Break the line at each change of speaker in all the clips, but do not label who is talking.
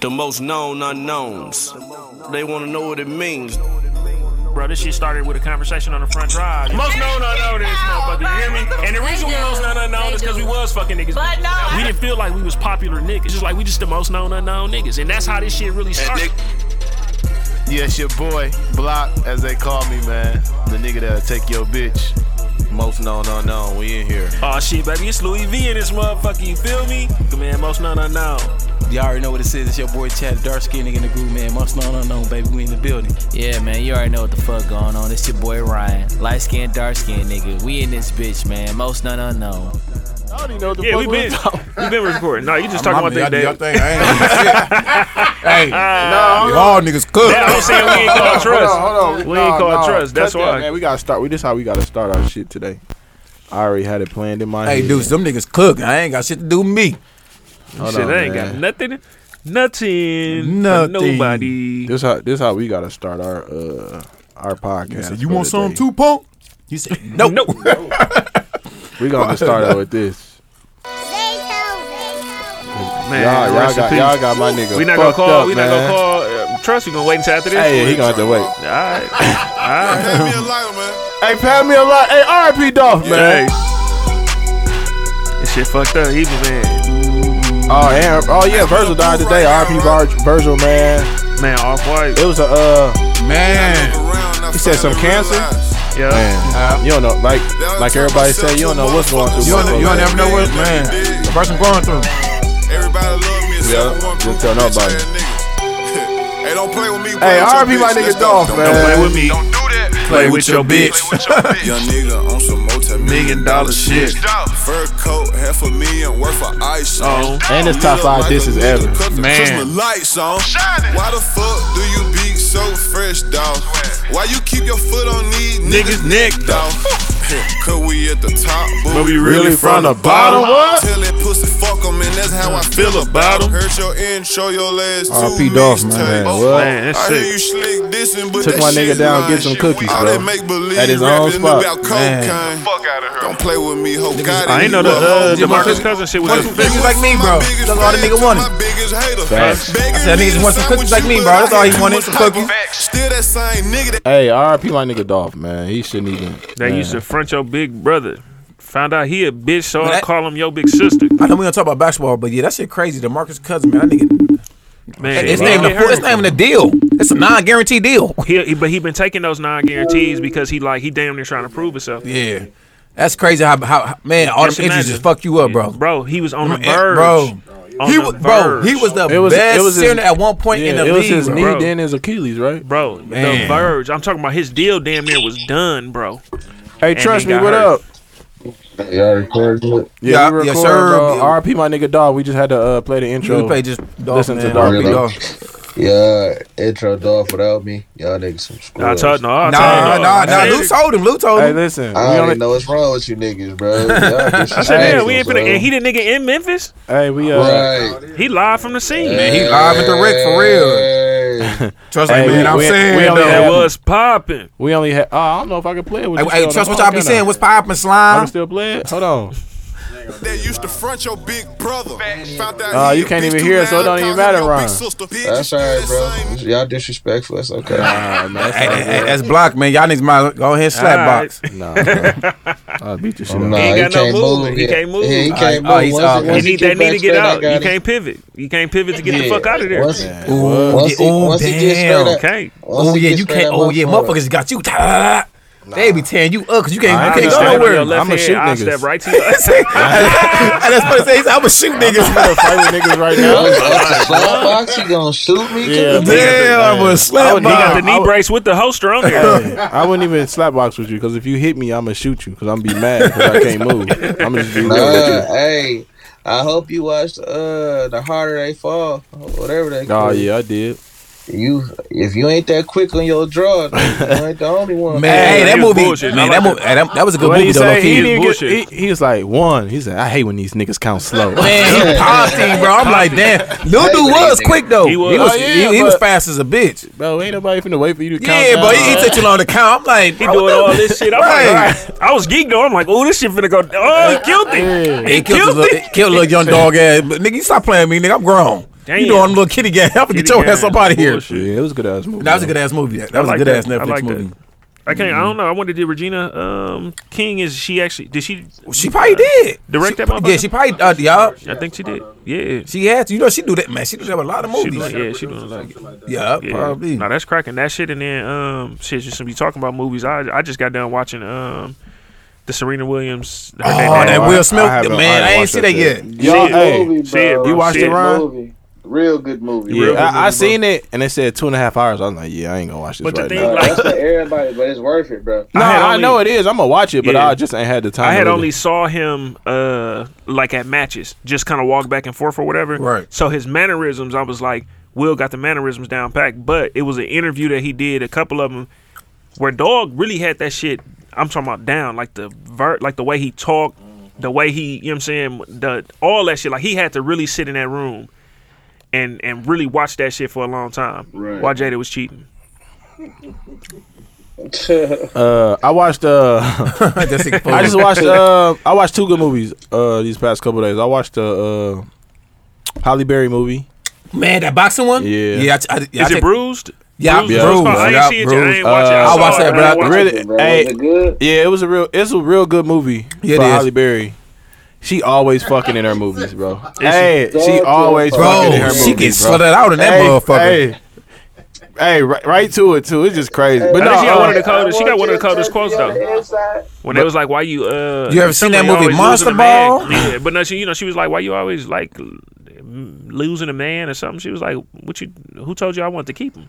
the most known unknowns. They want to know what it means.
Bro, this shit started with a conversation on the front drive. Most known unknown is motherfucker, you hear me? And the reason we most known unknown is because we was fucking niggas.
But no,
we didn't feel like we was popular niggas. Just like we just the most known unknown niggas. And that's how this shit really started.
Yes, your boy, Block, as they call me, man. The nigga that'll take your bitch. Most known unknown, we in here.
Aw shit, baby, it's Louis V in this motherfucker, you feel me? Man, most known unknown.
Y'all already know what it is. It's your boy Chad, dark skin nigga in the group, man. Must known unknown, baby. We in the building. Yeah, man. You already know what the fuck going on. It's your boy Ryan, light skin, dark skin nigga. We in this bitch, man. Most known unknown.
I don't even know what the
Yeah,
fuck
we been we been recording. No, you just talking
My
about
bad, y'all
that
do
day.
y'all thing. I ain't doing shit. hey, y'all niggas cook.
That's what I'm saying. We ain't called trust.
Hold on,
We ain't called trust. That's
Cut that, man.
why.
We gotta start. We this how we gotta start our shit today. I already had it planned in my
Hey,
head.
dudes, them niggas cook. I ain't got shit to do with me.
Hold
Shit,
on,
I ain't
Oh, man.
got nothing, nothing, for
Nothing.
nobody.
This how this how we gotta start our uh our podcast.
Said, you
for
want
the
some
day.
too, punk? He said, no.
No,
We gonna start out with this.
man.
y'all, y'all
rest in
got
peace.
y'all got my nigga.
we not gonna
fucked
call.
Up,
we not
man.
gonna call. Uh, trust you gonna wait until after this.
Hey, he gonna have to wait.
All right.
Hey, pat me a lot. Hey, R.I.P. Dolph, man.
This shit fucked up. He was in
Oh, and, oh yeah, Virgil died today. R.I.P. Vir- Virgil, man.
man off white.
It was a uh,
Man.
he said some cancer.
Yeah. Uh-huh.
Man, you don't know, like like everybody say, you don't know what's going through.
You don't, you
motherfucker.
don't ever know what, man. The person going through.
Everybody love me. except
Yeah,
for one
just
proof
tell
bitch
nobody.
ass nigga. hey, don't play with me.
Hey,
play with your
R.I.P. my
bitch.
nigga
Let's go.
Dolph,
Don't
man.
Play with me.
Don't do that.
Play with your bitch.
Play with your bitch. Young nigga on some multi-million
dollar shit.
Fur coat, half a million worth of ice on.
And it's top five dishes ever.
Man.
Christmas lights on. Why the fuck do you be so fresh, dog? Why you keep your foot on these niggas' neck, dog? Cause we at the top, but we
Really from the bottom? What?
Tell that pussy fuck 'em, and that's how I feel about him. Heard your end, show your legs.
R.P. Dolph, man. What?
Man, that's
I hear
sick.
you slick dissing, but
Took
that
my nigga
shit
down,
lying.
get some
Shit,
cookies,
all
bro.
that make believe
At his own
rapping
spot.
about
Man.
cocaine. Fuck out of her. Don't play with me, hope God.
I ain't know the uh, Demarcus Cousins shit was.
What's
good.
the- Niggas like me, bro. That's all the nigga wanted.
Facts.
I
said, niggas want some cookies like me, bro. That's all he wanted, some cookies.
Still that same nigga that
Hey, R.I.P. my nigga Dolph, man. He shouldn't even.
They
man.
used to front your big brother. Found out he a bitch, so I
that-
call him your big sister.
I know we gonna talk about basketball, but yeah, that shit crazy. The Marcus Cousins, man, that nigga.
Man,
It's
it
not even
hurt.
a, it's not even a deal. It's a non-guaranteed deal.
He, he- but he been taking those non guarantees because he like he damn near trying to prove himself.
Yeah, that's crazy. How, how how- man, all
Just
them injuries
imagine.
just fuck you up, bro.
Bro, he was on the
Remember, eh,
verge.
bro.
On
He
the
was, bro, he
verge.
was the
It was-
best
it was his-
center at one point
Yeah,
in the
it
league.
was his
bro.
knee,
bro.
then his Achilles, right?
Bro, the
Man.
verge. I'm talking about his deal. Damn near was done, bro.
Hey,
And
trust
he
me,
got
what
hurt.
up?
Y'all recording it?
Yeah,
Yeah,
we
yes,
recording,
sir.
bro.
Yeah.
R.I.P. my nigga Dolph. We just had to uh, play the
You
intro.
would play just dog,
Listen to
man.
Dolph.
Really?
Dolph.
Yeah, intro off without me. Y'all niggas some screw.
I told no, I told
Nah,
no.
nah, nah.
Hey,
Lou told him. Lou told
Hey,
him.
listen.
I
we
already
only,
know what's wrong with you niggas, bro. Y'all
I said, yeah, we ain't finna. And he the nigga in Memphis.
hey, we uh,
right.
He live from the scene.
Man, he live at the Rick for real.
real.
Trust
Hey,
me,
we-
man. I'm
we-
saying,
we only
though.
had-
That was popping.
we only had. Oh, I don't know if I can play it with
Hey,
you
hey,
still.
trust
No,
what y'all be
can I?
saying. What's poppin',
I can
slime?
still play it. Hold on.
that used to front your big brother. Found out
Uh,
he
you
a
can't
bitch
even
too
hear it, so it
loud,
don't even
called him
matter,
your
Ryan.
big sister, bitch.
That's
Still
all
that
right, bro.
same
Y'all disrespectful. It's okay.
Nah, man, that's
Hey,
not
hey,
good.
hey, that's blocked, man. Y'all niggas might go ahead and slap
All right.
box.
Nah, bro. I'll beat your shit
Nah,
up.
ain't got no
can't
move.
move.
He
yet.
can't move.
Yeah, he can't
Oh,
move.
he's
Once
out.
He
once
need that
get
need to
back
get
straight, I
out.
got
You
it.
can't pivot. You can't pivot to get the
Yeah,
fuck out of there.
Once,
Ooh,
once,
yeah,
he,
ooh,
once he gets
damn.
straight up.
Okay.
once
Oh
he
yeah,
gets
you
straight
can't.
up
Oh
on
yeah,
forward.
motherfuckers got you. They be tearing you up because you can't.
I
You
I'll
can't
understand.
go
step with
nowhere.
your left
I'ma
hand,
shoot
I'll
niggas.
step right to your
And that's what it says. I'm a shoot niggas.
I'm gonna fight with niggas right now.
Once- once he slap box, he gonna shoot me.
Yeah,
Come on.
Damn, I'm a
I
slap
wouldn't-
He got
box.
the
I
knee
would-
brace with the holster on there.
I wouldn't even slap box with you because if you hit me, I'm gonna shoot you because I'm gonna be mad because I can't move. I'm gonna just be real with you.
Nah, hey, I hope you watched uh, the harder they fall, whatever they.
Oh
call it.
yeah, I did.
You if you ain't that quick on your draw, you ain't the only one.
Man, hey, that
He was
movie,
bullshit. I
man,
like
that movie, hey, that that was a good
What
movie
he
though. low
say?
key.
He,
is
didn't get,
bullshit.
he, he was like one. He said, "I hate when these niggas count slow."
Man, he popped him, bro. I'm like, damn. Lil dude was quick though.
He
He
was.
was,
Oh,
he,
yeah,
he was
but-
fast as a bitch.
bro, ain't nobody finna wait for you to count.
Yeah,
down.
but he, he took too long to count. I'm like,
He
bro,
doing all this shit. I'm
Right.
like, I was geeked though. I'm like, oh, this shit finna go. Oh, he killed him.
he
He
killed,
killed
his little,
him.
killed a little young dog ass. But nigga, you stop playing me, nigga. I'm grown. You doing little kitty game. Help me get
Kitty
your ass
gang.
up out of here.
Bullshit.
Yeah, it was a good ass movie.
That was a good ass movie. That
I
was
like
a good ass
that. I
Netflix
like that.
movie. Mm-hmm.
I can't. I don't know. I wanted to do Regina um, King. Is she actually? Did she
Oh, She probably did.
direct
She-
that motherfucker?
Yeah, she probably uh, y'all.
I think she did. Yeah.
She had to. You know, she do that, man. She do that with a lot of
She
movies.
doing, yeah, she doing a lot. of-
yeah,
Yeah.
probably.
No, that's cracking. That shit, and then um, shit. Just to be talking about movies, I I just got done watching um, the Serena Williams. her
Oh,
name-
that
I-
Will Smith,
I haven't-
man,
I
I,
haven't
ain't
watched
see
that
that yet.
Y'all,
Good
hey,
movie,
see it.
bro.
You
watched
it,
Good
Ryan?
movie. Real good movie.
Yeah.
Real good
I, I
movie,
seen it and they said two and a half hours. I was like, yeah, I ain't gonna watch this
But the
right
thing,
now.
bro.
like-
That's for everybody, but it's worth it, bro.
no,
I had
I,
only-
know it is. I'm gonna watch it, but
Yeah.
I just ain't had the time.
I had
to really-
only saw him uh like at matches, just kind of walk back and forth or whatever.
Right.
So his mannerisms, I was like, Will got the mannerisms down packed, but it was an interview that he did, a couple of them, where Dog really had that shit. I'm talking about down, like the ver- like the way he talked, the way he, you know what I'm saying, the all that shit. Like he had to really sit in that room. And, and really watch that shit for a long time
Right.
while Jada was cheating.
Uh, I watched. Uh,
That's it.
I just watched. Uh, I watched two good movies. Uh, these past couple days, I watched the uh, Holly Berry movie.
man, that boxing one.
Yeah.
yeah. I, I,
Is
yeah, I
it
take-
bruised?
Yeah,
bruised.
yeah,
bruised.
Bruised.
I
Yeah,
ain't see it. yet. I ain't
Bruised.
watch it.
Uh,
I,
I
saw
watched
it,
that,
but
but
I
I-
didn't watch it.
Really?
Bro,
Hey.
was it good?
Yeah, it was a real. It's a real good movie
Yeah, it
for
is.
Holly Berry. She always fucking in her movies, bro. Hey, she
Dog,
always
bro.
fucking in
bro,
her movies.
she get
bro.
slutted out in that
hey,
motherfucker.
Hey, hey right, right to it too. It's just crazy. But
I
no,
think she got
uh,
one of the coldest. She
I
got one of the
want
coldest
you
quotes
to touch me on the
though.
inside.
When they was like, "Why you?" uh
You ever seen that
somebody
movie,
always
Monster
losing a man?"
Ball?
Yeah, but no, she you know she was like, "Why you always like l- losing a man or something?" She was like, "What you? Who told you I wanted to keep him?"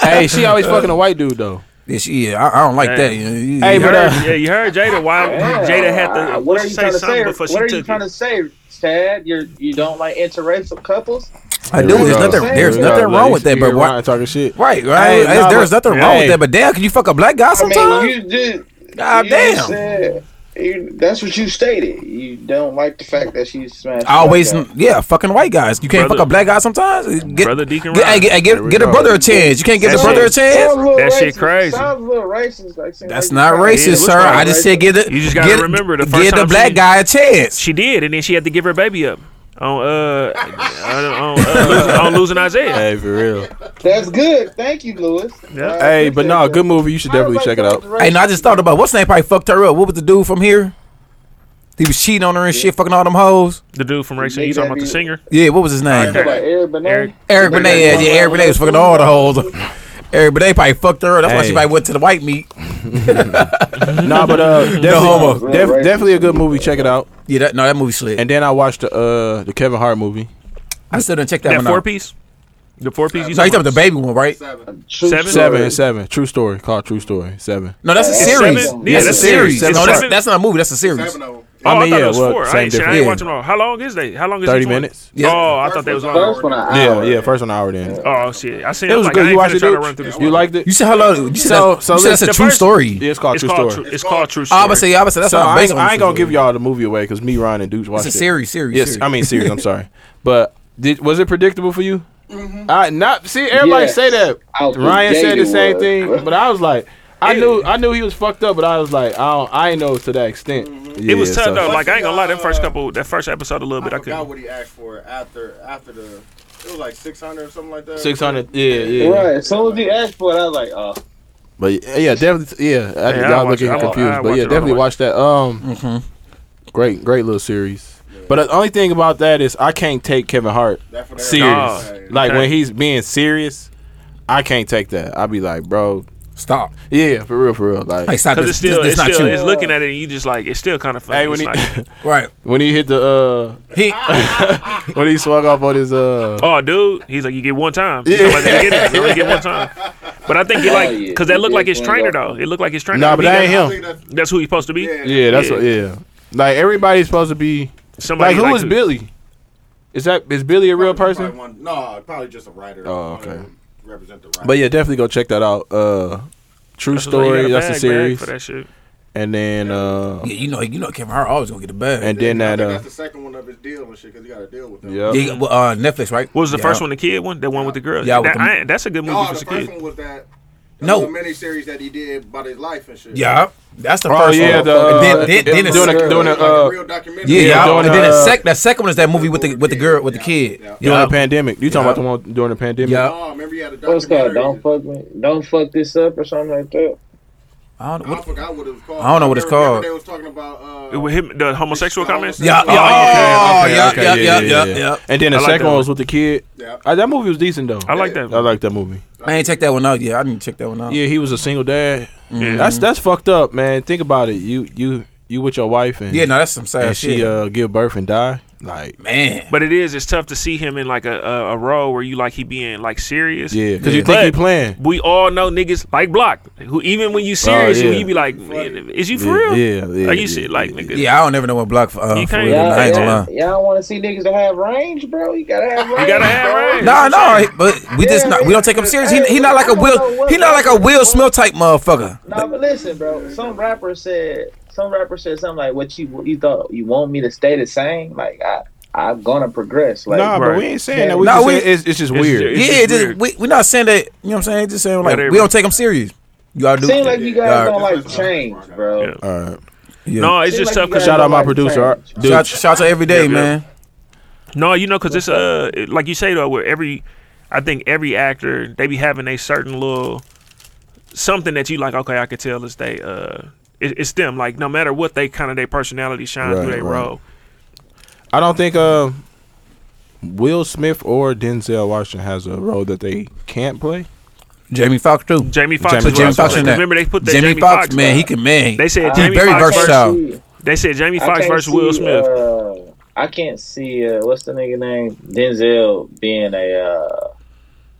hey, she always fucking a white dude though.
Yeah, she, yeah, I, I don't like
Hey.
that. Yeah, you-
Hey,
You
but,
heard,
uh,
yeah, you heard Jada. Why
Yeah,
Jada had
I-
to
What are you
say
trying to
something
say?
before
What
she
are you
took
trying to
it?
say, Chad? You you don't like interracial couples?
I do. There's
Here we
nothing.
go.
There's
Here we go.
nothing wrong with that.
You
But
hear
why?
Ryan talking shit.
Right,
Hey,
right. Hey,
nah,
there's
but-
nothing wrong
hey.
with that. But damn, can you fuck a black guy
I mean,
sometimes?
you did.
God
Ah,
you
damn.
just said- you- that's what you stated. You don't like the fact that she smashed.
I always,
like that.
yeah, fucking white guys. You can't
Brother-
fuck a black guy sometimes. Get,
Brother Deacon
get,
Ryan.
hey, get, hey, get-
There we
get a
go.
brother a chance. You can't get
That
a brother a
shit-
Sounds a
chance.
little
That shit
racist.
crazy.
Sounds a little racist. Like, seem
That's
like
not
you
racist,
kinda-
sir.
not
I just said get the
You just gotta
get,
remember the first
get the
time
black
she-
guy a chance.
She did, and then she had to give her baby up on uh on, on, uh, losing, on losing Isaiah.
Hey, for real.
That's good. Thank you, Lewis.
Yeah.
I
Hey, but
appreciate
no,
that.
good movie. You should definitely
I
check it
don't
out.
like
Hey, and I just thought about what's the name probably fucked her up. What was the dude from here? He was cheating on her and shit, fucking all them hoes.
The dude from Rachel,
Nigga,
you talking about
that
the
be-
singer?
Yeah, what was his name?
Like Eric Benet.
Eric.
Eric Benet. Yeah, yeah, Eric Benet was fucking all the hoes. Eric Benet probably fucked her up. That's why
Hey.
she probably went to the white meat.
Nah, but uh, definitely,
homo.
def- definitely a good movie. Check it out.
Yeah, that, no, that movie slid.
And then I watched the uh, the Kevin Hart movie.
I still didn't check that,
That
one
four
out.
piece. The four piece.
No, you talking about the baby one, right?
True
Seven?
story.
Seven, seven, true story called True Story. Seven.
No, that's a
It's
series.
seven?
Yeah,
that's,
that's
a
series.
series.
Seven
No, that's,
parts.
that's not a movie. That's a series.
Oh, I,
I
thought
mean, yeah,
it was
well,
four. I
same
ain't, shit, I ain't
difference.
watching all. How long is they? How long is
30
each one?
minutes.
Yeah.
Oh, I thought they was
First
longer.
one, an
Yeah,
hour.
yeah. First one hour then.
Oh shit! I seen.
It was
like,
good.
I
you
ain't
watched
finna
it.
try to
dude?
run through this.
You liked it?
You said hello. You said,
So-
that,
so
you said that's a
listen,
true
the first-
story.
Yeah, it's called
It's
True
called. True,
Story.
it's called true story.
I was say, I was say that's
So
not
I ain't,
based
I ain't
on
gonna give y'all the movie away because me, Ryan, and Dukes watched
a
it.
series, series,
Yes,
series.
I mean series. I'm sorry, but did was it predictable for you? I not see everybody
Mm-hmm. Yes.
say that.
I was
Ryan said the
dating
same
one.
thing, but I was like, I knew, I knew he was fucked up, but I was like, I, don't, I ain't know to that extent.
Mm-hmm.
It was
Yeah,
tough
so-
though. Like I ain't gonna lie. That
Uh,
first couple, that first episode, a little bit. I
I forgot
could.
what he asked for after after the. It was like six hundred or something like that.
Six hundred, yeah, yeah.
Right. As soon as you asked for it, I was like, oh.
But yeah, yeah, definitely, yeah. I,
Yeah, I
y'all
watch
looking
it. I wa-
confused,
I
but
watch
yeah,
it. I
definitely watch
watch
that. Um, great, great little series. But the only thing about that is I can't take Kevin Hart
That's what
serious.
Nah.
Like
Okay.
when he's being serious, I can't take that. I be like, bro,
Stop.
yeah, for real, for real. Like
Hey, stop.
Because
This,
it's still,
this,
it's
this not
still,
you.
it's looking at it. and You just like, it's still kind of funny.
Hey, when
It's
he
like,
right.
when he hit the
He,
uh when he swung off on his uh
oh, dude, he's like, you get one time.
Yeah.
Yeah. Like, you get it. You only get one time. But I think it
Oh, yeah.
like, cause that looked
Yeah,
like his
yeah.
trainer though. It looked like his trainer.
Nah, but
He
that
got-
ain't
I
him.
think that's
That's who he's supposed to be.
Yeah.
Yeah, that's
Yeah.
what. Yeah, like everybody's supposed to be
Somebody
like who is
who-
Billy? Is that is Billy a real
probably
person?
one- no, probably just a writer.
Uh,
Oh, okay.
Wanted to Represent the writer.
But yeah, definitely go check that out. Uh, True
That's what-
Story,
he got
that's
bag,
a
bag
series,
For that shit.
and then uh,
yeah, you know, you know, Kevin Hart always gonna get the bag.
and
I think
then that uh,
that's the second one of his deal and shit because he got to deal with them.
yeah,
yeah, well, uh, Netflix, right?
What was the
yeah.
first one? The kid one. That one with the girl.
Yeah, with
that,
the-
I, that's a good movie
No,
for
Oh, the
the
first
kid.
one was that.
No.
little mini series that he did about his life and shit.
Yeah, that's the
Oh,
first
yeah,
one.
the, uh,
And then, then, then
doing
the,
a- doing a,
Like
uh,
a real documentary.
yeah, yeah,
doing
and then
a- uh,
the sec, that second one is that movie with the with the girl with the kid.
Yeah.
During
Yeah.
the pandemic. You talking about the one during the pandemic?
Yeah.
Oh, remember you had a documentary.
What's called? Don't fuck me. Don't fuck this up or something like that.
I don't,
I
what,
forgot what it was called.
I don't know what it's
remember-
called.
remember They was talking about.
It
Uh,
was him, the homosexual comments.
Oh,
yeah, yeah, oh,
okay,
yeah,
okay,
yeah,
okay,
yeah,
yeah,
yeah,
yeah,
yeah.
And then the
I like
second
that
one
one.
was with the kid.
Yeah.
Uh, that movie was decent though.
I like that.
I like that movie.
I ain't check that one out yet. I didn't check that one out.
Yeah, he was a single dad.
Yeah.
That's that's fucked up, man. Think about it. You you you with your wife and
Yeah, no, that's some sad
and
shit.
she uh give birth and die. Like
Man,
But it is. It's tough to see him in like a, a, a role where you like he being like serious.
yeah, because you
Yeah.
think he
But-
playing.
We all know niggas like Block, who even when you serious,
Oh, yeah.
you be like, man, is you for
Yeah,
real?
yeah, yeah,
Are you
yeah,
shit like
yeah,
nigga?
yeah, I don't ever know what block for. Uh,
You
for
can't-
real,
Y'all,
I ain't gonna
y'all,
lie.
y'all want to see niggas to have range, bro? You gotta have range.
You gotta have
bro.
range.
No, no, but we just not we don't take him serious. He, he not like a Will he not like a Will Smith type motherfucker.
No, but listen, bro. Some rapper said some rapper said something like, "What you you thought you want me to stay the same? Like I I'm gonna progress. Like
Nah, but
Right.
we ain't saying that. We
Nah,
just
we-
saying it's, it's just
It's
weird.
just-
Yeah, just,
weird.
we we not saying that. You know what I'm saying? Just saying like
Yeah, they-
we don't take him serious. You all do.
seems like you guys
Y'all-
don't like
Yeah.
change, bro.
Yeah.
All right.
yeah.
No, it's just
Seems like
tough
you
because
got-
Shout out my
Like
producer,
Frank.
all right, dude.
shout, shout out to every day,
Yeah, yeah.
man.
no, you know, because it's uh, it- like you say though, where every, I think every actor they be having a certain little something that you like. Okay, I could tell is they uh, it, it's them. Like no matter what, they kind of their personality shines
Right,
through their
right.
role.
I don't think uh, Will Smith or Denzel Washington has a role that they can't play.
Jamie Foxx too.
Jamie Foxx.
Jamie
is what I
Foxx
was
in
saying.
that.
Remember they put that
Jamie, Foxx, man,
back.
he can man.
They said
He's
Jamie
very
Foxx
versatile.
versus,
Shout.
They said Jamie
I
Fox
can't
versus Will
see,
Smith.
Uh, I can't see uh, what's the nigga name Denzel being a uh,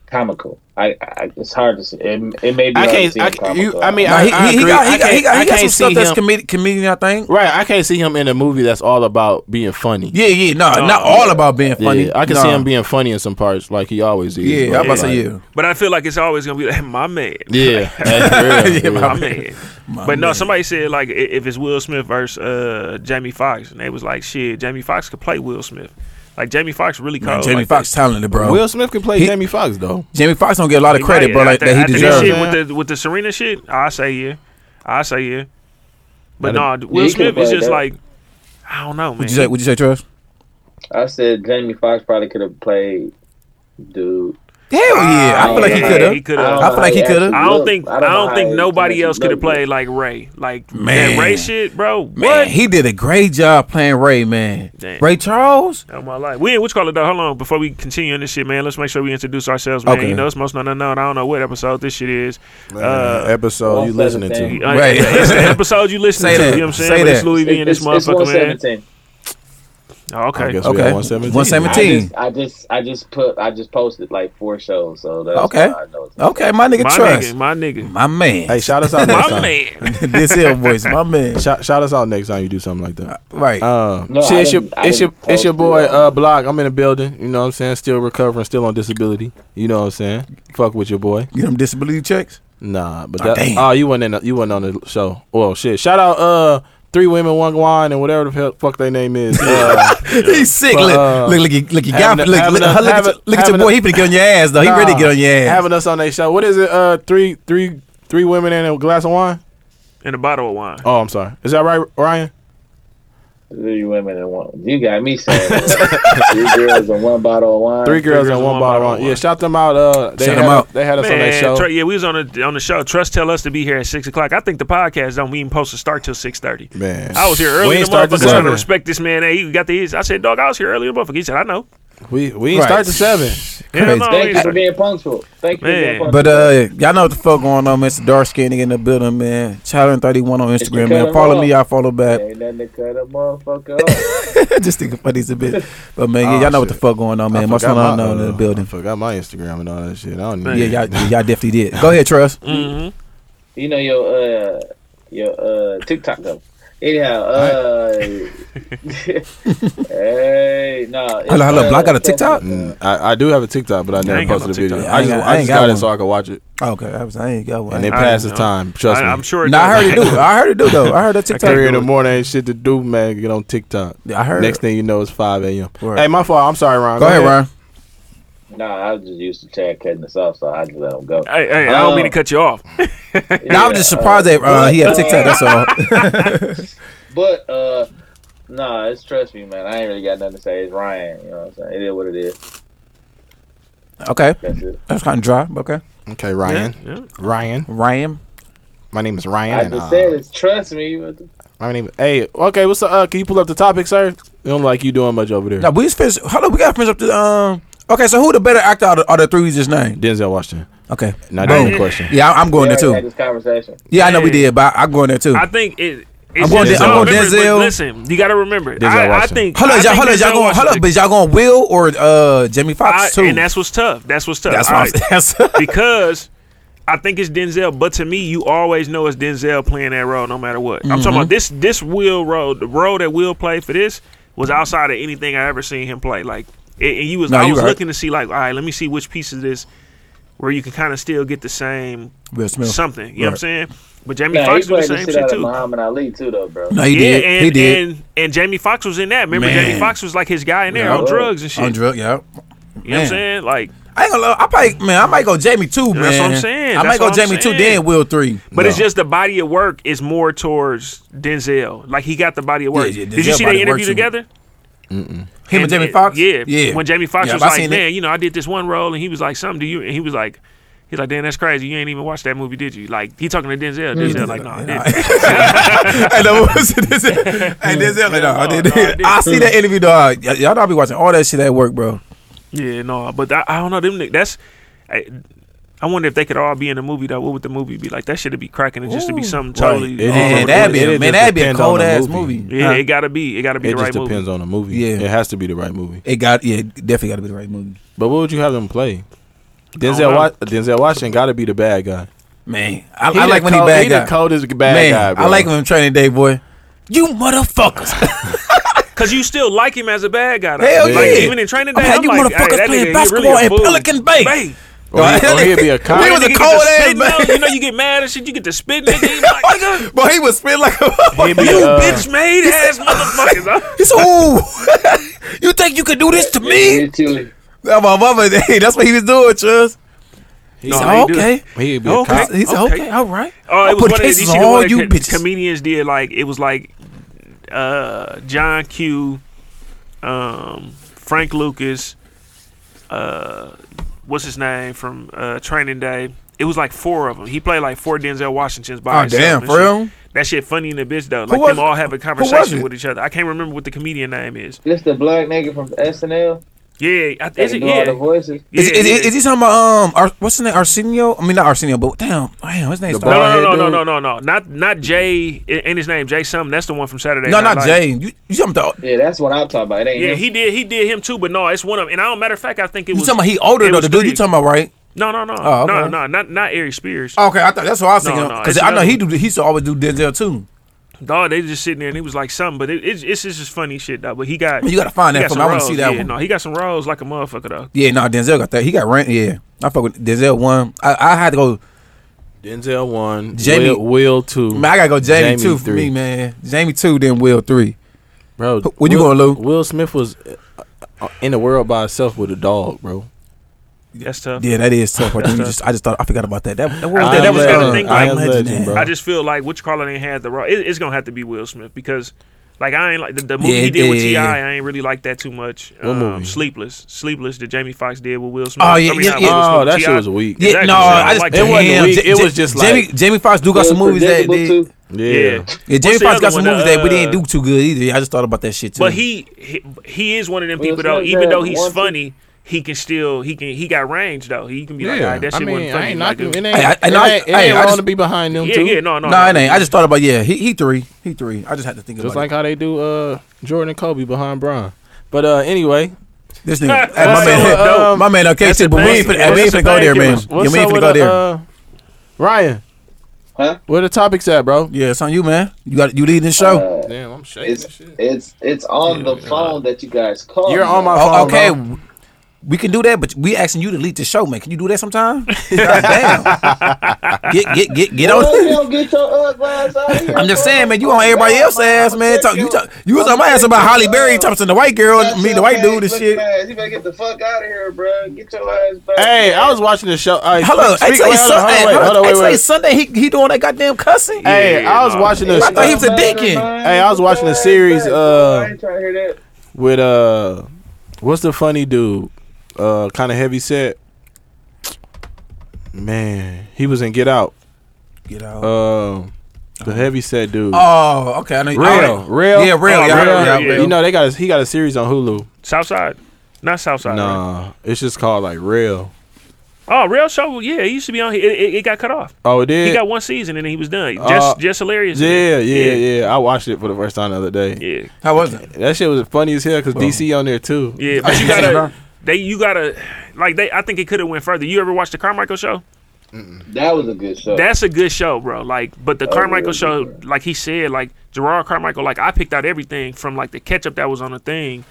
comical. I, I it's hard to see. It, it may be.
I
hard to
can't-
see
I
him
can't- you-
comical.
I mean,
Nah, he,
I
he, he
agree.
got
I
he got he
can't-
got,
I
he got some
can't
stuff
see
that's
him.
comedian comedian. I think.
Right. I can't see him in a movie that's all about being funny.
Yeah, yeah, no,
No.
not all about being funny.
Yeah, I can
Nah.
see him being funny in some parts, like he always is.
Yeah,
but
I'm about to say
like-
yeah.
But I feel like it's always gonna be like my man.
Yeah, that's real.
Yeah,
yeah.
My man.
My
but no,
man.
somebody said like i- if it's Will Smith versus uh, Jamie Foxx, and they was like, shit, Jamie Foxx could play Will Smith. Like Jamie Foxx really cold.
Man, Jamie
like,
Foxx talented, bro.
Will Smith can play
He-
Jamie Foxx though.
Jamie Foxx don't get a lot of
he
credit,
might-
bro. Like
after-
that he
after this
deserves.
shit with the with the Serena shit. I say yeah, I say yeah. But no, nah, Will
he
Smith
could've
is
played
just
that.
like I don't know, man.
Would you say? Would you say trust?
I said Jamie Foxx probably could have played dude.
Hell yeah, I
Oh,
feel like
yeah,
he could
He
have.
could
don't
have.
know
I feel like he
how
coulda.
actually
I don't
looked.
think I
know
don't
how
think
he
nobody
actually
else could have
looked.
played like Ray. Like
Man.
that Ray shit, bro. What?
Man, he did a great job playing Ray, man.
Damn.
Ray Charles?
Oh my life. We in which call it though. Hold on. Before we continue on this shit, man, let's make sure we introduce ourselves, man.
Okay.
You know, it's most unknown. I don't know what episode this shit is.
Uh,
Uh,
episode you
One
listening
seventeen.
to?
uh,
Right.
it's the episode you listening
Say
to.
that.
You know what I'm saying?
Say
But it's
that.
Louis V and
It's,
this
it's, it's
motherfucker, man.
117.
Oh, okay.
I guess we
Okay.
at 117.
117.
I just, I just put, I just posted like four shows, so that's
Okay.
how I know it's
Okay, my nigga
my
Trust.
nigga, my nigga.
My man.
Hey, shout us out next
My
time.
man.
this here voice, my man.
Shout, shout us out next time you do something like that.
Right.
Uh,
No,
shit,
I
it's your,
didn't- I
it's your,
didn't
it's your
post
boy
it.
uh, Block. I'm in the building. You know what I'm saying? Still recovering, still on disability. You know what I'm saying? Fuck with your boy.
Get them disability checks?
Nah, but
Oh,
that,
damn.
oh, you wasn't in the, you wasn't on the show. Well, shit. Shout out uh three women, one wine, and whatever the hell, fuck their name is. Uh,
He's sick.
But,
Look,
uh,
look, look, look, look, you got-
having a-
look, look,
having
look
a-
at your-
having-
look at your
having
boy.
a-
He finna get on your ass, though. He
nah,
ready to get on your ass.
Having us on their show. What is it? Uh, three three three women and a glass of wine.
And a bottle of wine.
Oh, I'm sorry. Is that right, Ryan?
three women and one. You got me saying that. three girls and one bottle of wine.
Three girls and one bottle of wine. Yeah, shout them out. Uh, they
Shout
had,
'em out.
They had us on their
Man,
show.
Trey, yeah, we was on a, on the show. Trust tell us to be here at six o'clock. I think the podcast don't we even supposed to start till six thirty.
Man,
I was here early.
We
We
ain't start
motherfucker
to
trying to
seven.
respect this man. Hey, he got the his. I said, dog, I was here early. Motherfucker, he said, I know.
We we ain't
Right.
start to seven.
Hell no,
Thank
he
you for
said-
being punctual. Thank you
Man.
for being punctual.
Oh, But uh, y'all know what the fuck going on, man. It's the dark skin nigga in the building, man. Challenge thirty one on Instagram,
cut
man.
him
Follow
off.
me, y'all follow back.
Ain't nothing to cut a motherfucker up.
Just think funny as a bit, but man, yeah,
Oh,
y'all know what the
shit.
fuck going on, man. Most
forgot
unknown
my,
in the
uh,
building.
Forgot my Instagram and all that shit. I don't even-
Yeah, y'all, y'all definitely did. Go ahead, Trust.
Mhm.
You know your uh your uh TikTok though. Anyhow, uh, hey, no. Nah, uh,
Hello, hello. Block got a TikTok.
Mm, I, I do have a TikTok, but I never
ain't got
posted a
no
video.
TikTok.
I
I ain't
just,
got-
I
I
just
ain't
got,
got
it
one.
so I could watch it.
Oh, okay, I, was, I ain't got
And
one.
it
I
passes
know.
time. Trust
I,
me.
I'm sure. it
Nah, I
does.
heard it do. I heard it do though. I heard that TikTok.
Three in the morning ain't shit to do, man. Get on TikTok.
I heard.
Next thing you know, it's 5 a.m.
Right.
Hey, my fault. I'm sorry, Ryan.
Go ahead, Ryan.
Nah, I was just used to Chad cutting us off, so I just let him go.
Hey, hey, I don't
Oh.
mean to cut you off.
Now I'm just surprised that uh, he had TikTok. That's all.
But uh, nah, it's trust me, man. I ain't really got nothing to say. It's Ryan. You know what I'm saying? It is what it is.
okay,
That's it.
that's kind of dry. but Okay,
Okay, Ryan.
Yeah,
Ryan.
Ryan.
My name is
I
Ryan. and,
just
uh,
said it's trust me. What the-
my name.
Hey, okay, what's up? Uh, can you pull up the topic, sir? It don't like you doing much over there.
Now we just finished. Hold up, we gotta finish up the um. Okay, so who the better actor out of, out of the three we just named?
Denzel Washington.
Okay,
Not
Boom.
that question.
Yeah, I, I'm
We
going there
already Had
too.
this conversation.
Yeah, I know we did, but I, I'm going there too.
I think it. It's
I'm going
just,
Den- I'm
no,
going
remember,
Denzel.
but Listen, you got to remember.
Denzel
I, I
Washington.
think.
Hold
I
up, y'all,
think
hold up,
Denzel
y'all going. Hold
Washington-
up, but y'all going Will or uh Jamie
I,
Foxx too?
and that's what's tough. That's what's tough.
That's
All
what
right.
I'm saying.
because I think it's Denzel, but to me, you always know it's Denzel playing that role no matter what. I'm
Mm-hmm.
talking about this this Will role, the role that Will played for this was outside of anything I ever seen him play. Like, it, and you was
No,
I
you
was
right.
looking to see like, all right, let me see which piece of this where you can kind of still get the same
Will Smith.
something. You know what I'm saying?
Right.
But Jamie
Nah, he
Foxx
played
was the
the
same
shit out
shit
of
too.
Muhammad Ali too, though, bro.
No, he did.
Yeah, and,
he did.
and and Jamie Foxx was in that. Remember,
Man.
Jamie Foxx was like his guy in there
Yeah.
on drugs and shit.
On drug, yeah.
you know what I'm
man.
saying? Like,
I ain't gonna. Lie. I probably man. I might go Jamie two, man.
That's what I'm saying.
I
That's
might go
what I'm
Jamie two,
saying.
then Will three.
But it's
No.
just the body of work is more towards Denzel. Like he got the body of work.
Yeah, yeah,
Did you
Denzel
see
body
they
of
interview
work's in-
together?
him and Jamie Foxx.
Yeah,
yeah.
When Jamie Foxx
Yeah,
was
I
like,
seen
"Man,
it.
you know, I did this one role," and he was like, "Something do you?" And he was like. He's like, damn, that's crazy. You ain't even watched that movie, did you? Like, he talking to Denzel. Denzel, like, no, I didn't.
Hey, no, what was it? This is- hey, this is- no, I
no,
didn't.
I didn't.
I see that interview though. Y- Y'all know I be watching all that shit at work, bro.
yeah, no. But I, I don't know. Them, ni- that's. I, I wonder if they could all be in a movie though. What would the movie be like? That should be cracking. It just to be something totally.
It
Oh,
is-
Man, that'd be
it
a,
just
man, that'd be a
depends on the
cold ass
movie.
movie.
yeah,
Huh.
it gotta be. It gotta be the
It just
right
depends
movie.
on the movie.
Yeah.
It has to be the right movie.
It got yeah, definitely got to be the right movie.
But what would you have them play?
know.
Denzel, Wa- Denzel Washington got to be the bad guy.
Man, I,
He
I
the
like when he
cold-
bad
he
guy.
the coldest bad
man,
guy, bro.
I like him in Training Day, boy. You motherfuckers!
Cause you still like him as a bad guy. though.
Hell
like,
yeah.
Even in training day,
I had
I'm
you
like,
motherfuckers
hey, that
playing
nigga, he
basketball
really a
in
fool.
Pelican Bay.
Or, he, or he'd be a cop.
He was
Nigga
a
get
cold
to
ass
spitting
man.
out, You know, you get mad and shit. You get to spit, nigga. You like, "Nigga,
but he was spitting like a
He'd be,
you
uh,
bitch made ass motherfuckers. huh?
He said, "Ooh, you think you could do this to me?"
Literally.
That my mama. Hey, that's what he was doing, Chuz.
He
He said,
said,
"Okay."
He'd be a
Okay.
cop.
He said,
Okay.
"Okay, all right."
Oh,
I'll
it was
put
one of
cases
these
on all you bitches.
comedians did like it was like uh, John Q, um, Frank Lucas, uh, what's his name from uh, Training Day. It was like four of them. He played like four Denzel Washingtons by
Oh,
himself
damn,
and
for
shit.
real?
That shit funny in the bitch though. Like
was-
them all having
was
conversation
it?
with each other. I can't remember what the comedian name is.
This the black nigga from SNL.
Yeah, I,
They
is it?
can do all the
Yeah.
voices.
Is,
Yeah,
is,
yeah.
is, is he talking about um? Ar- what's his name? Arsenio? I mean, not Arsenio, but damn, damn, his name's
No,
bald
no, no,
head
no,
dude?
no, no, no, not not Jay. a- Ain't his name Jay something? That's the one from Saturday.
no,
Night
not
Live.
Jay. You, you talking about?
Yeah, that's what I'm talking about. It ain't
Yeah,
him.
he did. He did him too. But no, it's one of. And I don't. Matter of fact, I think it
You
was.
talking about? He older
it
though.
was
The dude you
three.
talking about, right?
no, no, no,
Oh, okay. Oh.
no, no, not not Eric Spears.
Okay, I thought that's what I was
No,
thinking.
no,
Because
it's
I know he do.
another-
He used to always do Denzel too.
Dog, they just sitting there, and he was like something. But it, it's it's just funny shit though. But he got.
You gotta find
he
that
got some
for me. I wanna
roles.
see that
yeah,
one.
No, he got some rolls like a motherfucker though.
Yeah, no, Denzel got that. He got rent. Yeah, I fuck with Denzel one. I, I had to go.
Denzel one.
Jamie-
Will, Will two.
Man, I gotta go Jamie,
Jamie
two for
three.
me, man. Jamie two, then Will three.
bro.
When you
Will-
going, Lou?
Will Smith was uh, uh, in the world by himself with a dog, bro.
That's tough.
Yeah, that is tough. I, think you just, I just thought I forgot about that. That, that, what was
I
that? that
am
was
legend.
uh,
Think
I am
like-
legend,
legend,
bro.
bro.
I just feel like which Carlin ain't had the role. It, it's gonna have to be Will Smith because. Like I ain't like the, the movie
Yeah,
he did with
yeah,
Ti.
yeah, yeah.
I ain't really like that too much.
What
um,
movie?
Sleepless, Sleepless that Jamie Foxx did with Will Smith.
Oh, yeah,
I mean,
yeah,
not
yeah.
Will Smith,
Oh, that
T.I.
shit was weak.
Yeah,
Exactly.
no, I
I
just
like
that. It wasn't
damn,
weak.
J-
It
J-
was just
Jamie,
like-
Jamie Fox do got
It
some
was
movies that
predictable,
did.
too.
Yeah.
Yeah,
What's
Jamie
the
Fox
other
got some
one?
movies that we didn't
Uh,
do too good either. I just thought about that shit too.
But he, he he is one of them
Will
people though.
Smith
Even
had
though he's
one, two-
funny, he can still he can he got range though. He can be like, "Alright, that shit wasn't funny. like, it-
It
Hey, I- I
it
know-
ain't- it
hey,
ain't
I
wrong
just-
to be behind them
yeah,
too.
yeah, no, no,
no, nah, it
no.
ain't. I just thought about yeah. He he three, he three. I just had to think
Just
about
like how they do uh, Jordan and Kobe behind Bron. But uh, anyway,
it. this nigga. hey,
What's
my man,
up, though?
my man. Okay,
That's
shit,
the
but we ain't
thing.
finna, we ain't
What's
finna
the
go there,
thing?
man.
What's-
Yeah,
what's
we ain't finna
up with
go
the,
there.
uh, Ryan?
Huh?
Where the topics at, bro?
Yeah, it's on you, man. You got you leading this show.
Uh,
Damn, I'm shaking.
it's it's it's on the phone that you guys called.
You're
me
on my
Oh,
phone.
okay,
bro.
We can do that, but we asking you to lead the show, man. Can you do that sometime? God damn. Get get get get
Well, you
on.
don't get your Ugg lines out here.
I'm just
bro.
saying, man. You on everybody else's ass, man. Talk, you talk, you was on my ass about Holly Berry, talking to the white girl, me the white dude and
Look,
shit.
man, You better get the fuck out of here, bro. Get your ass back.
Hey, I was watching the show. All right,
Hold on, I
speak-
say
wait, hold on,
Sunday.
hold on, wait, hold on,
I
wait,
say
wait.
Sunday. He he doing that goddamn cussing.
Hey, I was watching this.
I thought he was a deacon.
Hey, I was watching a series uh with uh what's the funny dude? Uh kind of heavy set. Man, he was in Get Out.
Get
Out. Um the heavy set dude.
Oh, okay. I know.
Real,
oh,
real,
Yeah, real. yeah,
Rail.
yeah, yeah.
You know they got a, he got a series on Hulu.
Southside, not Southside. right?
Nah, it's just called like Real.
Oh, real show. Yeah, he used to be on. here. It, it, it got cut off.
Oh, it did.
He got one season and then he was done.
Uh,
Just, just hilarious.
Yeah, yeah, yeah, I watched it for the first time the other day.
Yeah.
How was it?
That shit was funny as hell because DC on there too.
Yeah, but you gotta. They, you gotta, like they. I think it could have went further. You ever watched the Carmichael show?
That was a good show.
That's a good show, bro. Like, but the
That was
Carmichael
really
show, like he said, like Gerard Carmichael, like I picked out everything from like the ketchup that was on the thing,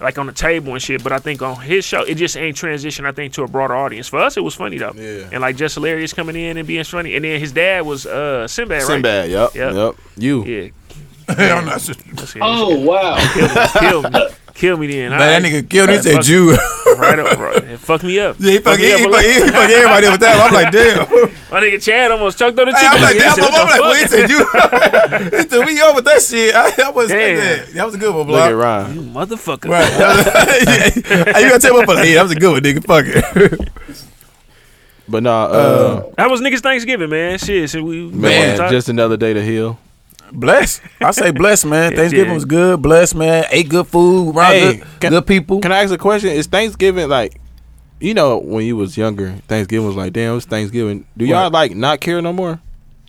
like on the table and shit. But I think on his show, it just ain't transitioned. I think to a broader audience. For us, it was funny though. Yeah. And like just hilarious coming in and being funny. And then his dad was uh Sinbad.
Sinbad,
Right?
yep, yep, You.
Yeah. Let's hear this
Oh
shit.
wow.
kill me, kill me then.
Man, that
All
nigga killed me,
Right,
said
fuck-
Jew.
right up, bro. It fucked me up.
Yeah, he fuck,
Fucked me
he,
up a
he, fuck,
lot.
he fuck everybody up with that. I'm like, damn.
My nigga Chad almost choked on the
Hey,
chicken.
I'm like,
He
damn.
said,
I'm, I'm
"What the
like, well, he
fuck?"
said you. he said we over that shit. I, I wasn't
Damn.
that. That was a good one,
Look at
bro.
Ryan.
You motherfucker.
Right. That was- Hey, you gotta tell my brother, hey, that was a good one, nigga. Fuck it.
But nah, uh,
That was niggas Thanksgiving, man. Shit, so we
man,
we-
just another day to heal.
Bless. I say bless, man. Thanksgiving
yeah.
was good. Bless, man. Ate good food. Around
Hey,
good,
can-
good people.
Can I ask a question? Is Thanksgiving like, you know, when you was younger, Thanksgiving was like, damn, it's Thanksgiving. Do y'all all
Right.
like not care no more?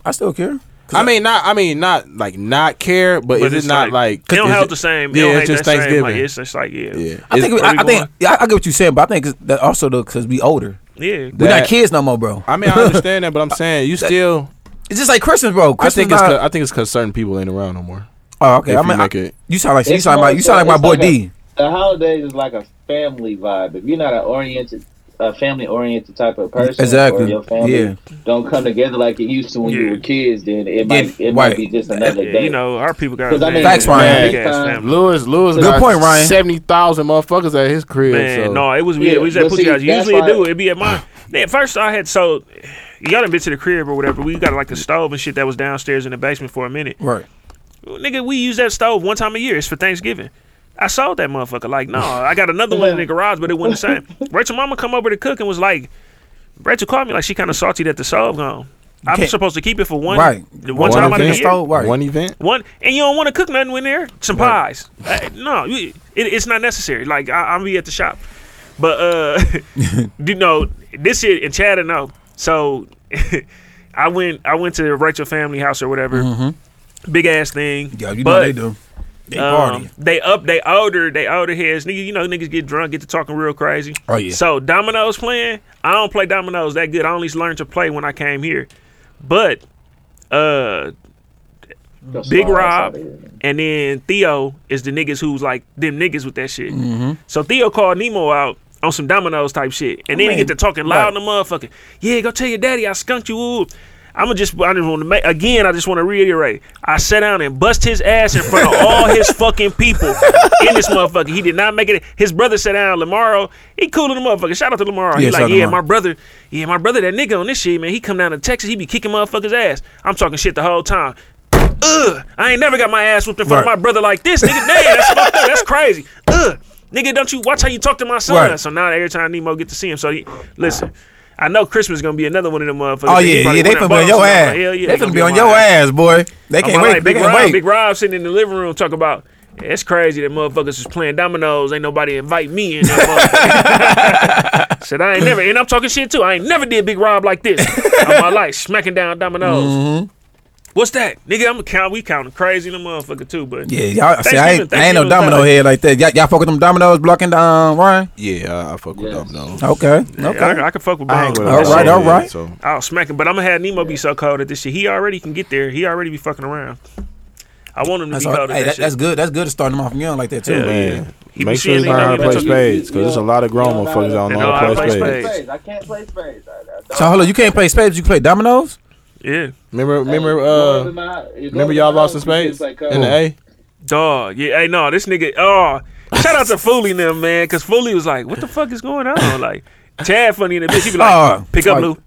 I still care.
I mean, not. I mean, not like not care, but,
But
is
it's
it not like?
they don't
is
have
it-
the same. they
Yeah,
don't
it's
have
just
that same,
Thanksgiving.
like, it's just like yeah, yeah.
yeah,
I
It's-
think
Where
I,
we
I
going?
think yeah, I, I get what you're saying, but I think it's that also though because we older. we
That-
not kids no more, bro.
I mean, I understand that, but I'm saying you still.
It's just like Christmas, bro.
I
Christmas
think it's.
not-
'cause- I think it's because certain people ain't around no more.
oh, okay.
if
I
you
mean,
make
I-
it-
you sound like you
It's
sound
more
like you sound like my
it's
boy
like a-
D.
The holidays is like a family vibe. If you're not an oriented, a family oriented type of person,
Exactly,
Or your family
yeah.
don't come together like it used to when you
Yeah.
were kids. Then it
Yeah,
might it
right.
might be just another
Yeah,
day.
you know, our people got
Because I mean,
Facts, Ryan.
big ass family.
Lewis, Lewis,
Good point, Ryan.
Seventy thousand motherfuckers at his crib.
Man,
so.
no, it was
Yeah,
yeah, we was at
but
Poochie
see,
House.
that's
Usually it do.
why-
It'd be at mine. Man, first I had so y'all done been to the crib or whatever. We got like a stove and shit that was downstairs in the basement for a minute.
Right.
Nigga, we use that stove one time a year. It's for Thanksgiving. I sold that motherfucker. Like, no, I got another one in the garage, but it wasn't the same. Rachel mama come over to cook and was like, Rachel called me like she kind of salty that the stove gone. I'm
can't-
supposed to keep it for one,
Right.
the one, time out of the
event,
year.
stove, right.
one event.
One and you don't want to cook nothing in there. Some pies. Uh, no, you- it, it's not necessary. Like I, I'll be at the shop, but uh, you know this shit and Chad and know. So I went I went to the Rachel family house or whatever. Big ass thing.
Yeah, Mm-hmm. you know
but,
they do. They
um,
party.
they up, they older, they older heads. Nigga, you know niggas get drunk, get to talking real crazy.
Oh, yeah.
So dominoes playing. I don't play dominoes that good. I only learned to play when I came here. But uh Big Rob and then Theo is the niggas who's like them niggas with that shit.
Mm-hmm.
So Theo called Nemo out on some dominoes type shit, and then he
mean,
get to talking loud in the motherfucker. Yeah, go tell your daddy I skunked you. Ooh. I'ma just I just want to make again. I just want to reiterate. I sat down and bust his ass in front of all his fucking people in this motherfucker. He did not make it. His brother sat down. Lamaro, he cool to the motherfucker. Shout out to Lamaro.
Yeah,
he
shout out
like
to
yeah,
Lamar."
my brother, yeah, my brother, that nigga on this shit, man. He come down to Texas, he be kicking motherfuckers ass. I'm talking shit the whole time. Ugh, I ain't never got my ass whooped in front
Right.
of my brother like this, nigga. Damn, that's fucked up. That's crazy. Ugh, nigga, don't you watch how you talk to my son?
Right.
So now every time Nemo get to see him, so he, listen, I know Christmas gonna be another one of them motherfuckers.
Oh
that he
yeah,
probably
yeah. They
went and bought
finna be on your
him.
ass.
Hell yeah,
They finna be on
my
your ass, boy. They
I'm
can't
like,
wait. They
Big
can't
Rob,
wait.
Big Rob sitting in the living room talking about. "Yeah, It's crazy that motherfuckers is playing dominoes. Ain't nobody invite me in. that motherfucker." Said I ain't never, and I'm talking shit too. I ain't never did Big Rob like this in my life, smacking down dominoes.
Mm-hmm.
What's that, nigga? I'm count. We counting crazy in the motherfucker too, but
Yeah, y'all. See,
Thanksgiving-
I ain't, I ain't no
Thanksgiving
domino
time.
head like that. Y'all, y'all fuck with them dominoes blocking the um, Ryan.
Yeah, I, I fuck with them. No,
Okay,
Yeah,
okay.
I, I can fuck with
I hang
Bang.
with
All
them.
right, all right.
So
I'll smack him, but I'm gonna have Nemo be so cold at this shit. He already can get there. He already be fucking around. I want him to
That's,
be
all-
called
hey, that, that's good. That's good to start them off young like that too.
Hell
Man,
He
make
be
sure you
seeing
learn how
it,
to
he
play
took it.
spades because there's a lot of grown motherfuckers that don't
They
know how to play spades.
spades.
I can't play spades. I- I-
So hold on, you can't play spades. You can play dominoes.
Yeah.
Remember, remember,
Go to
uh,
my- go
remember
to
y'all
my
lost in
house, you
spades
just, like,
in the
uh,
A.
Dog, yeah, hey, no, this nigga, oh, shout out to Fooly and them, man, because Fooly was like, what the fuck is going on? Like, Chad funny in the bitch, he be like,
Oh,
pick up,
right.
Lou.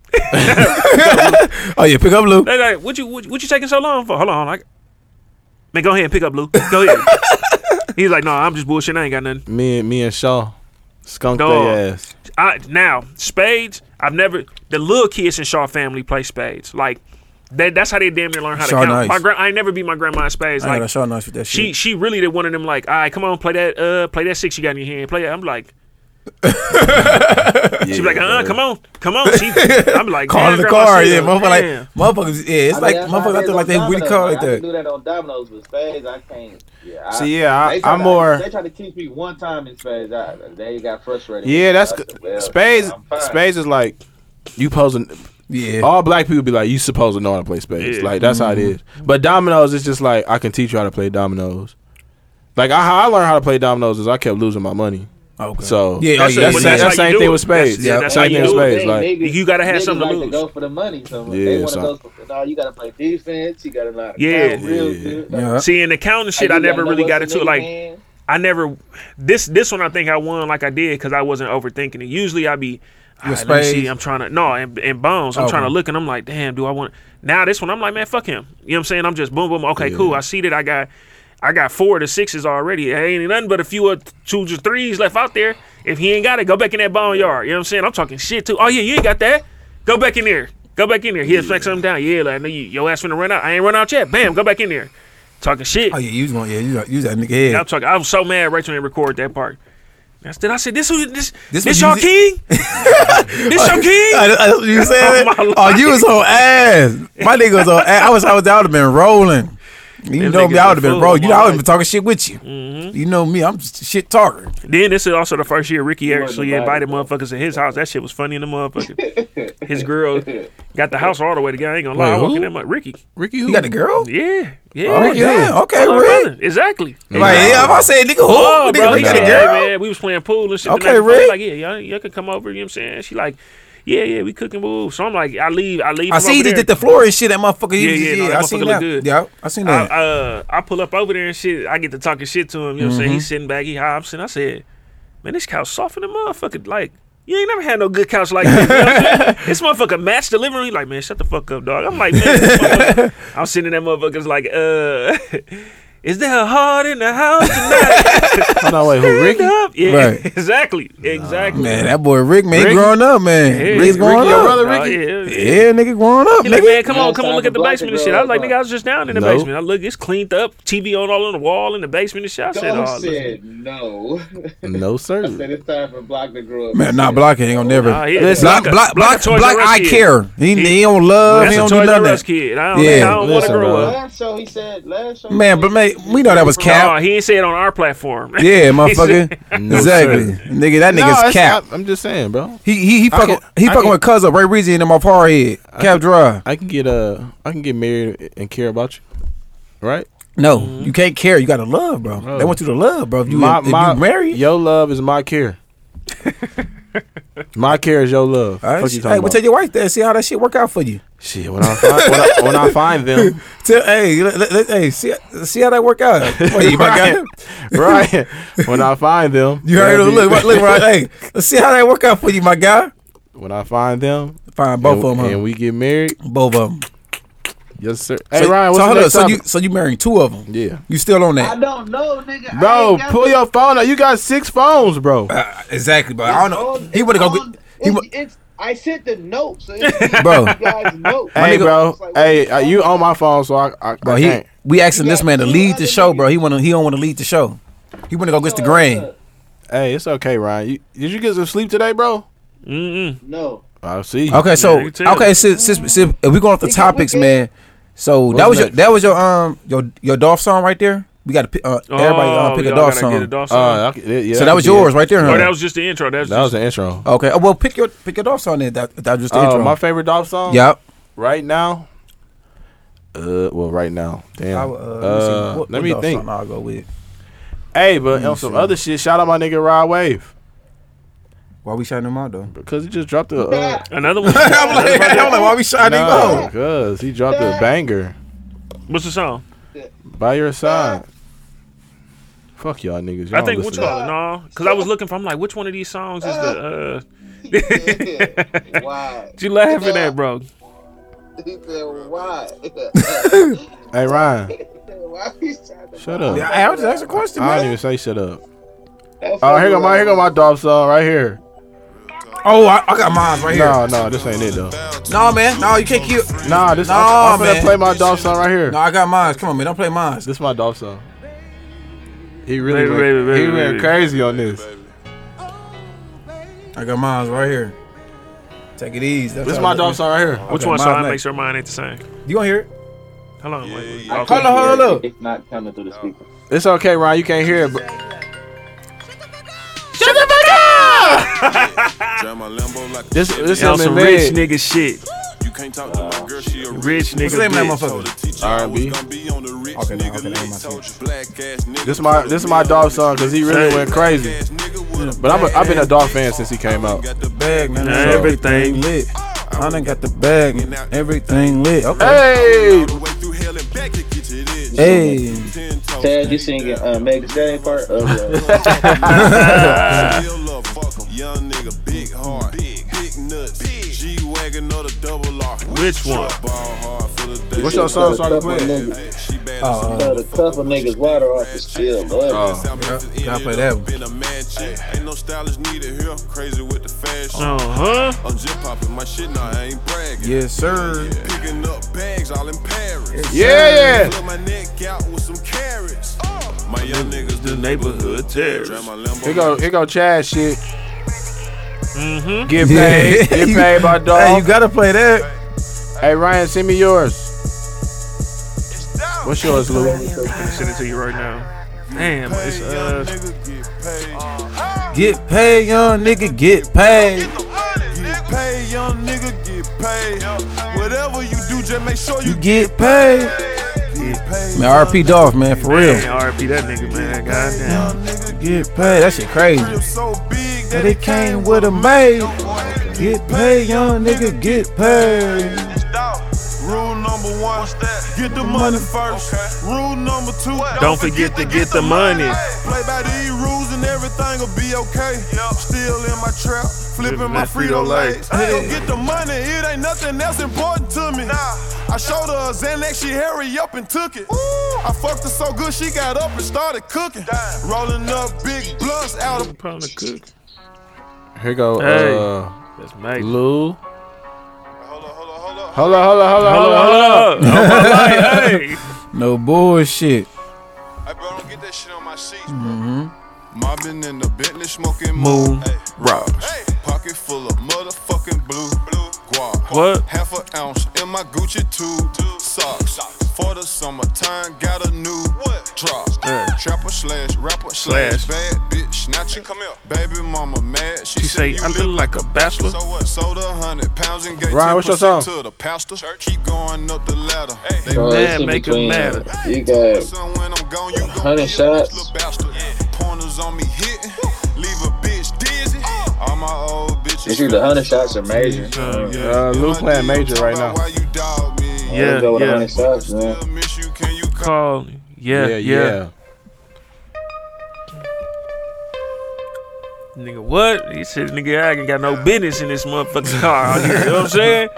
Oh yeah, pick up Lou.
They like, what you, what, you- what you taking so long for? Hold on, like, man, go ahead and pick up, Lou. Go ahead. He's like, no, I'm just bullshitting. I ain't got nothing.
Me and me and Shaw skunked
Dog.
their ass.
I, now, spades, I've never, the little kids in Shaw family play spades. Like, that, that's how they damn near learn how
Shaw
to count.
nice.
My gra- I ain't never beat my grandma in spades.
I ain't
Like,
got shot nice with that
She
shit.
she really did one of them like, all right, come on, play that uh play that six you got in your hand, play that. I'm like, she be like, uh, uh come on, come on. She, I'm like,
Calling
damn,
the
grandma,
car,
she
yeah,
like,
motherfucker, like
damn.
motherfuckers, yeah, it's
I mean,
like
that's why I
motherfuckers out
did
there
on
like they really
dominoes.
call like
Like, I can
that.
do that on dominoes with spades. I can't. Yeah, I,
See, yeah, I-
they tried
I'm
to-
more-
They tried to teach me one time in spades. I, they got frustrated.
Yeah, that's
I said, well,
spades.
I'm fine.
Spades is like you posing.
Yeah,
All black people be like, you supposed to know how to play spades.
Yeah.
Like that's how it is. But dominoes, it's just like I can teach you how to play dominoes. Like I, how I learned how to play dominoes is I kept losing my money.
okay.
So
Yeah,
that's,
oh, yeah,
that's,
yeah.
That's
that's,
how you
same
do
thing
it.
with spades.
That's- yeah,
Yeah,
that's
same
how you
thing with
do it.
spades. Like
Niggas-
you gotta have
niggas
something to
like
lose.
go for the money. So if
Yeah,
they want to
so-
go. For, no, you got to play defense. You got to like
Yeah.
count real
Yeah.
good. Like,
Yeah.
See, in the counting shit, I
you gotta
never
know
really
what's
got
in
into
their
it. Like,
hand.
I never this this one. I think I won like I did because I wasn't overthinking it. Usually, I be. "All
With
right, let me see.
spades?
I'm trying to no and, and bones. I'm
Okay.
trying to look and I'm like, damn, do I want now this one? I'm like, man, fuck him. You know what I'm saying? I'm just boom, boom. Okay, cool. I see that I got, I got four to sixes already. There ain't nothing but a few of two to threes left out there. If he ain't got it, go back in that bone yard. You know what I'm saying? I'm talking shit too. Oh yeah, you ain't got that. Go back in there. Go back in there. He'll flex something down. Yeah, like, I know you, your ass finna run out. I ain't run out yet. Bam, go back in there. Talking shit.
Oh yeah, you was going, yeah, you was- you was that nigga
Yeah,
head.
I'm talking. I was so mad Rachel didn't record that part. That's then I said, "This who this this,
This what
your
you Oh,
king? this your king?"
I, I, you saying
Oh, my
that? Oh, you was on ass. My nigga was on ass. I wish I was. I would have been rolling. You
Them
know me.
niggas
I would have
a
been rolling. You know I
fool. Mm-hmm.
would have been talking shit with you. You know me. I'm just a shit talker.
Then this is also the first year Ricky
wasn't
actually
invited,
invited motherfuckers to his house. That shit was funny in the motherfucker. his girl got the house all the way together. I ain't gonna lie,
Wait,
I walked in
who?
that much. Ricky,
Ricky, who?
You got a girl?
yeah, yeah,
Oh,
yeah.
damn. Okay,
My
Rick.
brother. exactly.
Like, yeah, if I said nigga, who?
Oh,
nigga,
bro,
Rick
he
got a
said,
girl?
yeah, man, we was playing pool and shit. the
Okay,
night before.
Rick.
Like, yeah, y'all, y'all can come over. You know what I'm saying? She like, yeah, yeah, we cooking move. So I'm like, I leave, I leave.
I
from
see you
over
just
there.
did the floor and shit. That motherfucker.
Yeah, yeah, no,
yeah.
that
I
motherfucker
seen that.
look good.
Yeah, I seen
I,
that.
uh, I pull up over there and shit. I get to talking shit to him. You know what I'm saying?
Mm-hmm.
He's sitting back. He hops, and I said, "Man, this couch soft in the motherfucker. Like, you ain't never had no good couch like this. You know what I'm saying? this motherfucker match delivery. He Like, man, shut the fuck up, dog. I'm like, man, this motherfucker- I'm sitting in that motherfucker's like, uh, is there a heart in the house tonight?
Hold on, wait, who?
Stand
Ricky?
up. Yeah,
Right.
exactly, exactly.
Man, that boy Rick, man,
Rick?
he growing up, man.
Yeah,
Rick's growing
Ricky, your
up.
brother,
dog,
Ricky?
yeah.
Yeah, nigga, growing up,
He like,
nigga.
man, come on, come
Outside
on, look
the
at the
block
basement
is
and shit. I was
all
like, nigga, I was just down in the
No.
basement. I look, it's cleaned up, TV on all on the wall in the basement and shit. I said,
Dog
oh, look.
said no.
No sir.
said it's time for block to grow up.
Man, nah, Block ain't gonna never.
Nah, he-
Block,
Block a-
block,
Block a
block,
Toys R
block.
Us
I
kid.
care. He,
He-
he don't love.
That's
He
a Toys
don't do
R
none
Us
of that.
kid. I don't,
Yeah.
I don't want to
Listen,
grow
bro.
up.
Last show he said. Last show. he
Man, but
said-
man, we know that was
No,
cap.
Oh, he ain't say it on our platform.
Yeah,
He said-
motherfucker.
No,
exactly, nigga. That nigga's
that's-
cap.
I, am just saying, bro.
He he he fucking
can-
he
I
fucking
can-
with cousin Ray Rizzi and them off hard head. Cap drive.
I can get uh, I can get married and care about you, right?
No, you can't care. You gotta love, bro. They want you to love, bro. If you, if you married,
Your love is my care. my care is your love.
all right,
Fuck you
hey,
talking
we'll
about?
tell your wife that. See how that shit work out for you.
Shit, when I find, when, I, when I find them,
Tell, hey, let, let- let- hey, see see how that work out. Wait, you my guy.
right? When I find them,
You heard
they'll
him.
be-
Look, right- look, right. Hey, let's see how that work out for you, my guy.
When I find them,
Fine, both
and,
of them.
and we get married.
both of them.
Yes, sir.
so,
hey, Ryan,
so,
what's the
hold up,
next
so you
topic?
so you marrying two of them?
Yeah,
You still on
I
that?
don't know, nigga. I
bro,
ain't got
pull
no-
your phone out. You got six phones, bro.
Uh, exactly, but I don't know. He would have go
Um,
get. He
it-
wa-
it's, I sent the note, so
Bro.
bro. Guys note.
Hey,
nigga-
bro.
It's like,
Hey,
what the
uh, you on my phone, so I, I,
bro,
I
he
can't.
we asking
You
this
got
man to
two
lead
other
the show, bro.
niggas.
He want to he don't want to lead the show. He want to go against
uh,
the grain.
Hey, it's okay, Ryan. You, did you get some sleep today, bro?
Mm-mm.
No.
I see.
Okay, so
you tell
okay, since, since, since if we going off the
We can-
topics,
we can-
man. So that
What's
was your
next?
that was your um your your Dolph song right there. We got to uh, everybody uh,
Oh,
pick
we
a
all
Dolph
gotta
song.
get a Dolph song.
Uh, okay, yeah,
so that was yours right there.
Or
Huh?
that was just the intro. That was,
That was
just,
the intro.
okay. Oh, well, pick your
Oh,
pick your Dolph song then. That, that was just the
Uh,
intro.
my favorite Dolph song.
yep.
Right now, Uh, well, right now, damn.
I would, uh, let me see.
Uh,
What-
let
what
me
dog
think.
song I'll go with.
Hey, but
Let
on
me
some
see.
other shit, shout out my nigga Rod Wave
Why we shouting him out though?
because he just dropped a uh,
Another one.
I'm like, I'm like, why we shouting him out?
Because he dropped a banger
What's the song?
by your side. Fuck y'all niggas. Y'all
I think which
listen to-
one? No, because I was looking for. I'm like, which one of these songs is the? uh
Why?
What you laughing at, bro?
He said, why?
Hey Ryan,
why he trying to
shut up.
Yeah, I was just asking a question,
I don't
man.
even say shut up. Oh, here go my here go my Dolph song right here.
Oh, I, I got mine right here.
No, no, this ain't it though.
No, man. No, you can't keep.
Nah, this.
No,
I'm, I'm gonna
man.
play my Dolph song right here.
No, I got mine. Come on, man. Don't play mine.
This is my Dolph song. He really
Baby,
went,
baby,
he
baby,
went
baby.
crazy on this.
I got mine right here. Take it easy. That's
This is
how I
my
look,
Dolph
man.
song right here.
Which
Okay,
one? So
mine
I make
next.
sure mine ain't the same.
You want to hear it?
Hold on, wait.
I
wait.
couldn't
Okay.
Hold on, hold on.
It's not coming through the speaker.
It's okay, Ron. You can't hear it. But
Shut the fuck up!
Drive my Lambo like a
this
Chevy.
this
On
him
some
in
rich
bed.
nigga shit.
You can't talk to my girl, she a
Rich
What's
nigga.
the name of
bitch.
that motherfucker?
R&B.
Okay, no, okay, that ain't my song.
This my this is my Dolph song because he really
Same.
went crazy. But I'm a, I've been a Dolph fan since he came out.
Bag, man.
Nah, everything.
lit. I done got the bag. man. Everything lit. Okay.
Hey,
Hey.
Tad, you singing uh, Meg Thee Stallion part of uh,
Young nigga, big heart, big, big nuts, G wagon or the double R.
Which one?
Ball hard for the day.
what's your song started
Couple
playing?
niggas-
She bad as
Oh, uh,
uh, the couple niggas water off the still, but
Oh,
South
gotta play
ended
that
up
one.
in a mansion. Ain't no stylist needed here. Crazy with the fashion.
Uh huh.
I'm just popping my shit now. I ain't bragging.
yes, sir.
Picking up bags all in Paris.
yeah,
Flip my neck out with some carrots. My young niggas, the
neighborhood terrorist.
Drive my
here
Lambo.
go here go Chad shit.
Mm-hmm.
Get paid, get
You-
paid by
Hey, you
Dolph.
gotta play that.
Hey Ryan, send me yours. What's yours, Lou?
Send it to you right now. Damn, it's
Young
uh.
nigga get paid.
Get paid, young nigga. Get paid.
Get paid, young nigga get paid. Whatever you do, just make sure you
You get paid.
get paid.
Man, RP Dolph, man, for real.
Man, R.P. that nigga, man. Goddamn.
Get paid. That shit crazy.
Crib so big that
But it came with a maid. Get paid, young nigga. Get paid.
Rule number one, get the money first. Rule number two,
Don't forget to get the money.
Play by these rules and everything will be okay. Still in my trap, flipping my
my
Frito
Frito
Lays.
Lays.
Go get the money, it ain't nothing else important to me. I showed her a Xanax, she hurried up and took it. I fucked her so good, she got up and started cooking. Rolling up big blunts out of
Probably cook.
Here go
Hey.
uh,
That's mate.
Lou.
Hold on, hold on, hold on.
Hold on, hold on, hold on, hold on, hold on.
Oh, my life, hey.
No bullshit.
Hey, bro, don't get that shit on my sheets, bro. Mobbing in the Bentley, smoking
Moon
moon. Hey,
rocks.
Hey, pocket full of motherfucking blue. Blue guap.
What?
Half an ounce in my Gucci tube. Socks. For the summertime, got a new drop. Trapper slash rapper slash
Slash.
bad bitch snatcher. Come here. Baby mama mad. She,
She say, I look like a bachelor.
So what? Sold a hundred pounds and gave
Ryan, what's your
10%
song?
to the pastor. Keep going up the ladder. They
uh,
Mad
it's in
make 'em
between.
matter.
uh, You got
Son, when I'm gone, you gon'
Hundred
feel this
shots.
little bastard. Pointers on me hitting, leave a bitch dizzy. All my old bitches.
it's either hundred shots or major.
Uh,
Uh, Lou playing major right now.
Why you dog me?
I'm gonna go with
yeah.
hundred shots, man.
Still miss you, can you come?
Call. Yeah, yeah. Nigga, what? He said, nigga, I ain't got no business in this motherfucking car. out here. You know what I'm saying?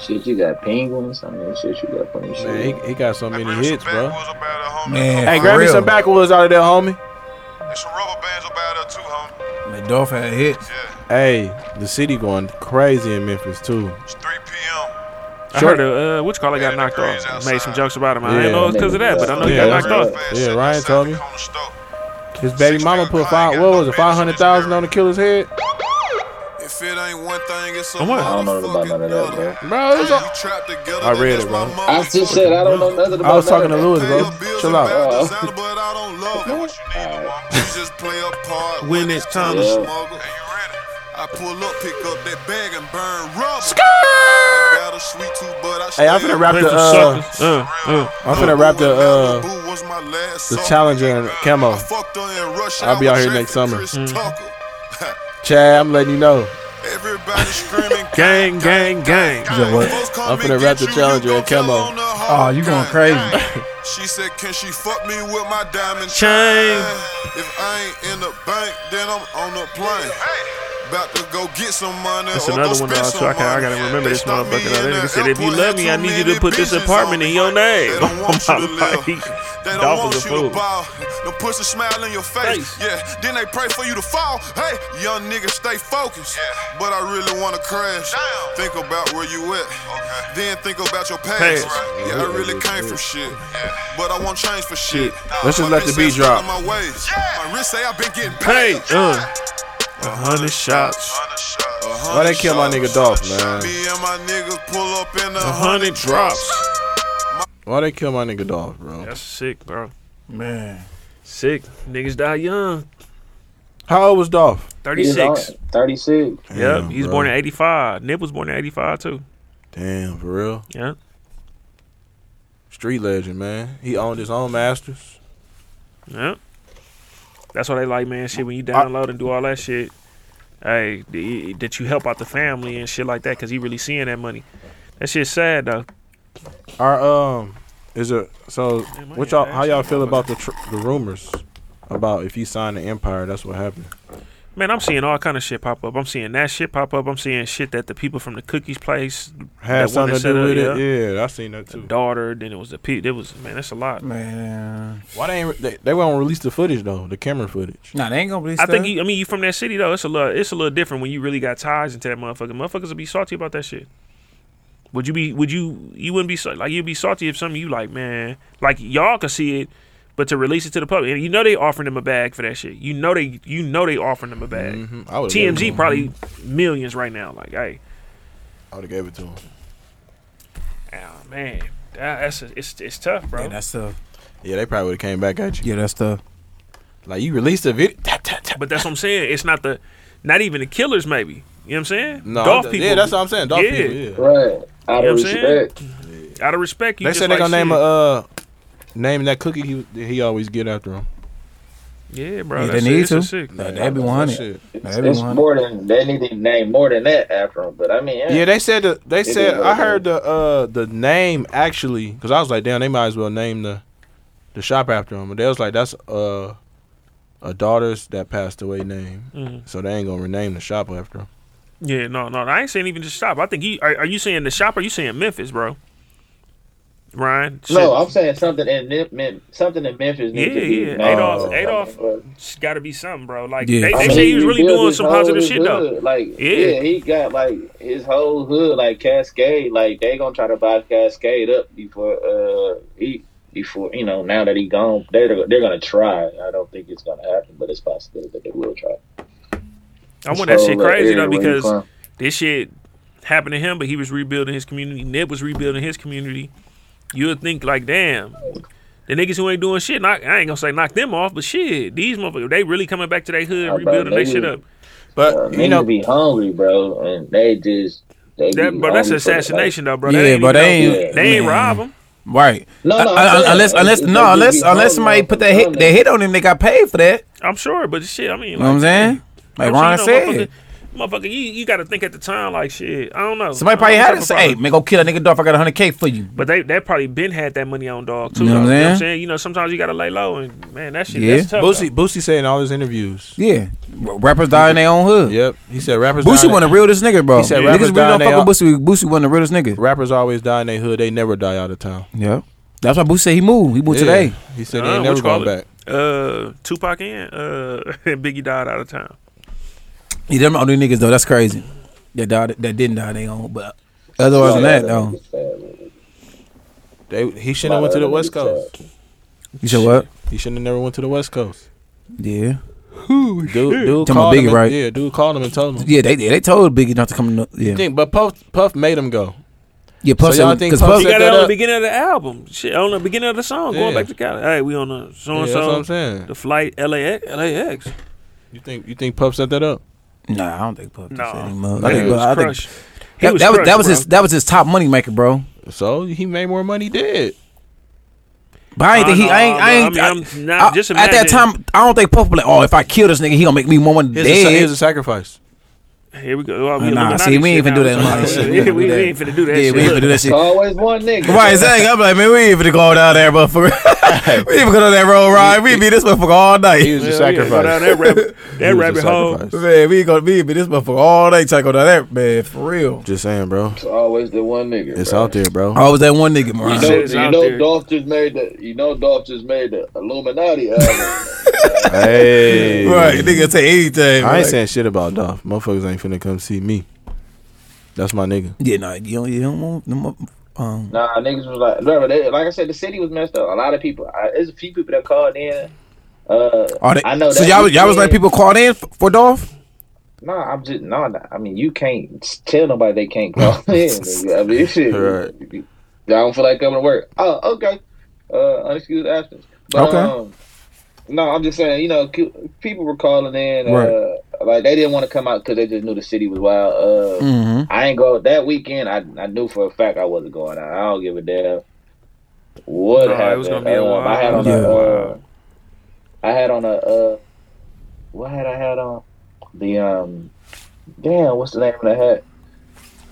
Shit, you got penguins. I mean, shit, you got plenty of shit.
Man, he, he got so many hits, bro.
Man,
Hey,
for
grab me
real.
some backwoods out of there, homie.
There's some rubber bands about there too, homie.
Man, Dolph had hits.
Yeah,
Hey, the city going crazy in Memphis too.
it's 3 p.m.
I
Short-
heard a, uh, which caller got knocked off. Made some jokes about him. I
Yeah.
didn't know it's because of that, but I know he
Yeah.
got knocked off.
Fast,
Yeah,
sitting
Ryan
outside
told
the
me.
corner store.
His baby mama put five, what was it, five hundred thousand on the killer's head,
If it ain't one thing, it's a
Come on.
I don't know about none
motherfucking
of that, bro.
other.
bro. It was
You
a-
trapped together,
I read
that's
it, bro.
my
I
motherfucking
just said I don't know nothing about
I was talking to
none of
Louis, bro. Chill out. Uh,
Oh.
Designer, but I don't love it. You just play a part
When it's time to
smuggle. And you ready? I I pull up, pick up that bag and burn rubber. Got a sweet tooth, but I
Hey, I'm finna wrap the. Uh, I'm finna wrap the. Uh, the challenger in camo. I'll be out here next summer. Mm. Chad, I'm letting you know.
gang, gang, gang.
I'm finna wrap the challenger in camo.
Oh, you going crazy?
She said, Can she fuck me with my diamond
chain?
If I ain't in the bank, then I'm on the plane. About to go get some money.
That's
or go
another one that I,
spend
so I, can, I gotta remember this motherfucker. Now, That nigga said, if you love me, I need you to put this apartment in your name. I'm like, Dolphins a fool.
Them pussy smile in your face. Yeah, then they pray for you to fall. Hey, young nigga, stay focused. But I really wanna crash. Think about where you at. Then think about your past.
Past.
Yeah, I really came from shit. But I won't change for shit.
Shit. Let's just let the beat drop.
My ways. My wrist say I've been getting
Hey, uh, a hundred shots.
Why they kill my nigga Dolph, man?
A hundred drops.
Why they kill my nigga Dolph, bro?
That's sick, bro.
Man.
Sick. Niggas die young.
How old was Dolph?
36.
36.
Yep. He was
bro.
born in 85. Nip was born in 85, too.
Damn, for real.
Yeah.
Street legend, man. He owned his own masters.
Yeah. That's why they like, man, shit, when you download and do all that shit, hey, the- that you help out the family and shit like that because he really seeing that money. That shit's sad, though.
Our um, is it so?
I
What
got
y'all? How y'all
action.
feel about the tr- the rumors about if he signed the Empire? That's what happened.
Man, I'm seeing all kind of shit pop up. I'm seeing that shit pop up. I'm seeing shit that the people from the cookies place
Had
that uh, wanted
something to do
set up,
with it. Yeah, I seen that
The
too.
daughter, then it was the pe. It was man, that's a lot.
Man,
Why they ain't, they, they won't release the footage though? The camera footage.
Nah, they ain't gonna release
I think
that.
you, I mean you from that city though. It's a little it's a little different when you really got ties into that motherfucker. Motherfuckers will be salty about that shit. Would you be? Would you? You wouldn't be sa- like you'd be salty if something you like, man. Like y'all could see it, but to release it to the public, and you know they offering them a bag for that shit. You know they, you know they offering them a bag.
Mm-hmm. I would've gave it
TMG
to
probably millions right now. Like, hey,
I would have gave it to him.
oh, man, that, that's a, it's it's tough, bro.
that's tough.
Yeah, they probably would have came back at you.
Yeah, that's tough.
Like you released the video.
But that's what I'm saying. It's not the, not even the killers, maybe. You know what I'm saying?
No,
Dolph
yeah, that's what I'm saying. Dolph people, yeah.
Right. Out
You know
of
what I'm saying?
respect.
Out of respect, you
They
just
said
like
they gonna
shit.
name a uh, name that cookie he he always get after him.
Yeah, bro.
Yeah,
that's
they need
it.
to.
It's a sick.
Nah, that'd be one hundred.
It's,
That'd be
it's
one hundred.
more than they need to name more than that after him. But I mean, yeah.
Yeah, they said the, they
It is
said
what
I
it
heard the uh the name actually because I was like damn they might as well name the the shop after him but they was like that's uh a daughter's that passed away name
Mhm.
so they ain't gonna rename the shop after him.
Yeah, no, no. I ain't saying even just stop. I think he. Are, are you saying the shop? Or are you saying Memphis, bro? Ryan.
No, I'm saying something in Mem- Mem- something in Memphis
Yeah,
needs to be.
yeah.
named.
Adolf. Adolf. It's got to be something, bro. Like
Yeah.
they,
I
they
mean,
say he was really
rebuilt
doing
his
some
whole
positive shit
hood.
though.
Like,
Yeah.
yeah. he got like his whole hood, like Cascade. Like they gonna try to buy Cascade up before uh he before you know now that he gone. They're they're gonna try. I don't think it's gonna happen, but it's possible that they will try.
I want that
So,
shit
like,
crazy though
everywhere you
because
from.
this shit happened to him, but he was rebuilding his community. Ned was rebuilding his community. You would think like, damn, the niggas who ain't doing shit. Knock, I ain't gonna say knock them off, but shit, these motherfuckers, they really coming back to their hood,
Oh, bro,
rebuilding their
niggas-
shit up.
But
They uh, be hungry, bro, and they just they
That,
be
bro, that's
hungry for the-
assassination though, bro.
Yeah,
that ain't
but
even
they
no-
ain't-
they ain't
man.
rob him.
Right.
No, no,
Uh,
I'm
uh,
saying,
unless
like,
unless
if
no
they
unless
get
unless
hungry
somebody
off
put
the
that hit
comment.
they hit on him, they got paid for that.
I'm sure, but shit, I mean,
You know what I'm
like,
saying? Like Ron
you know,
said,
Motherfucker, motherfucker, you, you got to think at the time, like shit. I don't know.
somebody
I
probably
don't
had
know
to
what
say,
type of
"Hey, man, go kill that nigga Dolph. I got hundred K for you."
problem. But they they probably been had that money on dog too.
You know
though.
what I'm
You know what
saying?
I'm saying? You know, sometimes you got to lay low, and man, that shit,
Yeah.
that's tough.
Boosie Boosie said in all his interviews.
Yeah, R- rappers die in their own hood.
Yep, he said rappers. die
Boosie
in
wasn't
their-
the realest nigga, bro.
He said
Niggas
rappers
really
die
don't
in
fuck
they
with Boosie. Boosie wasn't the realest nigga.
Rappers always die in their hood. They never die out of town.
Yep. That's why Boosie said he moved. He moved
Yeah.
today.
He said
Uh,
they ain't
what
never
you call
going
it?
back.
Uh, Tupac and uh, Biggie died out of town.
He them only niggas though. That's crazy. That died, that didn't die their own. But otherwise than that, though,
They he shouldn't have went to the West Coast.
you said what?
He shouldn't have never went to the West Coast.
Yeah.
Oh,
Dude, dude
Talking about
called
Biggie,
him. and-
right?
Yeah, dude called him and told him.
Yeah, they they they told Biggie not to come. To,
You
yeah,
think, but Puff Puff made him go.
yeah. Puff
so y'all
said
think
because
Oh,
Puff
Puff,
He
Set
got it
that
on the
up.
beginning of the album. Shit, on the beginning of the song, going
Yeah.
back to Cali. Hey, we on the so
Yeah,
and
that's what I'm
so,
saying.
the flight LAX, LAX.
You think you think Puff set that up?
Nah, I don't think Puff
No.
no. any mug.
Yeah,
I think,
he was
I think
crushed. He
that,
was
that was
crushed,
that was his
bro.
that was his top money maker, bro.
So he made more money dead.
But I ain't think he. I ain't. I ain't.
know, I mean, I'm not-
I-
just
at that
imagine-
time, I don't think Puff was like, oh, if I kill this nigga, he gonna make me more money
Here's
dead.
a sa-
here's a sacrifice.
Here we go. Well, we
Nah,
Illuminati
see, we ain't
shit
finna
now.
do that Illuminati shit.
Yeah, we, we ain't finna do that
Yeah,
shit.
we ain't finna do that shit.
Always one nigga.
Right, exactly. I'm like, man, we ain't even go down there, motherfucker. we ain't even go down that road ride. We be this motherfucker all night. He
was
a Hell yeah, go down that rabbit- that He was a rabbit hole.
Man, we gonna be be this motherfucker all night trying to go down that man for real.
Just saying, bro.
It's always the one nigga.
It's out there, bro.
I was that one nigga,
You
Mariah.
know, you know Dolph just made the you know Dolph just made the Illuminati album.
Hey,
Right, nigga say anything,
I ain't
like-
saying shit about Dolph. Motherfuckers ain't finna come see me. That's my nigga.
Yeah, no, you don't, you don't want them. Um,
nah, niggas was like, remember, they, like I said, the city was messed up. A lot of people, I, there's a few people that called in. Uh,
are they,
I know.
So
that
y'all was y'all was
weekend-
like people called in f- for Dolph.
No, I'm just no. no, I mean, you can't tell nobody they can't call in. nigga. I mean, shit. I don't feel like coming to work. Oh, okay. Uh, unexcused absence. But,
Okay.
Um, no, I'm just saying. You know, cu- people were calling in. Uh,
Right.
Like they didn't want to come out because they just knew the city was wild. Uh,
Mhm.
I ain't go that weekend. I I knew for a fact I wasn't going out. I don't give a damn what
Nah,
happened.
it was gonna be a
Um,
while.
I had on
Yeah.
a, uh, I had on a, uh, what had I had on? The um, damn, what's the name of the hat?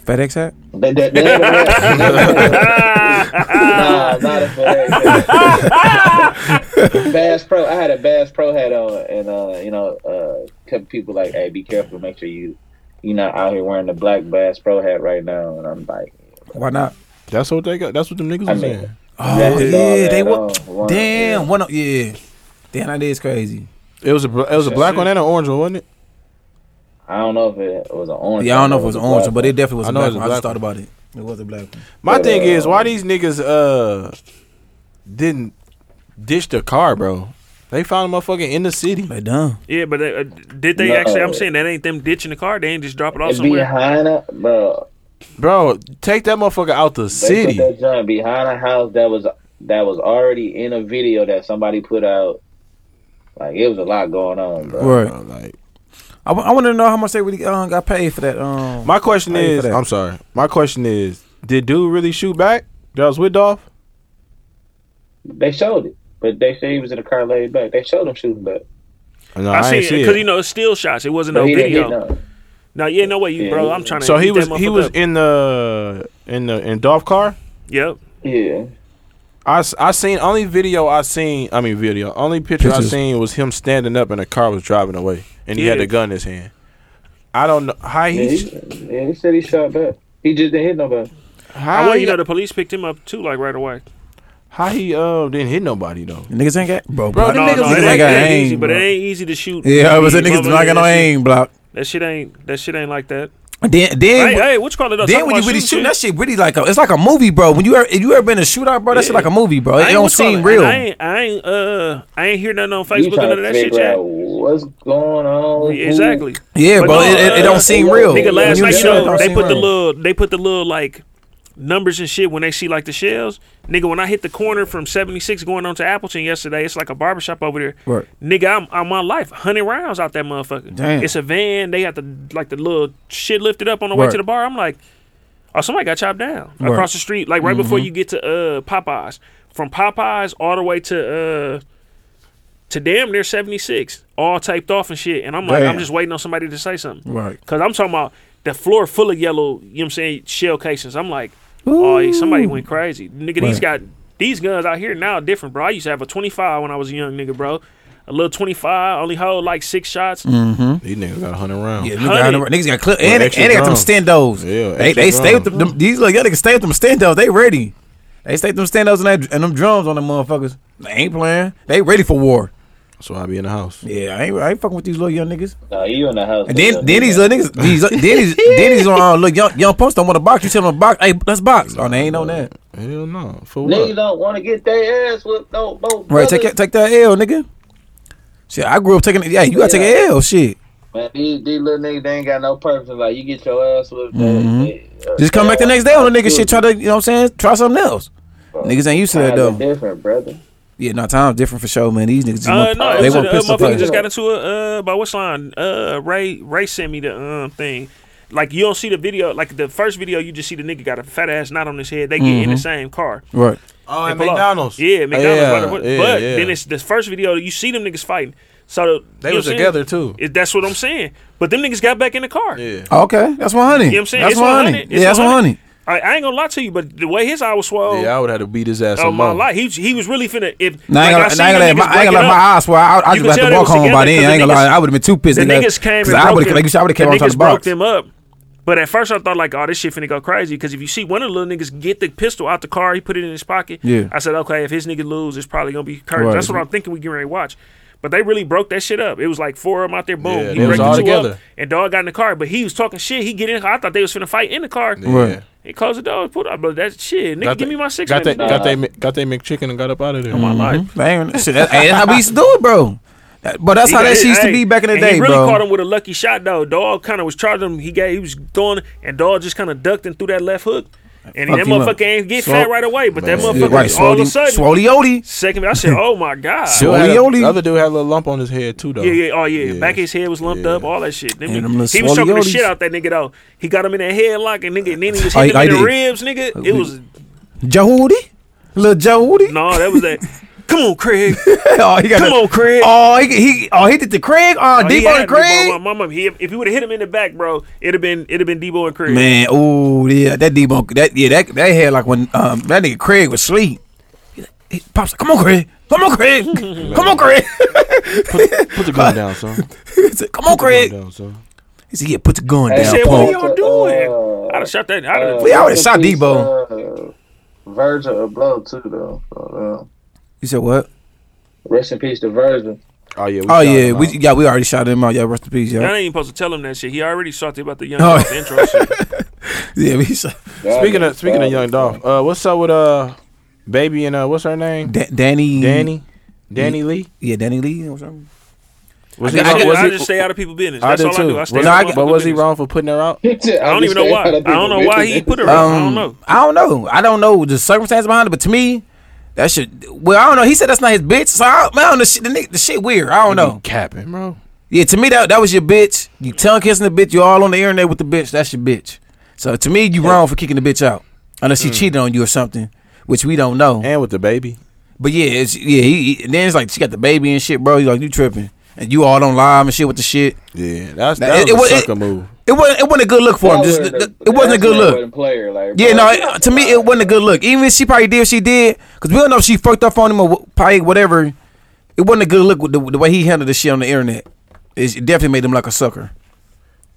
FedEx hat.
The, the, the name of the hat. nah, not a FedEx hat. Bass Pro. I had a Bass Pro hat on, and uh, you know, uh, kept people like, hey, be careful, make sure you, you not out here wearing the black Bass Pro hat right now. And I'm like,
Why not?
That's what they got. That's what them niggas
I
was
mean,
saying.
Oh
Yeah.
yeah, they were.
Oh, one,
Damn, one of yeah. Damn, that is crazy.
It was a bl- it was a black one and an orange one, wasn't it?
I don't know if it was an orange.
Yeah, I don't know if it was orange, one, but it definitely was
I
a
know
black
it was
one.
a
I just
black
thought about it. It was a black one.
My thing is, why these niggas uh didn't ditch the car, bro? They found a motherfucker in the city.
They done.
Yeah, but they, uh, did they
No.
actually? I'm saying that ain't them ditching the car. They ain't just drop it off somewhere.
her, bro.
Bro, take that motherfucker out the
They
city.
put that joint behind a house that was that was already in a video that somebody put out. Like it was a lot going on, bro.
Right.
Like
I, w- I want to know how much they really um, got paid for that. Um,
My question
paid for
is,
that.
I'm sorry. My question is, did dude really shoot back? That was with Dolph.
They showed it, but they said he was in the car laid back. They showed him shooting back.
No,
I, see
ain't
it because you know it's still shots. It wasn't
But
no
he didn't
video.
hit
No. yeah, no way, you bro. I'm trying to.
So he
eat
was
that
he
motherfucker
was
up.
in the in the in Dolph car.
Yep.
Yeah.
I, s- I seen only video I seen I mean video only picture I
Pictures.
seen was him standing up and a car was driving away and he had
Yeah.
the gun in his hand. I don't know how
Yeah,
he
he, yeah, he said he shot back. He just didn't hit nobody.
How
I want
he-
you know the police picked him up too, like right away.
how he uh didn't hit nobody though.
Niggas ain't got bro.
Bro,
block-
them
No,
niggas
no,
was
it
ain't
ain't,
got
that
aim,
easy, but
bro.
it ain't easy to shoot.
Yeah, I was
These
saying niggas do not got no
motherfuckers, that shit-
aim, block.
That shit ain't. That shit ain't like that.
And Then, then,
Hey, hey, what you call it, though?
Then
Talking
when you
about
really
shooting
shooting, that shit really like a, it's like a movie, bro. When you ever, if you ever been in a shootout, bro, that shit like a movie, bro.
I
It
ain't
don't
what's calling-
seem real.
I ain't. I ain't. Uh, I ain't hear nothing on
You
Facebook
trying
or none
to
of that shit
figure
yet.
out what's going on? who-
Exactly.
Yeah, bro, it- it- it don't seem real.
Nigga,
When
last
you
night
just
you
said it
know
don't
they
seem
put the
real.
little they put the little like numbers and shit when they see like the shells. Nigga, when I hit the corner from 76 going on to Appleton yesterday, it's like a barbershop over there.
Right.
Nigga, I'm on my life. 100 rounds out that motherfucker.
Damn.
It's a van. They got the like the little shit lifted up on the way
Right.
to the bar. I'm like, oh, somebody got chopped down
Right.
across the street. Like right before
Mhm.
you get to uh Popeyes. From Popeyes all the way to uh to damn near 76, all taped off and shit. And I'm like, I'm
Damn.
just waiting on somebody to say something.
Right.
Cause I'm talking about the floor full of yellow, you know what I'm saying, shell casings. I'm like, oh, yeah, somebody went crazy. Nigga, these got
Right.
these guns out here now are different, bro. I used to have a 25 when I was a young nigga, bro. A little 25, only hold like six shots.
Mm-hmm.
These niggas got hundred rounds.
Yeah, niggas got,
Honey.
niggas got clip
With
and,
extra
and they got them
drums.
stendos.
Yeah,
they
extra
they stay with them,
drums.
them. These little y'all niggas stay with them stendos. They ready. They stay with them stendos and, that, and them drums on them motherfuckers. They ain't playing. They ready for war.
So I be in the house.
Yeah, I ain't, I ain't fucking with these little young niggas.
Nah, you in the house.
And then,
nigga.
then these little niggas, these, then these, then these on uh, look young young punks don't want to box. You tell them to box. Hey, let's box. Oh, they ain't on that.
Hell no. For
Niggas don't want to get their ass whooped. No, no,
Right, take that,
brothers.
take that L, nigga. Shit, I grew up taking. Yeah, you gotta take an L. Shit,
Man, these, these little niggas, they ain't got no purpose. Like, you get your ass whooped. they-
Mm-hmm. just come back the next day on the nigga shit. Try to, you know what I'm saying? Try something else.
Bro,
Niggas ain't used to that
times are
though.
Different, brother.
Yeah, no, time's different for sure, man. These niggas just
Uh,
want,
no, it
they
was, uh,
want pistol
motherfucker
play.
just got into a uh, by which line? Uh, Ray Ray sent me the um thing. Like you don't see the video, like the first video, you just see the nigga got a fat ass knot on his head. They get in the
Mhm.
same car,
Right.
Oh,
at McDonald's.
Yeah, McDonald's.
Yeah,
by the- but
yeah, yeah.
then it's this first video you see them niggas fighting. So
They
you know
was
what I'm
together,
saying?
too.
It- that's what I'm saying. But them niggas got back in the car. Yeah.
Okay, that's one hundred.
You know what I'm saying?
That's
It's
one
100.
hundred.
It's
Yeah, that's one hundred.
I, I ain't gonna lie to you, but the way his eye was swollen.
Yeah, I would have to beat his ass
Oh
some
my
more.
life! He he was really finna. If
Now, I ain't
like,
gonna-
seen
now, I ain't
them niggas
gonna let my- I ain't
break
gonna
it
let my
up.
eyes swell. I- I
You
just
could
left
tell
the
they
walk
was
home
together
by then.
'cause
I ain't
the
gonna lie.
niggas-
I would've been too pissed.
The
They got-
niggas came
'cause
and
I
broke
would've-
them-
like you said, I would've came
the
on top
niggas
of the box.
broke them up. But at first I thought like, oh, this shit finna go crazy because if you see one of the little niggas get the pistol out the car, he put it in his pocket.
Yeah.
I said, okay, if his nigga lose, it's probably gonna be curtains.
Right.
That's what I'm thinking. We getting ready to watch. But they really broke that shit up. It was like four of them out there. Boom.
Yeah,
he
they was
break the
all
two Up,
together.
and dog got in the car, but he was talking shit. He get in. I thought they was finna fight in the car.
Yeah. Right.
He closed the door. Put up. But that shit, nigga,
Got
give
they-
me my six. Oh,
Got they,
minutes.
got they, mi- got they McChicken and got up out of there.
Mhm. Damn, shit, that- hey, that's how we used to do it, bro. That- But that's
He
how
got-
that shit used to
hey,
be back in the
and
day,
He really
bro.
caught him with a lucky shot though. Dog kind of was charging him. He got he was throwing, and dog just kind of ducked and threw that left hook. And
Fuck
that
him up.
motherfucker ain't get
Slow-
fat right away, but that
Man.
motherfucker
Yeah, right,
all of a
Swole-
sudden,
Swole Yodi.
Second, I said, "Oh my god!"
Dude had a- the other dude had a little lump on his head too, though.
Yeah, yeah, oh yeah. Back his head was lumped up, all that shit. Them
And
niggas-
them little
he was choking the
swollen
shit
yotis.
out that nigga though. He got him in that headlock and nigga, and then he was
I-
hitting
I
him in the
did.
ribs, nigga. It was
Jahudi, little Jahudi.
no, that was that. Come on, Craig.
oh, he got
Come
the-
on, Craig.
Oh, he, he oh he did the Craig. Oh,
Oh, he
Debo
had
and
to, bro.
Craig.
My mama, he, if he would have hit him in the back, bro, it'd have been it'd have been Debo and Craig.
Man, oh yeah, that Debo, that yeah, that that had like when um that nigga Craig was asleep. He, pops, like, come on, Craig, come on, Craig, come on, Craig. put,
the gun down, son.
he said, come on, Craig. He said, yeah, put the gun
They
down,
said, "What are
punk.
y'all
Oh.
doing?" I'd have shot that. I'd have.
We already shot Debo.
Uh, Virgil a blow too though. So,
You said what?
uh, rest in peace to Virgil.
Oh yeah.
oh yeah, we yeah we already shot him out. Yeah, rest in peace,
Y'all
yeah.
ain't even supposed to tell him that shit. He already salty about the young
Oh.
Dolph intro shit.
yeah, we shot.
Speaking of speaking of Young Dolph, uh, what's up with uh, baby and uh, what's her name?
Da- Danny.
Danny. Danny Lee.
Yeah, Danny Lee or something.
Was
I,
he wrong-
I,
was
I
he-
just stay out of people's business.
I
That's
did
all I
too.
do. I stay
Was
out
I-
of
but
people's
was he
business.
wrong for putting her out?
I don't even know why. I don't know why he put her. out. I don't know.
Um, I don't know. I don't know the circumstance behind it, but to me, that should. Well, I don't know. He said that's not his bitch. So I, man, I don't know. Shit, the, nigga, the shit weird. I don't know.
Capping, bro.
Yeah, to me that that was your bitch. You tongue kissing the bitch. You all on the internet with the bitch. That's your bitch. So to me, you wrong for kicking the bitch out unless
Mm.
she cheated on you or something, which we don't know.
And with the baby.
But yeah, it's, yeah. He, he- then it's like she got the baby and shit, bro. You like you tripping and you all on live and shit with the shit.
Yeah, that's
Nah,
that
it- it
was
was-
a
it-
sucker move.
It wasn't. It wasn't a good look for him. Just
That
it wasn't a good
that
look.
wasn't Player, like,
Yeah,
bro,
no, it, to me it wasn't a good look. Even if she probably did what she did, because we don't know if she fucked up on him or wh- probably whatever. It wasn't a good look with the, the way he handled the shit on the internet. It's- It definitely made him like a sucker.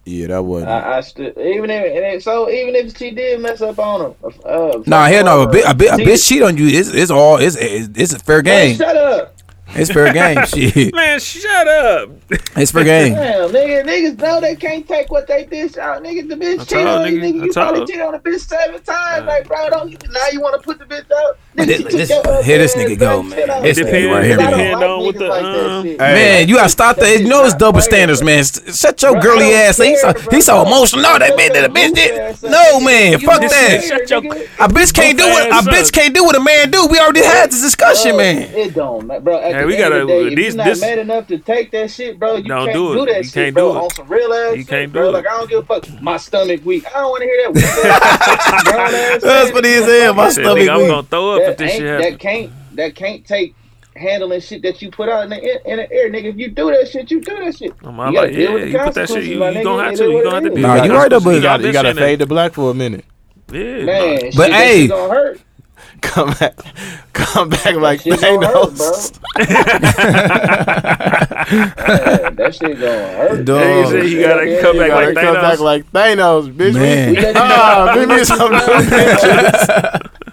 Yeah, that wasn't.
I, I still even if and it, so even if she did mess up on him. Uh,
Nah, hell no, a, bi- a, bi- a
She-
bitch cheat on you. It's, it's all it's, it's it's a fair
Hey,
game.
shut up.
It's fair game. Shit,
Man, shut up.
it's fair game.
Damn, nigga, niggas know they can't take what they dish out. Nigga, the bitch
I
cheated
told
on you,
nigga, I
nigga. You
told
probably
her.
cheated on the bitch seven times. Like, bro, don't you, now you want to put the bitch out? Nigga,
This-
she took
this-
your ugly
here this
ass
nigga
back
go,
shit
man.
out.
This
Depend-
nigga right here,
I don't
man.
like
with the, um,
Man, you gotta stop that. You know it's double standards, man. S- Shut your girly ass. He so, he so emotional. No, that bitch, that a bitch did. No, man, fuck that. A bitch can't do what a bitch can't do what a man do. We already had this discussion,
Bro,
man.
It don't, ma- bro.
Hey,
At the
we
end of
gotta-
the day, if
this-
you're not
this-
mad enough to take that shit, bro, you
Don't
can't
do
do,
it.
that
You
shit,
can't
bro.
do it.
On some real ass,
You
shit,
can't
bro.
do it.
Like I don't give a fuck. My stomach weak. I don't want to hear that. Grown ass
That's
shit.
what he is saying. My
That nigga,
stomach.
I'm
weak.
gonna throw up if this
ain't-
shit
that can't that can't take handling shit that you put out in the air, in the air, nigga. If you do that shit, you do that shit.
I'm like,
gotta
yeah,
deal with the
you put that shit,
consequences,
you,
my
you
nigga.
gonna have
It
to,
is
you
what
gonna have
it
to
is.
be.
Nah, you right though, but you gotta, you gotta
gotta
fade to black for a minute.
Yeah,
Man,
But
shit, that
hey.
shit gonna hurt.
Come back, come back like
Shit gonna hurt, bro.
Thanos.
Man, that shit gonna hurt.
Dog.
Nigga
He said he gotta
Yeah,
come
yeah,
back
yeah.
like Come Thanos. back like Thanos, bitch.
We let you-
Ah, give me some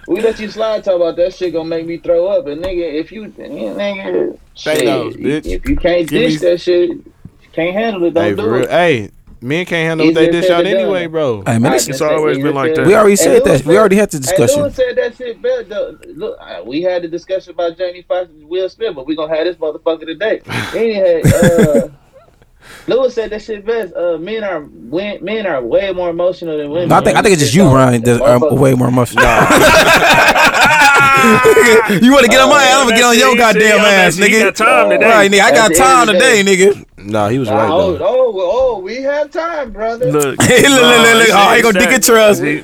We let you slide talk about that shit gonna make me throw up, and nigga, if you nigga, shit,
Thanos, bitch.
if you can't
Give me-
dish that shit, you can't handle it. Don't
Hey,
do
for real.
it.
Hey, men can't handle what
Easier
they dish
said
out
than done.
anyway, bro.
Hey, man,
it's always been like that.
We already
Hey,
said
Lewis
that. We
said-
already had the
Hey,
discussion.
Lewis said that shit. Better, though. Look, uh, we had the discussion about Jamie Foxx and Will Smith, but we gonna have this motherfucker today. Anyway, uh, Lewis said that shit best. Uh, men are wen- men are way more emotional than women.
No, I think I think it's just you, Ryan. That's uh, way more emotional. nigga, you want to get on my ass? I'm gonna get on your goddamn ass, nigga. Right, nigga. I got time today, nigga.
Nah, he was right
Oh,
though.
look,
Oh, well, oh, we have time, brother.
look,
look, look. Oh, he gonna dick and trust. He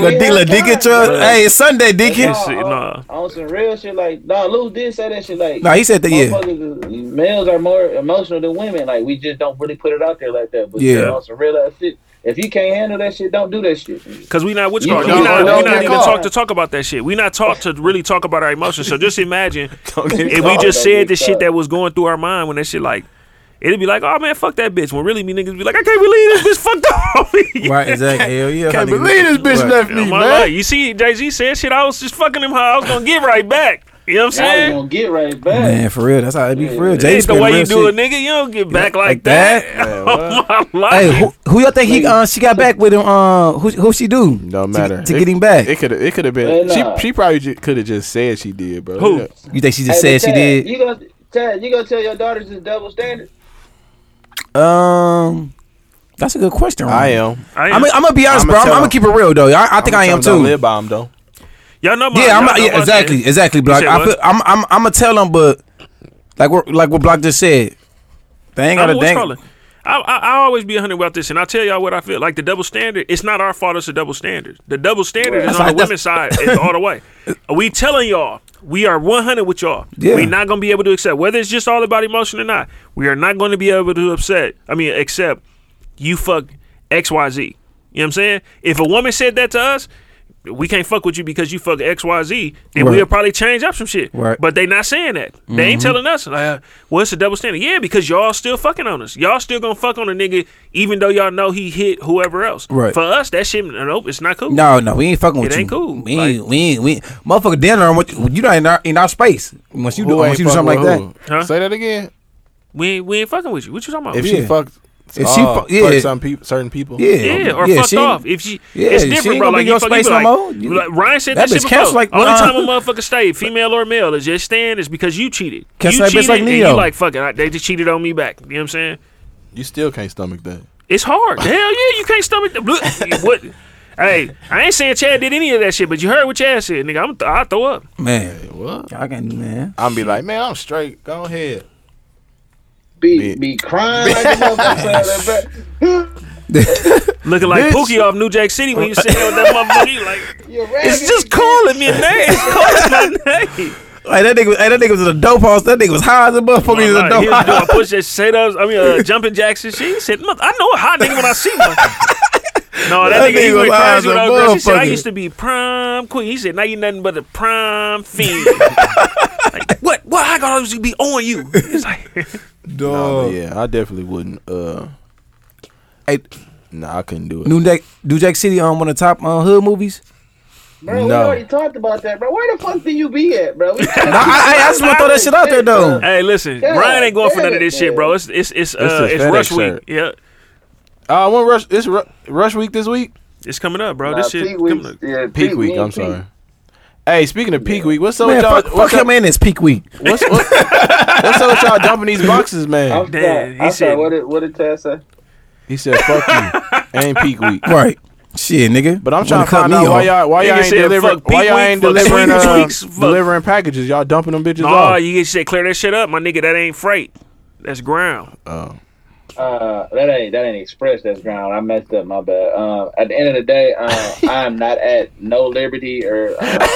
gonna dick, look, dick and trust.
Look.
Hey, it's Sunday,
Nah,
dickhead.
on, on some real shit like nah, Lou did say that shit like.
Nah, he said that, yeah.
motherfuckers is- Males are more emotional than women. Like we just don't really put it out there like that. But
Yeah.
yeah, on some real ass shit. If you can't handle that shit, don't do that shit.
Cause we not which
You
call we
don't-
not, we
don't get
not even
caught.
talk to talk about that shit. We not talk to really talk about our emotions. So just imagine
get
if we
caught.
just
Don't
said
get
the shit
caught.
that was going through our mind when that shit like it'd be like, oh man, fuck that bitch. When really me niggas be like, I can't believe this bitch fucked up.
Right, exactly. Hell yeah.
Can't
my nigga.
believe
this bitch Right. left me,
My
man.
life. You see, Jay Z said shit. I was just fucking him. How I was gonna get right back. You know what I'm
I was
saying?
gonna get right back.
Man, for real. That's how it be for real.
It
Jay
ain't the
spit
way
real
you do
shit.
it, nigga. You don't get back like,
like
that.
that?
Oh, my life.
Hey, who, who y'all think he uh she got back with him? Uh, who who she do?
No matter
to
It-
get him back.
It could it could have
Hell
been.
nah.
She she probably ju- could have just said she did, bro.
Who?
Yeah.
You think she just
Hey,
said she
Tad,
did?
You gonna Tad, you gonna tell your daughters it's double standard?
Um, that's a good question.
I
Ron.
am.
I am.
I'm. I'm gonna be honest,
I'ma
bro. I'm,
tell
I'm gonna
him.
keep it real though. I, I think
I'ma
I
tell
am
him don't
too.
Live by him though.
Y'all know my.
yeah, I'm
y'all
not,
know
yeah,
my
exactly,
shit.
exactly, Block.
said
I
what?
feel, I'm, I'm, I'm gonna tell them, but like what, like what Block just said, they ain't
I'm
gotta
a witch
dang.
caller. I, I, I always be 100 about this, and I tell y'all what I feel. Like the double standard, it's not our fault. It's a double standard. The double standard
That's
is on
like-
the women's side. It's all the way. We telling y'all we are 100 with y'all.
Yeah.
we not gonna be able to accept whether it's just all about emotion or not. We are not going to be able to upset. I mean, accept you fuck X Y Z. You know what I'm saying? If a woman said that to us. We can't fuck with you because you fuck X Y Z. Then
Right.
we'll probably change up some shit.
Right.
But they not saying that. They ain't
Mhm.
telling us. Like, uh, well, it's a double standard. Yeah, because y'all still fucking on us. Y'all still gonna fuck on a nigga, even though y'all know he hit whoever else.
Right.
For us, that shit, nope, it's not cool.
No, no, we ain't fucking with
It
you.
ain't cool.
We ain't, we ain't, we ain't. motherfucker dinner. on what You you not in our, in our space. Once you do,
Who
once
ain't
you do something like
fucking
that,
with Say that again.
We ain't, we ain't fucking with you. What you talking about?
If she
Yeah.
fucked,
If
oh,
she fu-
fucked
yeah.
some people, certain people.
Yeah.
Yeah, or
Yeah,
fucked
she ain't-
off. If she,
Yeah,
it's
she
different,
ain't
bro. Like
gonna be in
you
your
fuck, you
space
be
no
like,
more. You-
like, Ryan said that,
that bitch
shit before.
counts like-
Only
uh-uh.
time a motherfucker stayed, female or male, is just staying is because you cheated.
Counts
you
like bitch
cheated,
like
and
Neo.
you like fucking. I- They just cheated on me back. You know what I'm saying?
You still can't stomach that.
It's hard. Hell yeah, you can't stomach the look, what. Hey, I ain't saying Chad did any of that shit, but you heard what Chad said, nigga. I'm th- I throw up.
man,
What?
I can man.
I'm be like, man, I'm straight. Go ahead.
Be be crying like a motherfucker.
Looking like
Bitch.
Pookie off New Jack City when you sitting there with that motherfucker. you like,
You're
it's just calling me a name. It's calling my name.
Like that nigga, was- hey, that nigga was in a dope house. That nigga was high as a motherfucker. He was in a
Like,
dope
he was
house.
doing push ups, sit ups. I mean, uh, jumping jacks and shit. He said, "Mother- I know a hot nigga when I see one. No, that,
That
nigga, he
nigga was high
reminds you
as a
of those girls. He said, I
motherfucker.
used to be prime queen. He said, now you nothing but a prime fiend. like, what? What? I got to be on you. It's like,
Nah,
Uh,
but yeah, I definitely wouldn't. Uh,
Hey.
nah, I couldn't do it.
New Jack, New Jack City on one of the top uh, hood movies.
Bro, we
No.
already talked about that, bro. Where the fuck do you be at, bro? We
I, I, I just want to throw that shit out there though.
hey, listen,
God
Ryan ain't going for
damn
none of
it,
this shit, bro. It's it's it's
This
uh,
is
it's
FedEx
rush week.
shirt.
Yeah,
Uh, when rush? It's Ru- rush week this week.
it's coming up, bro.
Nah,
this shit
peak
coming
weeks-
up.
yeah,
Peak week.
we
I'm
ain't peak.
sorry. Hey, speaking of peak week, what's up
Man,
with y'all?
fuck, fuck
what's, up,
him in this peak week.
what's, what's, what's up with y'all dumping these boxes, man?
I'm
Damn,
sorry.
he
I'm sorry.
said-
What did what did Tad say?
He said, "Fuck you." Ain't peak week.
Right. Shit, nigga.
But I'm
Wanna
trying to
cut
find
me
out why
off.
y'all why
Nigga
y'all ain't
said,
delivering
"Fuck
why
peak
y'all
week,
ain't
fuck
delivering
sweet
uh,
weeks, fuck."
delivering packages. Y'all dumping them bitches
Oh,
off.
you said clear that shit up, my nigga. That ain't freight. That's ground.
Oh,
Uh, that ain't that ain't express. That's ground. I messed up. My bad. Um, at the end of the day, uh, I'm not at no liberty or uh,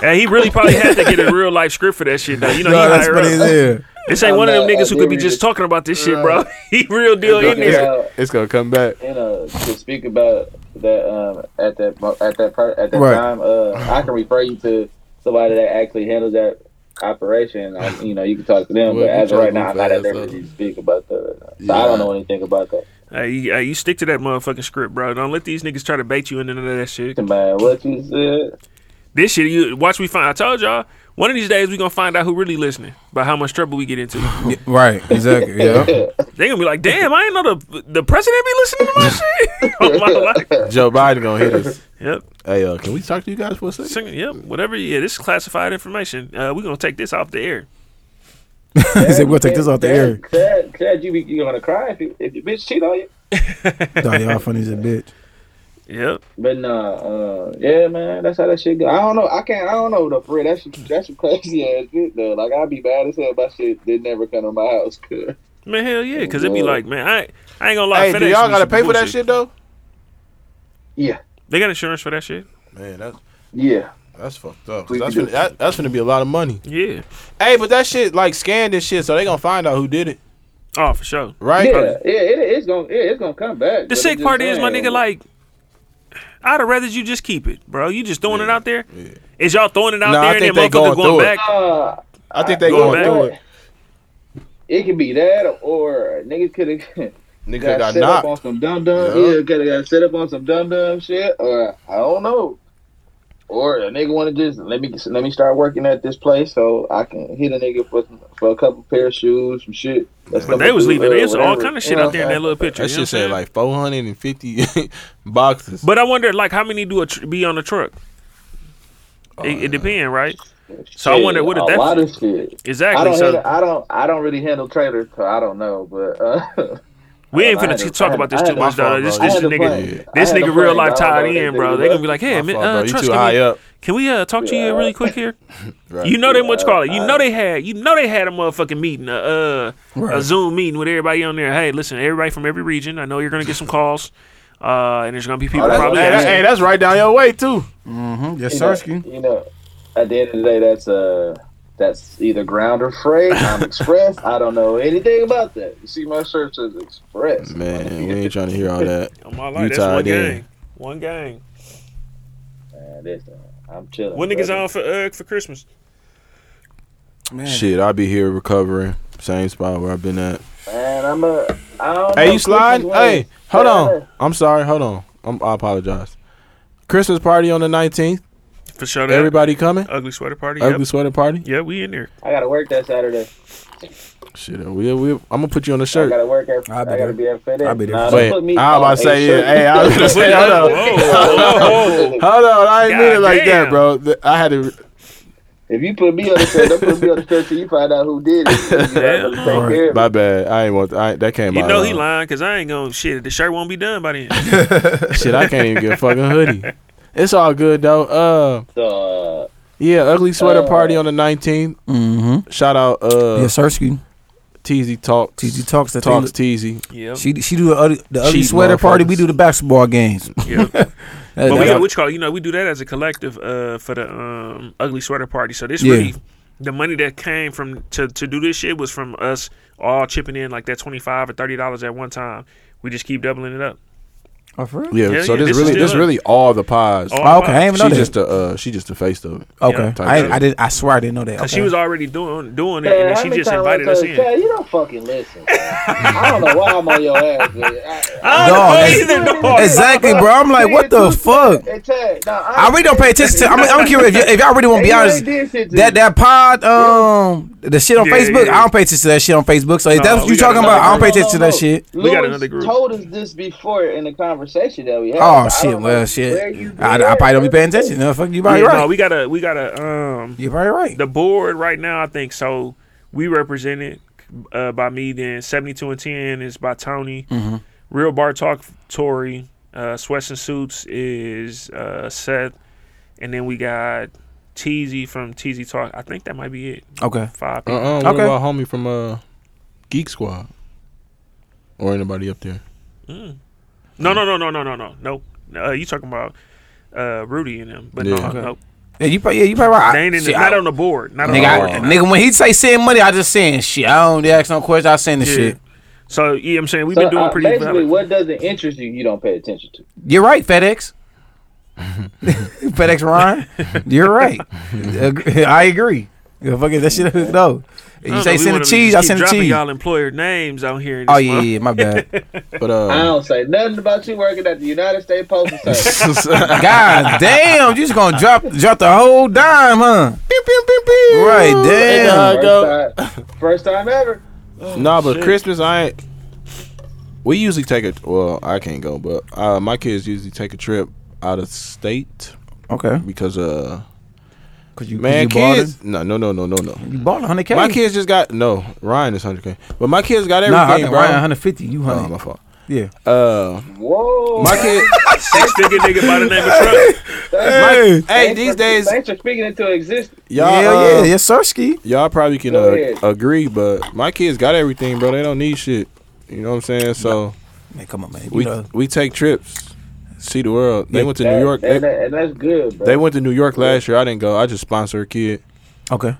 Hey, he really probably had to get a real life script for that shit, though. You know,
No,
he
that's
higher
funny as
up.
hell.
This ain't
I'm
one of them
not-
niggas who could be
I'm
just
not-
talking about this shit, bro. He real deal in this.
uh,
it's gonna come back.
you know to speak about that. Um, at that mo- at that per, at that
Right.
time, uh, I can refer you to somebody that actually handles that operation. I, you know, you can talk to them.
Well,
but
you
as of
try
right
to
now, I'm
move
not at
fast,
liberty to speak about that. So I don't know anything about that.
Hey, you, hey, you stick to that motherfucking script, bro. Don't let these niggas try to bait you into none of that shit.
Man, what you said?
This shit, you watch we find. I told y'all, one of these days we gonna find out who really listening by how much trouble we get into.
Yeah, Right, exactly. Yeah.
they gonna be like, damn, I ain't know the the president be listening to my shit. oh, my life.
Joe Biden gonna hit us.
Yep.
Hey, uh, can we talk to you guys for a second?
Sing- Yep. Whatever. Yeah, this is classified information. Uh, we gonna take this off the air.
he said, we'll take this off the air.
Chad, Chad, you be you gonna cry if, you, if your bitch cheat on you?
Dog, y'all funny as a bitch.
Yep.
But nah, uh, yeah, man, that's how that shit go. I don't know. I can't. I don't know though. For real, that's that's some crazy ass shit though. Like I'd be mad as hell if my shit did never come to my house. Cause
Man, hell yeah, because it'd be like, man, I, ain't- I ain't gonna lie.
Hey, do y'all gotta pay for that shit though?
Yeah.
They got insurance for that shit.
Man, that's
yeah.
That's fucked up. 'Cause That's gonna, that, that's gonna be a lot of money.
Yeah.
Hey, but that shit like scanned and shit, so they gonna find out who did it.
Oh, for sure.
Right?
Yeah, yeah, it, it's gonna yeah, it's gonna come back.
The sick part is, my nigga, like, I'd have rather you just keep it, bro. You just throwing it out there. Is y'all throwing it out
Nah, I
there and
think
then
they
motherfucker
going
going
through it.
back?
Uh,
I think they
Going
going
back.
through it.
it could be that or niggas could have.
Nigga
got,
got
set
knocked.
up on some dumb dumb.
Yeah.
Yeah, could have got set up on some dumb dumb shit, or I don't know. Or a nigga want to just let me let me start working at this place so I can hit a nigga for for a couple pair of shoes, some shit. That's
But they was leaving. There's all kind of shit out there in that little picture.
That
you know what I'm
shit said
saying?
like 450 boxes.
But I wonder, like, how many do a tr- be on the truck? it, it depends, right? So I wonder what
a
if that's
lot of shit.
Exactly,
I don't,
so-
handle, I don't. I don't really handle trailers, so I don't know. But uh,
We
I
ain't
don't know, I
finna
had
t-
to-
talk
I had-
about this
I
too
had to-
much,
I
dog.
had
This
to
this
play.
nigga,
I
this
had to
nigga real
play,
life
dog.
tied
They-
in,
they-
bro. They gonna be like, hey, man, uh,
you
trust
too
me.
high up.
Can we uh, talk to you really quick here?
Right.
You know they want to call it. You know they had. You know they had a motherfucking meeting, uh, uh a
Right.
Zoom meeting with everybody on there. Hey, listen, everybody from every region. I know you're gonna get some calls, uh, and there's gonna be people
Oh, that's-
probably.
hey, that-
asking-
hey, that's right down your way too.
Mm-hmm.
you know- You know, at the end of the day, that's uh that's either ground or freight. I'm express. I don't know anything about that. You see, my shirt says express.
Man, we ain't trying to hear all that.
On my life, that's
tied
one
in.
gang. One gang.
Man, listen, I'm chilling.
What niggas
brother.
on for uh, for Christmas?
Man.
Shit, I'll be here recovering. Same spot where I've been at.
Man, I'm a. I don't know,
Hey, you sliding?
Christmas
Hey,
was-
hold
Yeah,
on. I'm sorry. Hold on. I'm, I apologize. Christmas party on the 19th.
For sure. that.
Everybody coming?
Ugly sweater party.
Ugly
Uh, yep.
sweater party.
Yeah, we in there.
I gotta work that Saturday.
Shit, we we. I'm gonna put you on the shirt.
I gotta work at. I
I'll be
gotta
there.
be at FedEx.
I'll be there.
Nah,
Wait,
don't put me
I was
on
about to
a
say, yeah,
shirt.
hey, I was gonna say, hold on.
Whoa,
Hold on, I ain't mean it like that,
Goddamn.
bro. Th- I had to.
If you put me on the shirt, don't put me on the shirt till you find out who did it. You know, take care of it.
My bad. I ain't want. I, that came.
You
out
know
wrong.
he lying because I ain't gonna shit. The shirt won't be done by then.
Shit, I can't even get a fucking hoodie. It's all good though. Uh,
So, uh,
yeah, ugly sweater party on the 19th.
Mm-hmm.
Shout out. Uh,
Yeah, Sersky.
Teasy talks.
Teasy talks. That
Talks
thing.
Teasy.
Yep.
She she do the ugly, the ugly
Cheap
sweater party.
motherfuckers.
We do the basketball games.
Yeah.
That-
but we
that-
got witch call. You know, we do that as a collective uh, for the um, ugly sweater party. So this
Yeah.
really the money that came from to to do this shit was from us all chipping in like that twenty five or thirty dollars at one time. We just keep doubling it up.
Oh, for real?
Yeah,
Hell
so
yeah,
this,
this is
really,
still
this
it.
really all the pies.
All Oh, the okay, I pies.
didn't know
she
that.
Just the, uh, she just the face of it.
Okay,
Type
I
shit.
I did. I swear I didn't know that.
Cause
Okay.
she was already doing doing it,
Man,
and
how
then she
many
just
times I
invited
told
us
you,
in.
"Chad, you don't fucking listen. I don't know why I'm on your ass. man.
I
Dog,
know
that's-
either, dog.
exactly, bro. I'm like, what the fuck?
Hey, Chad, nah,
I really don't pay attention to. I'm, I'm curious if, y- if y'all really want to be
They really
honest.
did shit to
That
you.
that pod, um, the shit on
Yeah,
Facebook.
yeah.
I don't pay attention to that shit on Facebook. So if
No,
that's what
we
you
got
talking about, I don't pay
No,
attention to
no,
that
no.
shit.
We got
Lewis
another group.
told us this before in the conversation that we had.
Oh
I
shit,
don't
well
know where
shit.
you
I,
been
I probably don't
at,
be
brother.
paying attention. No, fuck, you probably
Yeah,
right.
No, we got a we got a um
you probably right.
the board right now. I think so. We represented uh, by me. Then seventy two and ten is by Tony.
Mhm.
Real Bar Talk Tory. Uh, Sweats and Suits is uh, Seth, and then we got Teasy from Teasy Talk. I think that might be it.
Okay.
Five.
Uh
people.
uh What
Okay.
about homie from uh, Geek Squad? Or anybody up there?
Mm. No, no, no, no, no, no, no, no. Uh, you talking about uh, Rudy and them? But no,
Yeah.
no.
Yeah, you probably yeah, you probably right.
They ain't in the,
Shit,
not
I-
on the board. Not
Nigga,
on
I,
the board.
nigga, when he say send money, I just send shit. I don't ask no questions. I send the
Yeah.
shit.
So yeah, I'm saying we've
So,
been doing
uh,
pretty.
basically,
valid.
what doesn't interest you, you don't pay attention to.
You're right, FedEx. FedEx Ryan, you're right. Ag- I agree. Yeah, fuck it, that shit no.
I
You
don't
say
know, we
send
wanna
the cheese, I
just keep
send the
dropping
cheese.
Y'all employer names out here. in
Oh
this
yeah,
mother-
yeah, my bad.
But
I
uh,
don't say nothing about you working at the United States Postal Service.
God damn, you just gonna drop drop the whole dime, huh? Pew, pew, pew, pew. Right, damn.
I go.
first, time, first time ever. Oh,
Nah, but Christmas, I ain't. We usually take a. Well, I can't go, but uh, my kids usually take a trip out of state
Okay,
because uh,
cause you
man,
cause you balling?
kids. No, no, no, no, no, no.
you balling hundred k.
My kids just got no. Ryan is hundred k, but my kids got
nah, I
everything,
think
bro.
Ryan hundred fifty. You
Oh,
hundred.
my fault.
Yeah.
Uh,
Whoa.
my kid,
six figure nigga by the name of Trump.
Hey, hey,
Thanks
these
for-
days,
Thanks for speaking into existence.
y'all,
Hell
uh,
yeah, yes, sir, Ski.
y'all probably can
Go
uh,
ahead.
agree, but my kids got everything, bro. They don't need shit. You know what I'm saying? So
Man, come on, man. You
we
know,
we take trips, see the world. They
Yeah.
went to
That-
New York.
and,
They,
that- and that's good, bro.
they went to New York last year. I didn't go. I just sponsored a kid.
okay.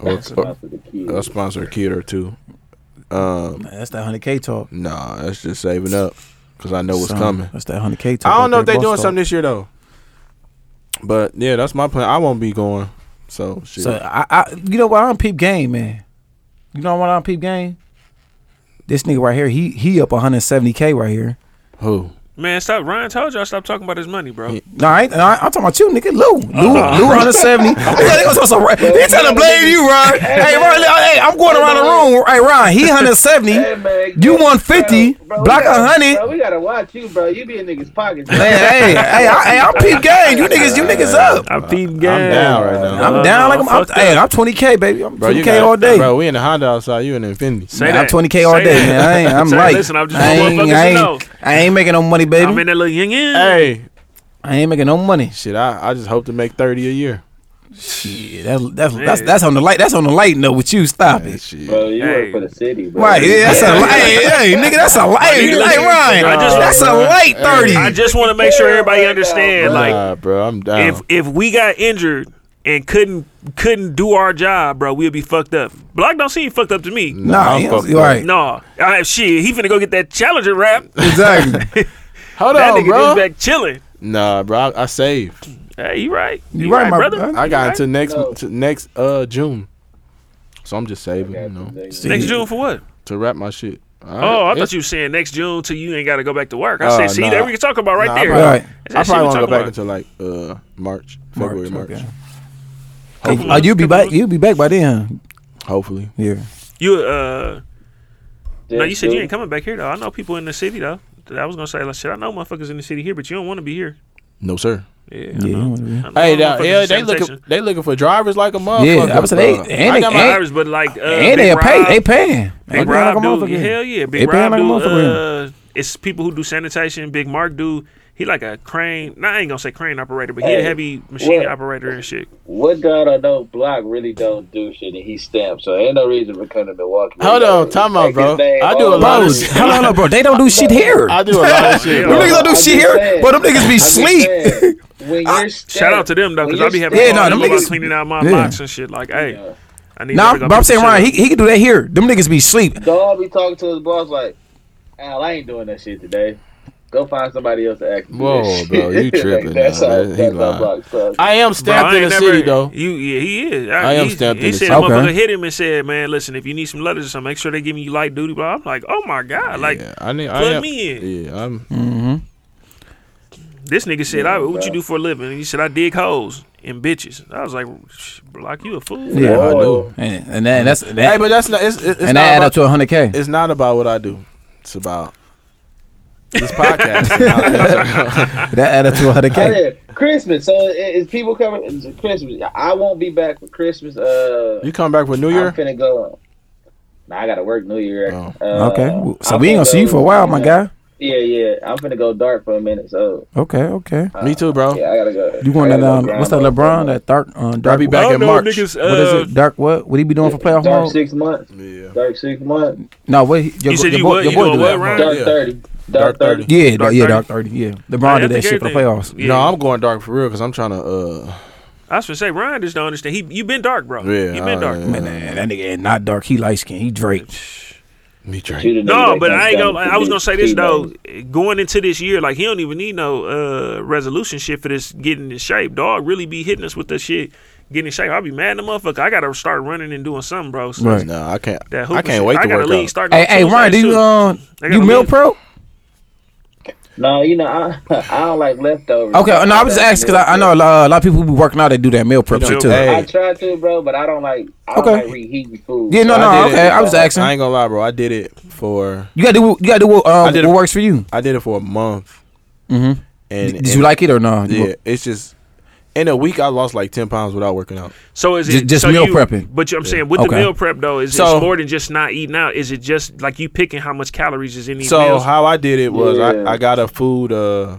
Or, or,
For the kids.
I sponsor a kid or two. Um,
Man, that's that hundred K talk.
nah, that's just saving up because I know what's
Son,
coming.
That's that hundred K talk.
I
right
don't know
there,
if they're
boss
doing
talk.
something this year though. But yeah, that's my plan. I won't be going. So shit.
So I, I, you know what? I don't peep game, man. You know what? I don't peep game. This nigga right here, he he up 170k right here.
Who?
Man, stop. Ryan told y'all stop talking about his money, bro.
No, I ain't, no, I- I'm talking about you, nigga. Lou, Lou,
Uh-huh.
Lou 170. yeah, they gonna talk some, he trying to blame you, Ron. hey, Ron, look, hey, I'm going around the room. Hey, Ron, he 170.
Hey, man,
you 150.
we
block
gotta-
100.
Bro, we gotta watch you, bro. You be in niggas' pockets.
Man, hey, hey, I, hey, I'm peep game. You niggas, you niggas up.
I peep game.
I'm down right now.
I'm
Uh,
down like I'm.
no,
I'm,
fuck
hey, I'm 20k, baby. I'm
Bro, you
20k
got-
all day.
Bro, we in the Honda outside. You in the Infinity.
Say
Man, I'm
that.
20k all
Say that.
day, man. I ain't, I'm
Say,
like,
listen, I'm just
I,
want
ain't,
motherfuckers to
I,
know.
ain't, I ain't making no money, baby.
I'm in that little yin yin.
Hey,
I ain't making no money.
shit! I, I just hope to make thirty a year.
Shit, that's that's, that's that's on the light. That's on the light note with you. Stop
Man,
it.
shit.
Bro, you
Hey.
work for the city, bro.
Right, yeah, that's a light. Hey, hey, nigga, that's a light. Hey, like Ryan,
I just-
that's a light thirty.
I just want to make sure everybody understand, like,
nah, bro, I'm down.
if if we got injured and couldn't couldn't do our job, bro, we'd be fucked up. Block don't seem fucked up to me. No,
nah,
I'm
he-
fucked up.
right,
nah. I, shit, he finna go get that challenger rap.
exactly.
Hold
that
on,
nigga just
bro.
back chilling.
Nah, bro, I, I saved.
Hey, you right?
You right, my
brother.
brother.
I got until next
No.
to next uh June, so I'm just saving. You know,
Nigga.
Next June for what?
to wrap my shit.
Oh, I thought you were saying next June till you ain't got to go back to work. I
Oh,
said, see,
nah.
that we can talk about right
Nah, I
there.
probably-
Right.
That's
I
that shit we
probably want to go
talking
back
about.
until like uh March, February,
March,
March.
okay. Hey, oh, you be back. You be back by then.
Hopefully,
huh? Yeah.
You uh, no, you said
Just
you ain't coming back here though. I know people in the city though. I was gonna say like shit. I know motherfuckers in the city here, but you don't want to be here.
no sir.
Yeah, I
Yeah,
know.
you don't wanna
I know
Hey,
motherfuckers
that, yeah,
in
they
sanitation.
looking they looking for drivers like a motherfucker.
Yeah, I was saying,
bro.
they- and
I
they-
got
My
my
and-
Irish, but like uh,
and they
Big
a pay.
Rob,
They paying. They
Big
paying like
Rob
a
do,
motherfucker.
hell yeah,
They
Big Rob
paying like a
do.
motherfucker.
uh, it's people who do sanitation. Big Mark do. He like a crane. Nah, I ain't gonna say crane operator, but he a
Hey,
heavy machine
what?
operator and shit.
What God I know, Block really don't do shit, and he stamped, so ain't no reason for coming to Milwaukee.
Hold
Like,
on, time out,
take his
bro.
name
I do a
off.
lot
Bro,
of
Bro,
hold on, hold on, bro. They don't do shit here.
I do a lot of shit.
Yeah.
bro.
Them niggas don't do
I'm
shit
just
here,
saying.
but them niggas be
I'm just
sleep.
saying, when you're
Shout
stamped-
out to them though,
when
because
you're
I be having
Yeah,
yeah,
nah,
no,
them
them about
niggas-
cleaning out my
yeah.
locks and shit. Like, hey, I need.
Nah,
to go
but I'm
pick
saying
some shit
Ryan, he
up.
he can do that here. Them niggas be sleep.
Dog be talking to his boss like, Al, I ain't doing that shit today. Go find somebody else to act.
Whoa, bro, you tripping
that's
now.
how,
That- he
that's how
lying.
Block sucks.
I am
Bro,
stamped
I
in the
ain't
city
never-
though.
You, yeah, he is.
I am
he,
stamped
He
in the
said,
city.
Okay.
motherfucker hit him and said, man, listen, if you need some letters or something, make sure they giving you light duty. But I'm like, oh my god, like
yeah, I need. I
plug
am,
me in.
Yeah, I'm.
this nigga said, I, what you do for a living? And he said, I dig hoes and bitches. I was like, "Sh- block you a fool. for
Yeah.
I
Oh.
do.
And, and that, that's that,
Hey, but that's not. It's, it's, it's
and
not
that add
about,
up to 100k.
It's not about what I do. It's about this podcast.
That add up to 100k.
Oh, yeah. Christmas. So i- is people coming? Is it Christmas. I won't be back for Christmas. Uh,
you come back for New
I'm
Year?
finna go. Nah, I gotta work New Year.
Oh.
Uh,
Okay, so
I'm
we ain't
finna
gonna see you
go- uh,
for a while, my guy.
Yeah, yeah. I'm finna go dark for a minute. So uh,
Okay, okay.
Me too, bro.
yeah, I gotta go.
You going
I
to
gotta go
um,
grind
what's that
myself
LeBron?
up.
That dark uh, dark.
I'll be back
I don't
in
know,
March.
niggas,
What is
uh,
it? Dark what? What he be doing for playoff
Dark
mode?
six months.
Yeah.
Dark six months.
No, what he, your,
You said
your
you
boy,
what?
your
You
boy
doing
do
what,
that.
Ryan?
Dark
Oh, Yeah.
thirty.
Dark
Dark,
30.
thirty.
Yeah,
Dark
dark yeah,
30.
dark thirty. Yeah,
I
LeBron did
think
that shit for
everything-
playoffs.
Yeah.
No, I'm going dark for real because I'm trying to. Uh,
I was gonna say Ryan just don't understand. He you been dark, bro.
Yeah,
you been
I-
dark.
yeah.
Man, that- that nigga ain't not dark. He light skin. He Drake.
me
Shoot
drink.
a nigga
No,
that
but
comes
I ain't
down
gonna. I was
to
gonna say
be
this
female.
though. Going into this year, like he don't even need no uh, resolution shit for this getting in shape. Dog really be hitting us with this shit getting in shape. I'll be mad at the motherfucker. I gotta start running and doing something, bro. So
Right.
No, I can't.
That
I
hooping
can't
shit.
wait
I
to
gotta
work
league
out.
starting.
Hey,
on
hey,
Tuesday,
Ryan, do
too.
you um,
They
you
gotta
meal
live.
pro?
No, you know I, I don't like leftovers.
Okay, no, I was just asking because I, I know a lot, a lot of people who be working out. They do that meal prep
You
shit
know,
too.
hey.
I try to, bro, but I don't like. I don't
Okay.
like reheating food.
Yeah, no,
I
no,
did it.
okay. I was just asking.
I ain't gonna lie, bro. I did it for.
You gotta do, what- you gotta do what, um,
did it-
what works for you.
I did it for a month.
Mm-hmm.
And
Did you like it or no?
Yeah, it's just in a week I lost like ten pounds without working out.
So is it
Ju- just
so
meal
you-
prepping.
But you, I'm
Yeah.
saying with the
Okay.
meal prep though, is
So-
it's more than just not eating out? Is it just like you picking how much calories is in these
so
meals?
how I did it was
Yeah.
I, I got a food uh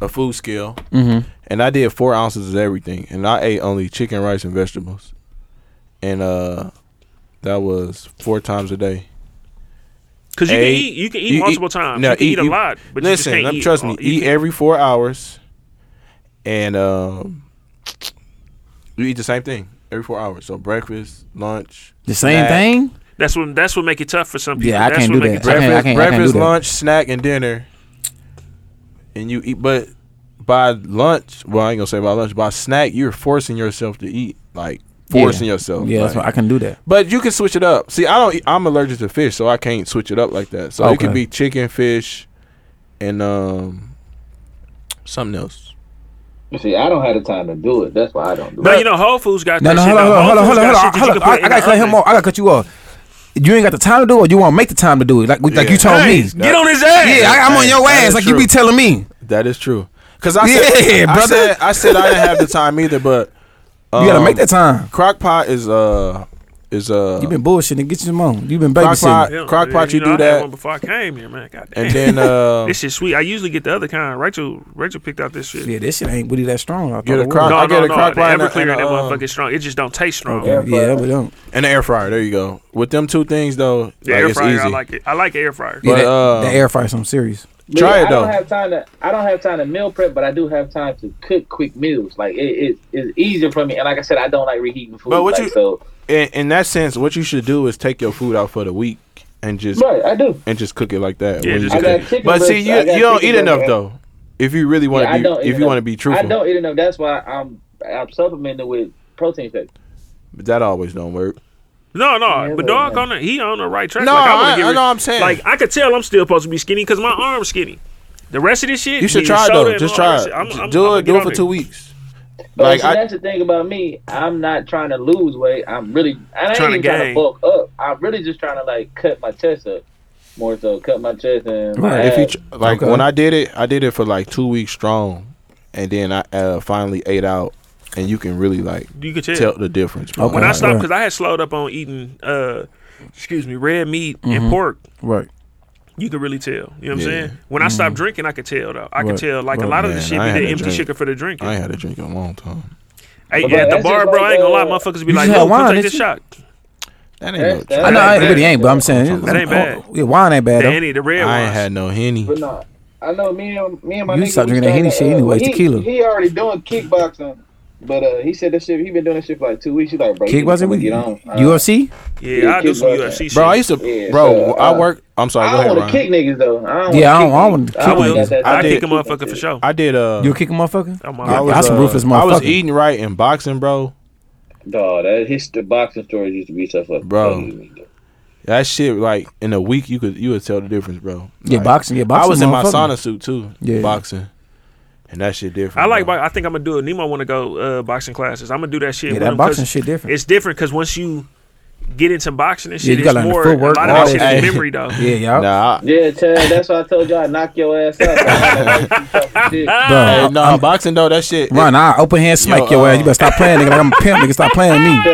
a food scale
Mm-hmm.
Mhm.
and I did four ounces of everything and I ate only chicken, rice and vegetables. And uh that was four times a day.
'Cause you can eat- you can eat multiple times. You can eat a lot, but you just
listen,
can't
I'm-
eat
trust
all-
me,
you
eat
can-
every four hours and um you eat the same thing every four hours. So breakfast, lunch,
The same
snack,
thing?
That's what that's what make it tough for some people.
Yeah, I
that's
can't
what
do
make
that. I can't- I can't- I can't
breakfast,
do that.
lunch, snack, and dinner. And you eat, but by lunch, well, I ain't gonna say by lunch. By snack, you're forcing yourself to eat, like forcing
Yeah.
yourself.
Yeah, that's
like-
what- I can do that.
But you can switch it up. See, I don't. Eat, I'm allergic to fish, so I can't switch it up like that. So it
Okay.
could be chicken, fish, and um, something else.
See, I don't have the time to do it. That's why I don't do
No,
it.
you know Whole Foods got
No,
that
no,
shit
hold on,
now.
hold on,
Whole
hold on,
Foods
hold on,
got shit that you
hold
can
on.
put
I,
in
I
the
gotta cut him
oven.
off. I gotta cut you off. You ain't got the time to do it. or You won't make the time to do it. Like, like you told
Hey,
me.
get on his
ass.
Yeah, I, I'm on
Hey,
your
that
ass.
is
Like
true.
you be telling me.
That is true. Cause I
Yeah,
said, I
brother.
said, I said I didn't have the time either, but
You gotta make that time.
Crockpot is uh is uh
You been bullshitting. Get you some more. You been
Crock-Pot-
babysitting.
Yeah,
Crock-Pot,
yeah,
you
know,
do
I had
that.
one before I came here, man. God damn.
And then, uh,
this is sweet. I usually get the other kind. Rachel, Rachel picked out this shit.
Yeah, this shit ain't really that strong. I thought
Get a
it was.
crock.
No,
I
no,
get a
no.
crock
the
pot and a-
Everclear and
and
that
a, um,
motherfucker strong. It just don't taste strong.
Okay. Yeah, we don't.
and the air fryer. There you go. With them two things though,
The
like,
air
it's
fryer, I
easy.
like it. I like air fryer.
Yeah,
But,
that,
uh,
that air fryer something serious.
Me,
Try it,
I
though.
don't have time to. I don't have time to meal prep, but I do have time to cook quick meals. Like it, it it's easier for me. And like I said, I don't like reheating food.
But what
like,
you-
so
in, in that sense, what you should do is take your food out for the week and just
Right, I do.
and just cook it like that.
Yeah,
when
just
you
I got
cook.
chicken
But
breast-
see, you
I got
you don't
chicken
eat enough
breast.
though. If you really want
Yeah, I
to
don't
be if
eat
you
enough.
want to be
I
truthful,
don't eat enough. That's why I'm I'm supplementing with protein shakes.
but that always don't work.
No, no,
Yeah,
but
but,
dog
like-
on the, he on the right track.
No,
like, wanna
I-
give
I
it-
know what I'm saying.
Like I could tell I'm still supposed to be skinny because my arm's skinny. The rest of this shit,
You should
the
try it
soda
though.
and
Just
all that
try
shit, I'm- I'm-
it. Do
I'ma
it.
get
Do
on
it for
it.
two weeks.
But
Like
see,
I,
that's the thing about me. I'm not trying to lose weight. I'm really. and I ain't
Tryna
even trying
gain.
to bulk up. I'm really just trying to like cut my chest up. More so, cut my chest and my
If you
abs.
tr- like
Okay.
when I did it, I did it for like two weeks strong, and then I uh, finally ate out, and you can really like
You can tell.
the difference. bro.
When I stopped, because I had slowed up on eating, uh, excuse me, red meat and
Mhm.
pork.
Right.
You could really tell. You know what I'm
Yeah.
saying? When I stopped drinking, I could tell though. I could
Right.
tell like a
Right.
lot of
Man,
the shit
I
be
ain't
the
had
empty
drink.
shit for the drinking.
I ain't had a drink in a long time.
Hey,
But,
at
but
the
that's
bar,
just
bro, I ain't gonna lie,
like, uh,
motherfuckers be
You
like,
just had
"Yo, come
wine,
take
didn't
this
you?"
shot."
That ain't
That- that-
no.
I know it
That ain't
really
bad.
ain't, but I'm saying
That ain't
oh,
bad.
yeah, wine ain't bad.
The
though.
henny, the red
I
one.
ain't had no henny.
But no, I know me and me and my
You
nigga,
start
we
drinking that Henny
started, uh,
shit anyway,
he,
tequila.
He already doing kickboxing, but uh, he said that shit. He been doing that shit for like two weeks. He like, bro, you need to
Kickboxing
come
with
get on. Uh,
UFC.
Yeah, I do some
kickboxing.
UFC shit.
Bro, I used to.
Yeah,
bro,
so,
I
uh,
work. I'm sorry.
I
Go
don't
ahead,
want to
Ryan.
kick niggas though. I don't
Yeah, I
wanna
don't- I don't wanna
kick niggas.
kick
I don't
niggas.
got that
I
time.
kick a motherfucker for sure.
I did. Uh,
You a kicking motherfucker?
I'm
I
all-
was,
That's a
uh,
ruthless
I was
motherfucker.
eating right and boxing, bro.
Dog, that his the boxing stories used to be so fucking
Bro.
funny.
That shit, like in a week, you could you would tell the difference, bro.
Yeah,
Like,
boxing- yeah,
I
boxing
was in my
motherfucker.
sauna suit too.
Yeah.
boxing, and that shit different.
I like. bo- I think I'm gonna do it. Nemo want to go uh, boxing classes. I'm gonna do that shit.
Yeah,
with
that
him
boxing
'cause
shit different.
It's different because once you get into boxing and
Yeah,
shit,
you gotta
it's
learn the
more.
footwork.
A lot
all
of that
that.
shit is memory though.
Yeah, y'all.
Nah, I-
Yeah, Chad, that's why I told y'all knock your ass out. I
Bro,
Hey, nah, boxing though, that shit.
Run, I open hand smack
Yo,
your ass.
uh,
You better stop playing, nigga. Like I'm a pimp, nigga. Stop playing me.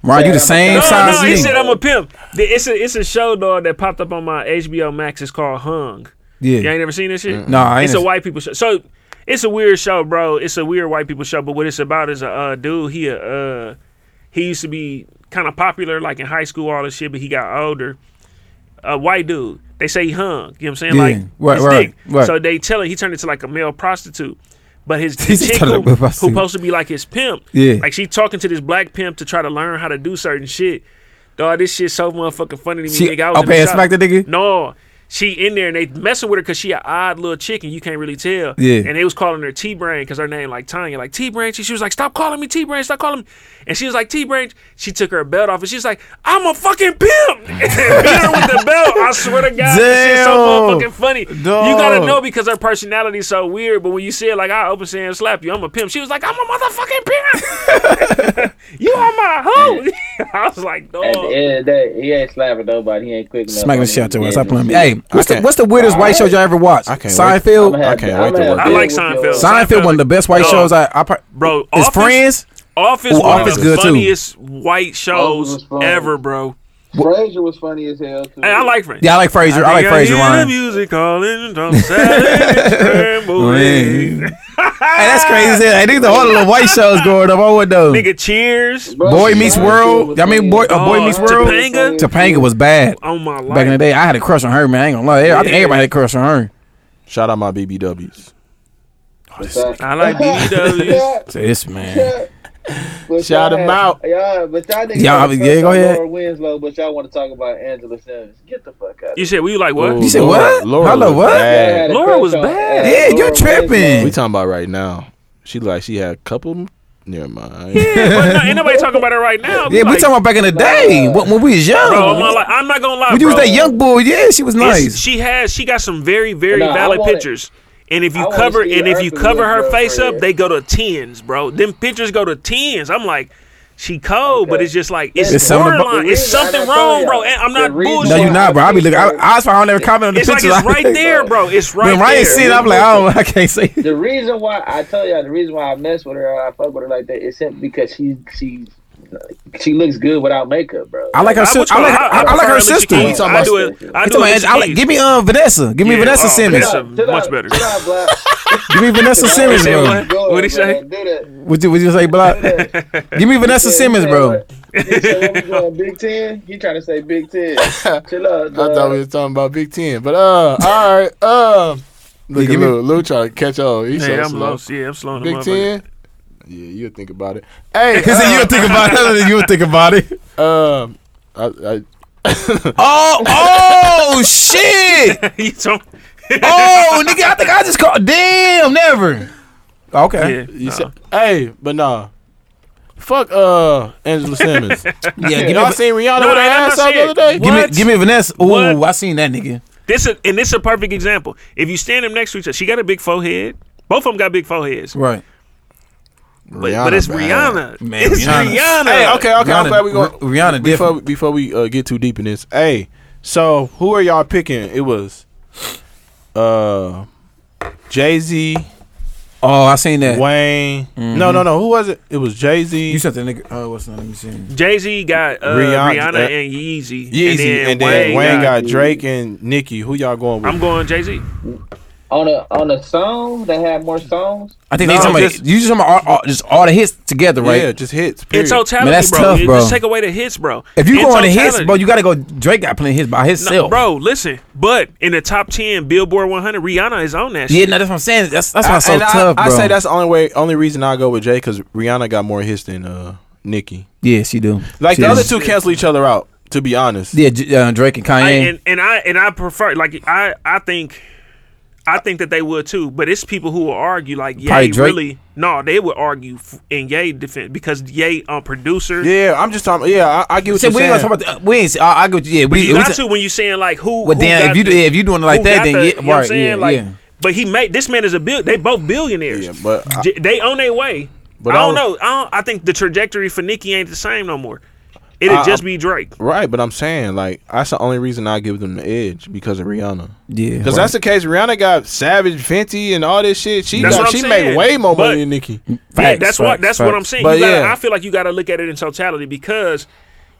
Ryan, you the same
No,
size
no, he
as me.
said I'm a pimp. The- It's a it's a show dog that popped up on my HBO Max. It's called Hung.
Yeah.
you ain't never seen that shit.
No, I ain't
it's a
never-
white people show. So it's a weird show, bro. It's a weird white people show. But what it's about is a uh, dude. He a, uh he used to be kind of popular like in high school, all this shit. But he got older. A white dude. They say he hung. You know what I'm saying?
Yeah.
Like
Right,
his
right,
dick.
right.
So they tell him he turned into like a male prostitute. But his
He
the chick
turned
who,
into a
who
prostitute.
supposed to be like his pimp,
Yeah.
like she talking to this black pimp to try to learn how to do certain shit. Dog, this shit so motherfucking funny to me.
She
nigga. I was
up
in the
and
shop.
smacked the nigga?
No, she in there and they messing with her because she an odd little chick and you can't really tell.
Yeah.
And they was calling her T Brain because her name like Tanya, like T Brain. She, she was like, stop calling me T Brain, stop calling me. And she was like T Brain. She took her belt off and she was like, I'm a fucking pimp. And beat her with the belt. I swear to God, this shit so
Damn.
motherfucking funny. You
Dog.
gotta know because her personality is so weird. But when you see it like I open saying slap you, I'm a pimp. She was like, I'm a motherfucking pimp. you are my hoe. I was like,
At the
dog.
end of the day, he ain't slapping nobody. He ain't quick enough.
Smacking the shit out your ass. Stop playing me. Hey,
Listen, what's the, what's the weirdest white show y'all ever watched?
I can't wait.
Seinfeld.
I can't wait to watch
I like Seinfeld.
Seinfeld, one of the best white
Yo,
shows I, I pro-
bro.
Is
Office-
Friends?
Office,
Ooh,
one
Office
of the
good too.
funniest white shows
was funny.
ever, bro.
Frasier was funny as hell. Too.
Hey, I like Frasier.
Yeah, I like Frasier. I like
think hear
Frasier, Ryan.
The music calling from Saturday Scrambled.
Man. hey, that's crazy. as hell. Hey, these are all the little white shows going up. I would know.
Nigga, Cheers.
Boy Meets World. I mean, boy, uh, Boy
Oh,
Meets World.
Topanga?
Topanga was bad.
Oh my life.
Back in the day, I had a crush on her, man. I ain't gonna lie. I think
Yeah.
everybody had a crush on her.
Shout out my BBWs.
I like BBWs.
So this man.
But
Shout
y'all
him
had-
out.
Y'all, but y'all niggas
Y'all-
had a
yeah,
crush
go
on
ahead.
Laura Winslow, but y'all want to talk about Angela Simmons. Get the fuck out.
You said we like what?
You said what?
Laura
Hello,
was
what?
bad.
Had a
Laura
crush
was
on-
bad.
Yeah,
Laura
you're tripping.
We talking about right now. She like she had a couple. Never mind.
Yeah, but no, ain't nobody talking about it right now.
Yeah, we
Like,
talking about back in the day when, when we was young.
Bro, I'm, not like, I'm not gonna lie.
when you was
bro.
that young boy, yeah, she
It's-
was nice.
She has. She got some very, very
Nah, I
valid
wanna-
pictures. And if
I
you
wanna
cover
see
and if you
Eartha
cover
Wind
her
go
face up,
first.
they go to tens, bro. Them pictures go to tens. I'm like, she cold, but
Okay.
it's just like it's,
It's something about-
borderline. It's
The reason
something
I told
wrong, bro.
y'all-
And I'm
the
not
reason
bullshit.
no, you not, bro. I be looking. I,
Pictures.
I was I don't ever comment on the
It's like
pictures.
it's
I-
right there, bro. It's right
when Ryan
there.
seen, it, I'm like, oh, I can't say.
The reason why I tell y'all the reason why I mess with her, I fuck with her like that, is simply because she she she looks good without makeup, bro.
I like her.
I
sis-
would-
I like. her-
I- I
I like
prefer
her
Alicia
sister.
Keys.
You talking
I
about-
do it. I
you
do
talking
it.
about- I like- Give me um Vanessa. Give me
Yeah,
Vanessa
oh,
Simmons.
Vanessa. Much better.
Sit down, Black.
Give me Vanessa Simmons,
Say
bro.
what? What'd he say?
Do that.
Would you would you say block? Give me Vanessa Simmons, bro.
You say what we doing, Big Ten? He trying to say Big Ten. Chill out,
I thought we
dog.
was talking about Big Ten, but uh, all right,
Uh,
um, look
Yeah,
at
give me-
Lou. Lou trying to catch up. He's
Hey,
so
I'm
slow.
lost. Yeah, I'm slowing them
Big
up.
Ten. Yeah, you'll think about it. Hey,
He said, "You would think about it. You would think about it."
um, I, I,
Oh, oh shit!
You talking-
Oh, nigga, I think I just called. Damn, never. Okay.
Yeah,
you
nah.
said, hey, but nah, fuck uh, Angela Simmons.
Yeah, give
Y'all
me,
seen Rihanna
No,
with her
and I'm
ass
not
out the
saying-
other day?
give me,
What?
give me Vanessa. Ooh,
What?
I seen that nigga.
This is, and this is a perfect example. If you stand them next to each other, she got a big forehead. Both of them got big foreheads.
Right.
But, but it's Rihanna.
Man,
it's
Rihanna.
Rihanna.
Hey, okay, okay. I'm
Rihanna-
glad we go.
R- Rihanna
before
different.
we, before we uh, get too deep in this. Hey, so who are y'all picking? It was uh Jay Z,
Oh, I seen that.
Wayne. No, no, no. Who was it? It was Jay Z.
You said the nigga. Oh, what's not? Let me see.
Jay Z got uh,
Rihanna-
Rihanna,
uh,
and Yeezy.
Yeezy, and then, Wayne, got, Drake and Nicki. Who y'all going with?
I'm going Jay Z.
On a on a song that had more songs.
I think
No,
they talking about
just-
you just talking about all, all, just all the hits together, right?
Yeah, just hits.
In
Period.
totality,
Man, that's
bro.
tough,
You
bro.
Just take away the hits, bro.
If you
In
go on the hits,
totality.
bro, you gotta go. Drake got plenty of hits by himself.
No, bro, listen. But in the top ten Billboard 100, Rihanna is on that.
Yeah,
shit.
no, that's what I'm saying. That's that's why it's so
and
tough, bro.
I, I say that's the only way, only reason I go with Jay because Rihanna got more hits than uh Nicki.
yeah, she do.
Like
she
the
do.
other two cancel each other out. To be honest,
Yeah, J- uh, Drake and Kanye.
I, and, and I and I prefer like I I think. I think that they would too, but it's people who will argue like Ye
Probably Drake.
really no, they would argue f- in Ye defense because Ye um producer.
yeah. I'm just talking. Yeah, I, I get what
Shit,
you're
we ain't
saying.
gonna talk about. The, we ain't. I, I go. Yeah, we.
You
we
got
ta-
to when you saying like who.
Well,
who
damn,
got
if you do- yeah, if you doing it like
who
that,
got
then
the-
yeah,
you know what I'm
right,
saying?
yeah,
like,
yeah.
But he made this man is a bill. They both billionaires.
Yeah, but I-
J- they on their way.
But
But I
I
don't
was-
know. I, don't, I think the trajectory for Nicki ain't the same no more. It'll
Uh,
I-
just be Drake.
Right, but I'm saying like that's the only reason I give them the edge because of Rihanna.
yeah,
Because that's the case. Rihanna got Savage, Fenty, and all this shit. She
That's
got,
what I'm
she
saying,
made way more
but-
money than Nicki.
Yeah,
Facts,
that's what
facts,
that's what I'm
facts.
saying.
But
you gotta,
yeah.
I feel like you got to look at it in totality because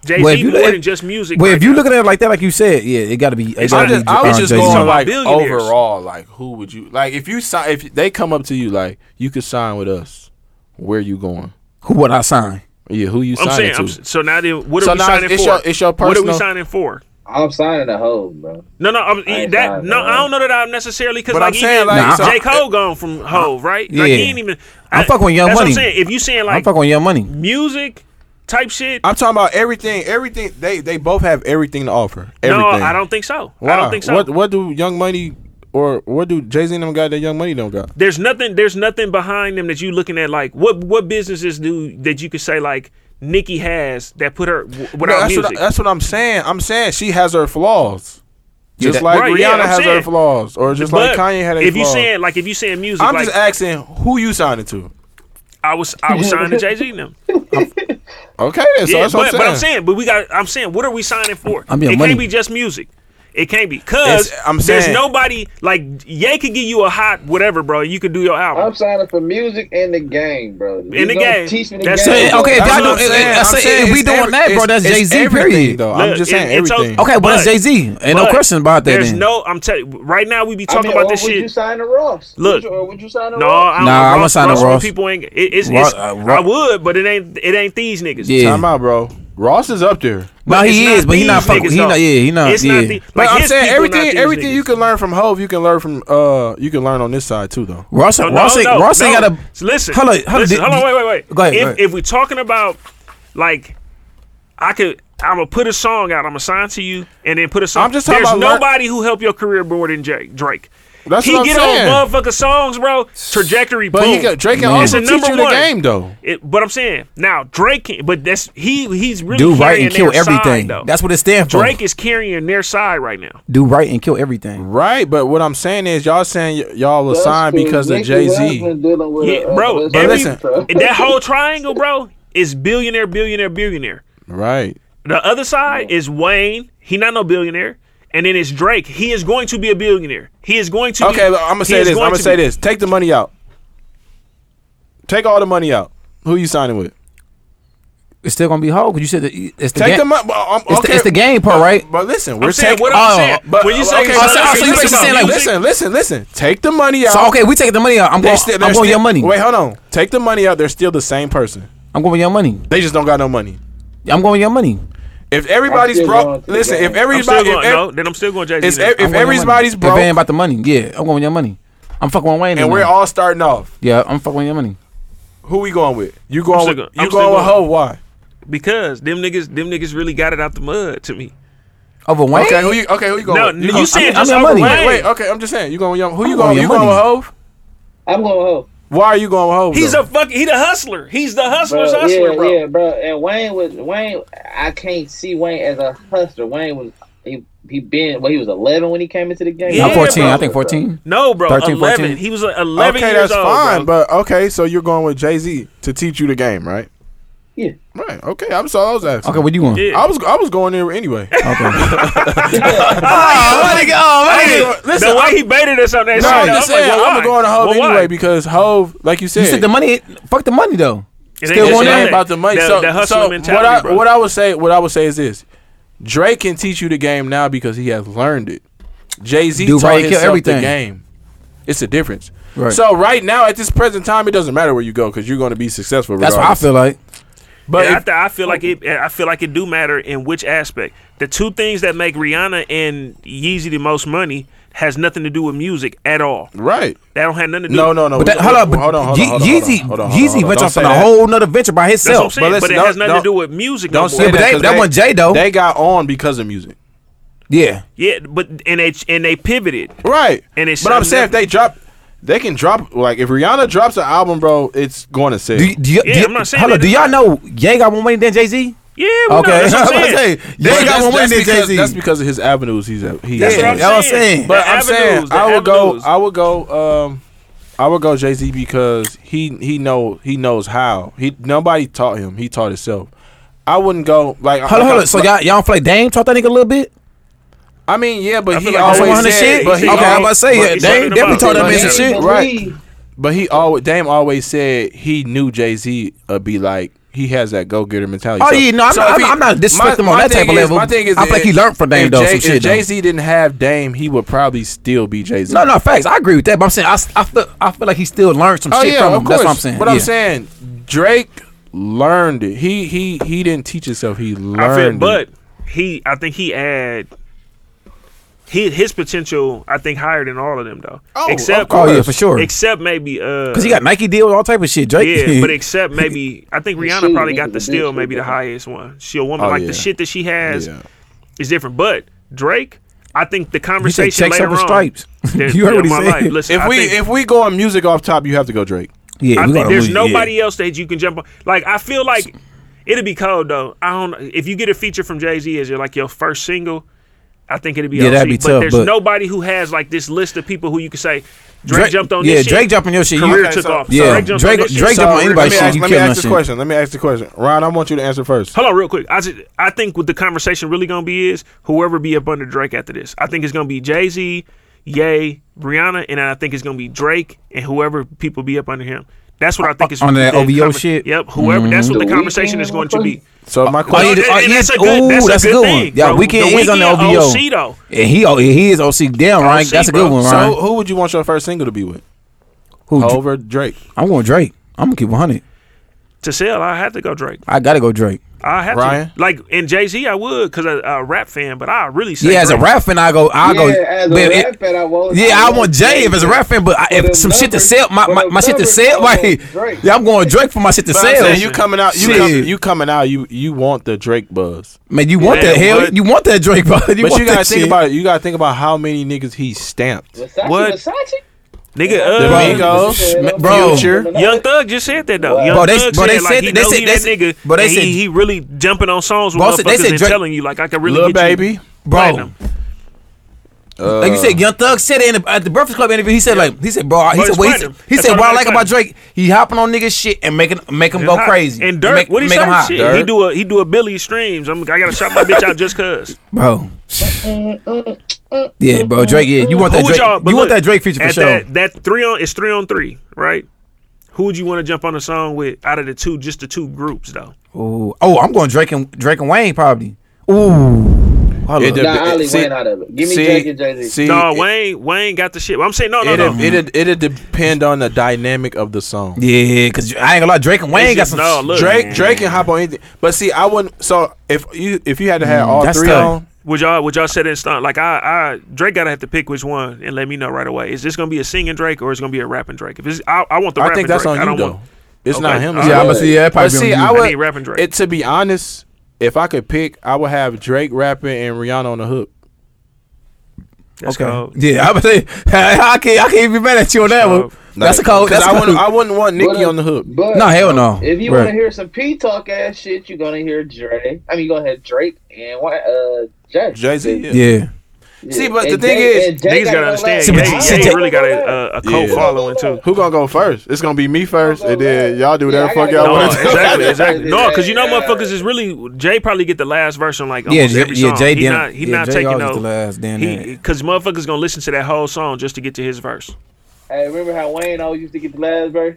Jay Z
Well, if you
more
look-
than just music.
Well,
right
if you
now.
look at it like that, like you said, yeah, it gotta be. It
I
gotta
just,
be
I was
uh,
just
Jay-Z.
going
about
like
billionaires.
overall, like who would you like if you sign if they come up to you like you could sign with us, where you going?
Who would I sign?
Yeah, who you
I'm
signing
saying
to?
I'm, s- so now then, what are
So
we
now
signing
it's
for?
your- it's your
What are we
personal-
signing for?
I'm signing a hoe, bro.
No, no, I'm,
ain't
that
signing
no,
for that.
I don't know that I'm necessarily because
But
like
I'm saying,
even
like,
so-
J Cole gone from Hove, right? Like,
Yeah.
he ain't even.
I'm fucking with Young
that's
Money.
What I'm saying if you saying
I'm
like
fucking on Young Money.
music type shit,
I'm talking about everything. Everything they they both have everything to offer. Everything.
no, I don't think so. I
Why?
don't think so.
What what do Young Money or what do Jay Z and them got that Young Money don't got?
there's nothing there's nothing behind them that you looking at like what what businesses do that you could say like Nikki has that put her w-
No,
without
that's
music.
What, I- that's what I'm saying. I'm saying she has her flaws,
Yeah,
just
that-
like
Right,
Rihanna
yeah, I'm
has her
saying.
flaws, or just like
But
Kanye had. Her
if you
flaws.
saying like if you saying music,
I'm
like
just asking who you signing to.
I was I was signing to Jay Z now.
Okay, so
Yeah,
that's
but,
what I'm saying.
but I'm saying, but we got I'm saying, what are we signing for?
I'm
it
being money.
can't be just music. It can't be because
It's- I'm
there's
saying-
nobody like Ye could give you a hot whatever, bro. You could do your album.
I'm signing for music and the game, bro.
In the game.
Teach me the
That's
game.
it. Okay, if y'all
what
do-
I'm saying.
I say, if we
it's
doing
every-
that, bro, that's
it's-
Jay
it's
Z.
everything,
Period.
though.
I'm just saying everything.
Okay, but, that's
but-
Jay Z. Ain't no
but
question about that.
There's
Then.
no. I'm telling. Right now, we be
I
talking
mean,
about
or
this
would
shit.
you sign to Ross?
Look.
would you, or would you sign to
No,
Ross?
I don't,
Nah, I
Ross,
wouldn't sign to
Ross,
Ross.
People ain't. It, it's,
Ross-
it's,
uh,
I would, but it ain't. It ain't these niggas.
Yeah.
Time out, bro. Ross is up there.
No, he
it's
is,
not
but he not
these
fucking.
niggas,
He
though.
not. Yeah, he not.
It's
yeah.
not the-
But
like,
I'm
his
saying
people not
everything
these
everything
niggas.
you can learn from Hove, you can learn from uh you can learn on this side too though.
Ross,
No, no,
Ross, ain't-
no,
Ross ain't
no.
got a.
Listen,
Hold on,
listen,
hold on, did-
hold on,
did-
wait, wait, wait.
Go ahead,
if,
go ahead.
if we're talking about, like, I could, I'm gonna put a song out. I'm gonna sign to you, and then put a song.
I'm just talking
There's
about learn-
nobody who helped your career more than Jake Drake.
That's
he
what I'm
get
saying.
on motherfucking songs, bro. Trajectory,
But
boom.
he got Drake can
It's
also
a
teach
number
you the
one.
game though.
It, but I'm saying now Drake, can, but that's he. He's really
Do right
carrying
and kill
their side,
everything.
though.
That's what it stands for.
Drake is carrying their side right now.
Do right and kill everything.
Right, but what I'm saying is y'all saying y- y'all was
That's
signed
true.
because of
Nicki
Jay
Minaj
Z.
been dealing with
Yeah,
a-
bro.
a-
every-
listen.
that whole triangle, bro, is billionaire, billionaire, billionaire.
Right.
The other side is Wayne. He not no billionaire. And then it's Drake. He is going to be a billionaire. He is going to.
Okay,
be,
I'm gonna
he
say
is
this. I'm
going
gonna
to
say
be-
this. Take the money out. Take all the money out. Who you signing with?
It's still gonna be whole because you said that it's the
Take
game.
the money. Um,
it's,
okay.
the, it's the game part, right?
But listen,
I'm
we're
saying
taking.
what I'm
oh,
saying.
But
when you say
okay,
it's
so-
not
so-
a
so you
billionaire,
basically saying, like,
music-
listen, listen, listen. Take the money out.
So okay, we taking the money out. I'm
They're
going.
still-
I'm
they're
going
still-
your money.
Wait, hold on. Take the money out. They're still the same person.
I'm going your money.
They just don't got no money.
I'm going your money.
If everybody's
I'm still going
broke,
to the
listen.
game.
If
I'm still
everybody, if,
going.
ev-
no, then I'm still going Jay
it's
Z.
ev- if
I'm going your
everybody's
money. if it ain't
broke,
about the money, yeah, I'm going with your money. I'm fucking with Wayne.
and
in
we're
there.
all starting off,
yeah, I'm fucking with your money.
who we going with? You
I'm
going
still
with
go- I'm
you
still
going with
going.
Ho? Why?
because them niggas, them niggas really got it out the mud to me.
Over Wayne.
Okay, who you? Okay, who you
No,
going? with? Oh, You
you
going-
said
I'm-
just
I'm
over
money.
Wayne.
wait, wait. Okay, I'm just saying. You going? with Young- Who
I'm
you
going
going?
with
You
your
going with
money.
Hove?
I'm going with Ho.
Why are you going with Hove?
He's
though?
a fucking. He the hustler. He's the hustler's
Bro,
hustler,
yeah,
bro.
yeah, bro. And Wayne was Wayne. I can't see Wayne as a hustler. Wayne was he, he been well. He was 11 when he came into the game.
Yeah,
I'm 14.
bro.
I think 14.
No, bro.
13,
11.
14.
He was uh, 11
Okay,
years
that's
old.
fine.
bro.
But okay, so you're going with Jay Z to teach you the game, right?
Yeah.
Right. Okay. I'm sorry. I was asking.
Okay, what you want?
Yeah.
I was I was going there anyway.
Okay.
the way he baited us on that
No,
shit.
I'm
I'm
just
like,
saying,
well,
I'm
why?
going to Hove
Well, why?
anyway because Hove, like you said,
you said the money. Fuck the money though.
It
still
ain't
going
it's
in.
not about the money.
The,
so,
the hustler
so
mentality,
what I
bro.
what I would say what I would say is this: Drake can teach you the game now because he has learned it. Jay Z
Do
taught
right, kill
himself the
everything.
game. It's a difference.
Right.
So right now, at this present time, it doesn't matter where you go because you're going to be successful.
That's what I
regardless.
feel like.
But
Yeah, I,
if-
th- I feel like it. I feel like it do matter in which aspect. The two things that make Rihanna and Yeezy the most money has nothing to do with music at all.
right.
That don't have nothing to do.
No, no, no.
But that, hold up, but
hold on, hold on, hold on, hold on,
Yeezy,
hold on, hold on, hold
Yeezy
on.
went
Don't
off
say
on a
that.
whole nother venture by
That's what I'm
himself.
saying. But,
listen,
it has
don't-
nothing to do
don't-
with music.
Don't
no
say
more.
Yeah, but
that.
they-
'cause
that wasn't Jay, though.
They got on because of music.
Yeah,
Yeah, but and they and they pivoted.
Right.
And it's
but I'm
something
saying if they drop, they can drop. Like if Rihanna drops an album, bro, it's going to sell.
Do, y- do, y-
Yeah,
do, y-
I'm not saying
hold up,
that
do
it's
y'all
not-
know Ye got more money than Jay Z?
Yeah. We okay. Know, that's what I'm saying.
Ye
But
got
that's-
more money
that's
than Jay
because-
Z.
That's because of his avenues. He's at, he
That's
has.
what I'm
That's what I'm
saying.
saying.
But
The
I'm saying
avenues, the
I would
avenues.
go. I would go. Um, I would go Jay Z because he he know he knows how. He nobody taught him. He taught himself. I wouldn't go like.
Hold
like,
on, hold
I-
on. So y'all, y'all don't feel like Dame taught that nigga a little bit?
I mean, yeah, but
I
he
feel like that's
always
100
said.
shit?
But he
Okay, I'm
always,
about to say, yeah,
he
Dame
talking
definitely
about
taught that man
it, but
some
he-
shit.
right. But he always Dame always said he knew Jay Z uh, be like he has that go getter mentality.
Oh,
So-
yeah, no, I'm
so
not-
if
I'm- I'm not disrespecting him on
my
that type
thing
of
is-
level.
My thing is,
I feel like he learned from Dame,
if
though,
Jay,
some shit,
If
though.
Jay Z didn't have Dame, he would probably still be Jay Z.
No, no, facts. I agree with that. But I'm saying I, s- I feel, I feel like he still learned some
oh
shit
yeah,
from
of
him.
course.
That's what I'm saying.
But
yeah.
I'm saying Drake learned it. He he he didn't teach himself. He learned.
I feel,
it.
but he, I think he had. He, his potential, I think, higher than all of them though.
Oh, of
except
oh yeah, for sure.
except maybe uh,
Because he got Nike deal, all type of shit. Drake,
Yeah, but except maybe I think Rihanna
shoes
probably
need
got
to
the
be
still
different,
maybe the
though.
highest one. She a woman
Oh,
like
yeah.
the shit that she has
Yeah.
is different. But Drake, I think the
you said
conversation
checks
later
over
on.
stripes.
there-
You heard what
yeah,
he
my
said.
life. Listen,
if
I
we
think-
if we go on music off top, you have to go Drake.
Yeah,
I
we
think
gotta
there's
lose, yeah.
nobody else that you can jump on. Like I feel like it'll be cold though. I don't. If you get a feature from Jay Z as your like your first single, I think it'd be
Yeah,
OG.
that'd be
but
tough,
there's
but-
nobody who has like this list of people who you could say Drake,
Drake-
jumped on.
yeah,
this shit,
Drake jumped on your shit. You-
Career
Okay,
took
so-
off.
yeah,
Drake jumped on
Drake-
this shit.
Drake jumped on
let me
anybody's shit,
ask-
you
Let me
killing
ask
that
this
shit.
question. Let me ask the question. Ron, I want you to answer first.
Hold on, real quick. I just, I think what the conversation really gonna be is whoever be up under Drake after this. I think it's gonna be Jay Z, Ye, Rihanna, and I think it's gonna be Drake and whoever people be up under him. That's what I think is
On that
the
OVO
conver-
shit?
Yep. Whoever. That's what
Mhm.
the
The
conversation is going to be.
So
Oh, yeah,
my question.
and- and that's a good-
ooh,
that's a good thing,
Yeah,
bro.
weekend
The
is on the
Weeknd
OVO.
OC though.
And he, oh, he is OC. Damn, Ryan,
OC,
that's a good
bro.
one, Ryan.
So who would you want your first single to be with?
Who? Dra-
Over Drake.
I'm going Drake. I'm gonna keep 100.
To sell, I have to go Drake.
I gotta go Drake.
I have
Ryan?
to. Like in Jay Z, I would because I, I'm a rap fan, but I really say
yeah, as a
Drake.
rap fan, I go. I go.
Yeah, as a
but
rap
it-
fan, I want-
yeah,
I
I
want
want Jay if it's a rap fan, but I, if some shit to sell, my, my, my shit to sell, like, yeah, I'm going Drake for my shit to
But I'm
sell.
saying you coming out, you
Shit.
coming, you coming out, you you want the Drake buzz.
man, you want
Yeah,
that hell?
but-
You want that Drake? Bro.
but
want
you gotta
that
think
shit.
about it. You gotta think about how many niggas he stamped.
What? Nigga,
The
uh,
Migos,
Migos,
bro.
Future. Young Thug just said that though. Young
Bro, they-
Thug
bro,
said,
they
like,
said-
he
they
know
said-
he
they
that
said-
nigga.
bro, they
and
said-
he, he really jumping on songs with
Bro, they
motherfuckers
said
and
Drake-
telling you like I can really
Lil
get
Baby.
you
Bro.
platinum.
like you said, Young Thug said it in the, at the Breakfast Club interview. He said like he said, bro.
Bro,
He said
Uh, it's
what he said,
platinum.
he
That's
said
what
what I
I
like
like
about Drake. He hopping on niggas shit and making make him
And
go
hot.
crazy.
And Dirk,
make,
what he
make
say?
'em hot.
Shit, he do a he do a Billy streams. I'm, I gotta shout my bitch out just cause.
bro. Yeah, bro. Drake. Yeah, you want
Who
that
would
Drake? You
y'all- but
want
look,
that Drake feature for
at
sure?
That, that three on it's three on three, right? Who would you want to jump on a song with out of the two, just the two groups though?
Ooh. Oh, I'm going Drake and Drake and Wayne probably. Ooh. Hold
It
up.
dep-
Nah, I leave
see-
Wayne out of it. Give me
see-
Drake and Jay-Z.
see,
no,
it-
Wayne Wayne got the shit. I'm saying no, no,
It'd,
no.
it'd, it'd depend on the dynamic of the song.
Yeah, cause I ain't gonna lie, Drake and Wayne
It's
got
just-
some.
no, look,
Drake
man.
Drake can hop on anything, but see, I wouldn't. So if you if you had to have
Mm,
all
that's
three
tough.
on,
Would y'all would y'all set it in stone? Like I, I Drake gotta have to pick which one and let me know right away. Is this gonna be a singing Drake or is it gonna be a rapping Drake? If it's I, I want the
I
rapping
think that's
Drake.
on
I
you
don't
though.
want
It's not
Okay.
him.
Yeah,
it's
I'ma
Drake.
see, yeah, it probably
But
be
see,
on you.
I
I
would.
need rapping Drake.
It, to be honest, if I could pick, I would have Drake rapping and Rihanna on the hook.
That's
okay.
cold.
Yeah, I'm saying I can't. I can't even be mad at you on that one. That's a cold.
Because
That's
I
cold.
wouldn't. I wouldn't want Nicki
But, uh,
on the hook.
But
No, hell no.
If you
Right.
want to hear some P talk ass shit, you're gonna hear Dre. I mean, you're gonna hear Drake and why uh Jay.
Jay Z. Yeah.
yeah.
See, but
And
the thing
Jay-
is,
and Jay
Niggas gotta understand.
See, but
Ye-
see,
Ye
Jay-
really uh, got a, a, a cult
Yeah.
following too.
Who gonna go first? It's gonna be me first, and then y'all do whatever the fuck y'all
No,
want to do.
exactly, exactly. No, because you know, motherfuckers is really Jay probably get the last verse on like
Yeah,
almost
Jay-
every
yeah,
song.
Jay
he
didn't-
not, he
yeah,
not
Jay
taking
always
no
the last, then that.
because motherfuckers gonna listen to that whole song just to get to his verse.
Hey, remember how Wayne always used to get the last verse?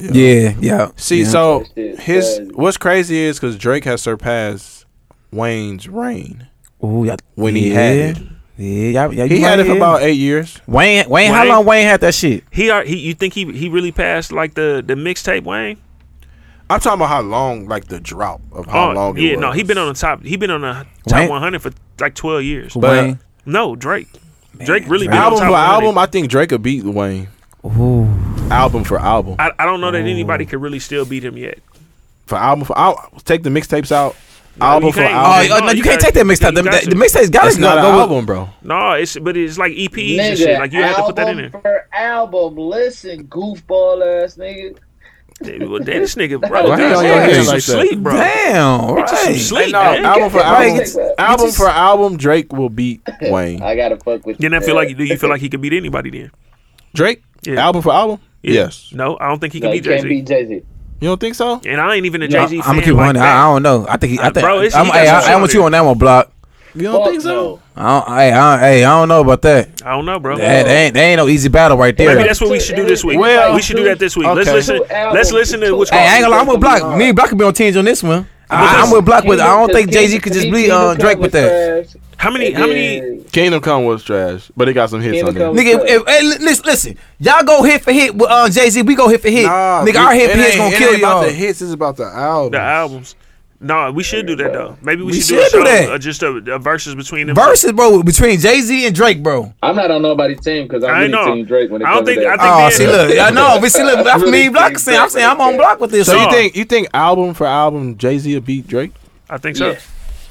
Yeah, yeah.
See,
yeah.
so
That shit's
his
crazy.
what's crazy is because Drake has surpassed Wayne's reign
Ooh, y'all-
when
yeah.
he had it.
Yeah, y'all, y'all,
He
you
had
right,
it for
yeah.
about eight years.
Wayne, Wayne. How
Wayne-
long Wayne had that shit?
He are he. You think he he really passed like the the mixtape Wayne?
I'm talking about how long, like the drought of how
Oh,
long.
yeah,
it was.
no, he been on the top. He been on the top
Wayne-
100 for like 12 years.
But-
Wayne.
no, Drake. Drake really been on
album for
top 100.
album. I think Drake could beat Wayne. Album for album
I, I don't know that anybody could really still beat him yet.
for album for album. Take the mixtapes out.
you
album for
can't.
Oh,
album.
yeah,
oh,
no,
no, you
you
can't
gotta-
take that
yeah,
mixtape.
you
The,
got to.
the, the mixtape's got
That's
to
not an
go.
album, bro.
No, it's but it's like EPs and
Nigga,
shit. Like you have to put that in there.
album For album, listen, goofball ass nigga.
They- well, they- this nigga, bro,
Why he
God,
on
man,
your
get
head
you some
like that?
sleep, bro.
Damn, all
Get you some
right.
sleep,
no,
man.
album for
Right,
album.
get-
album
get
for album. Drake will beat Wayne.
I gotta fuck with.
Then
you,
I feel
man.
like do you feel like he could beat anybody? Then
Drake
Yeah.
album for album.
Yeah.
Yes.
no, I don't think he
No,
could
you
beat Jay
can't beat
Z.
Jay Z.
You don't think so?
And I ain't even a
No,
Jay Z
I'm
fan.
gonna keep
like
running.
that.
I, I don't know. I think. He, I
Uh,
think.
bro, it's-
I'm,
he
hey,
got
I,
some
I want
shit
you
on
on that one, block.
You don't think so?
I don't, hey, I, don't- hey, I don't know about that.
I don't know, bro.
That, that ain't, that ain't no easy battle right there.
Maybe that's what we should do this week.
Well-
we should do that this week. Let's
Okay.
listen. Let's listen to which.
Hey, I ain't gonna lie, I'm with Block. Me and Block could be on tinge on this one. I, I'm with Block with. I don't think Jay Z could just bleed uh, Drake with that.
How many? How many?
Kingdom Come was trash, but it got some hits
Kingdom
on there.
Come-
Nigga, if, hey, li- listen, listen, y'all go hit for hit with uh, Jay Z. We go hit for hit. Nigga, our hit for hit's gonna kill y'all.
hits. It's about the
The
album.
albums. No, we should do that though. Maybe we,
We
should,
should do
do, a show,
that.
uh, just a, a verses between them.
Versus, bro, between Jay Z and Drake, bro.
I'm not on nobody's team because I'm
I
really
know.
team Drake when it
I
comes
don't
to
think-
that.
I
Oh,
think
see,
that-
look, I know, but see, look, that's me, Block. Saying, I'm saying I'm on Block with this.
So you
song.
think you think album for album Jay Z will beat Drake?
I think so.
Oh, Yeah.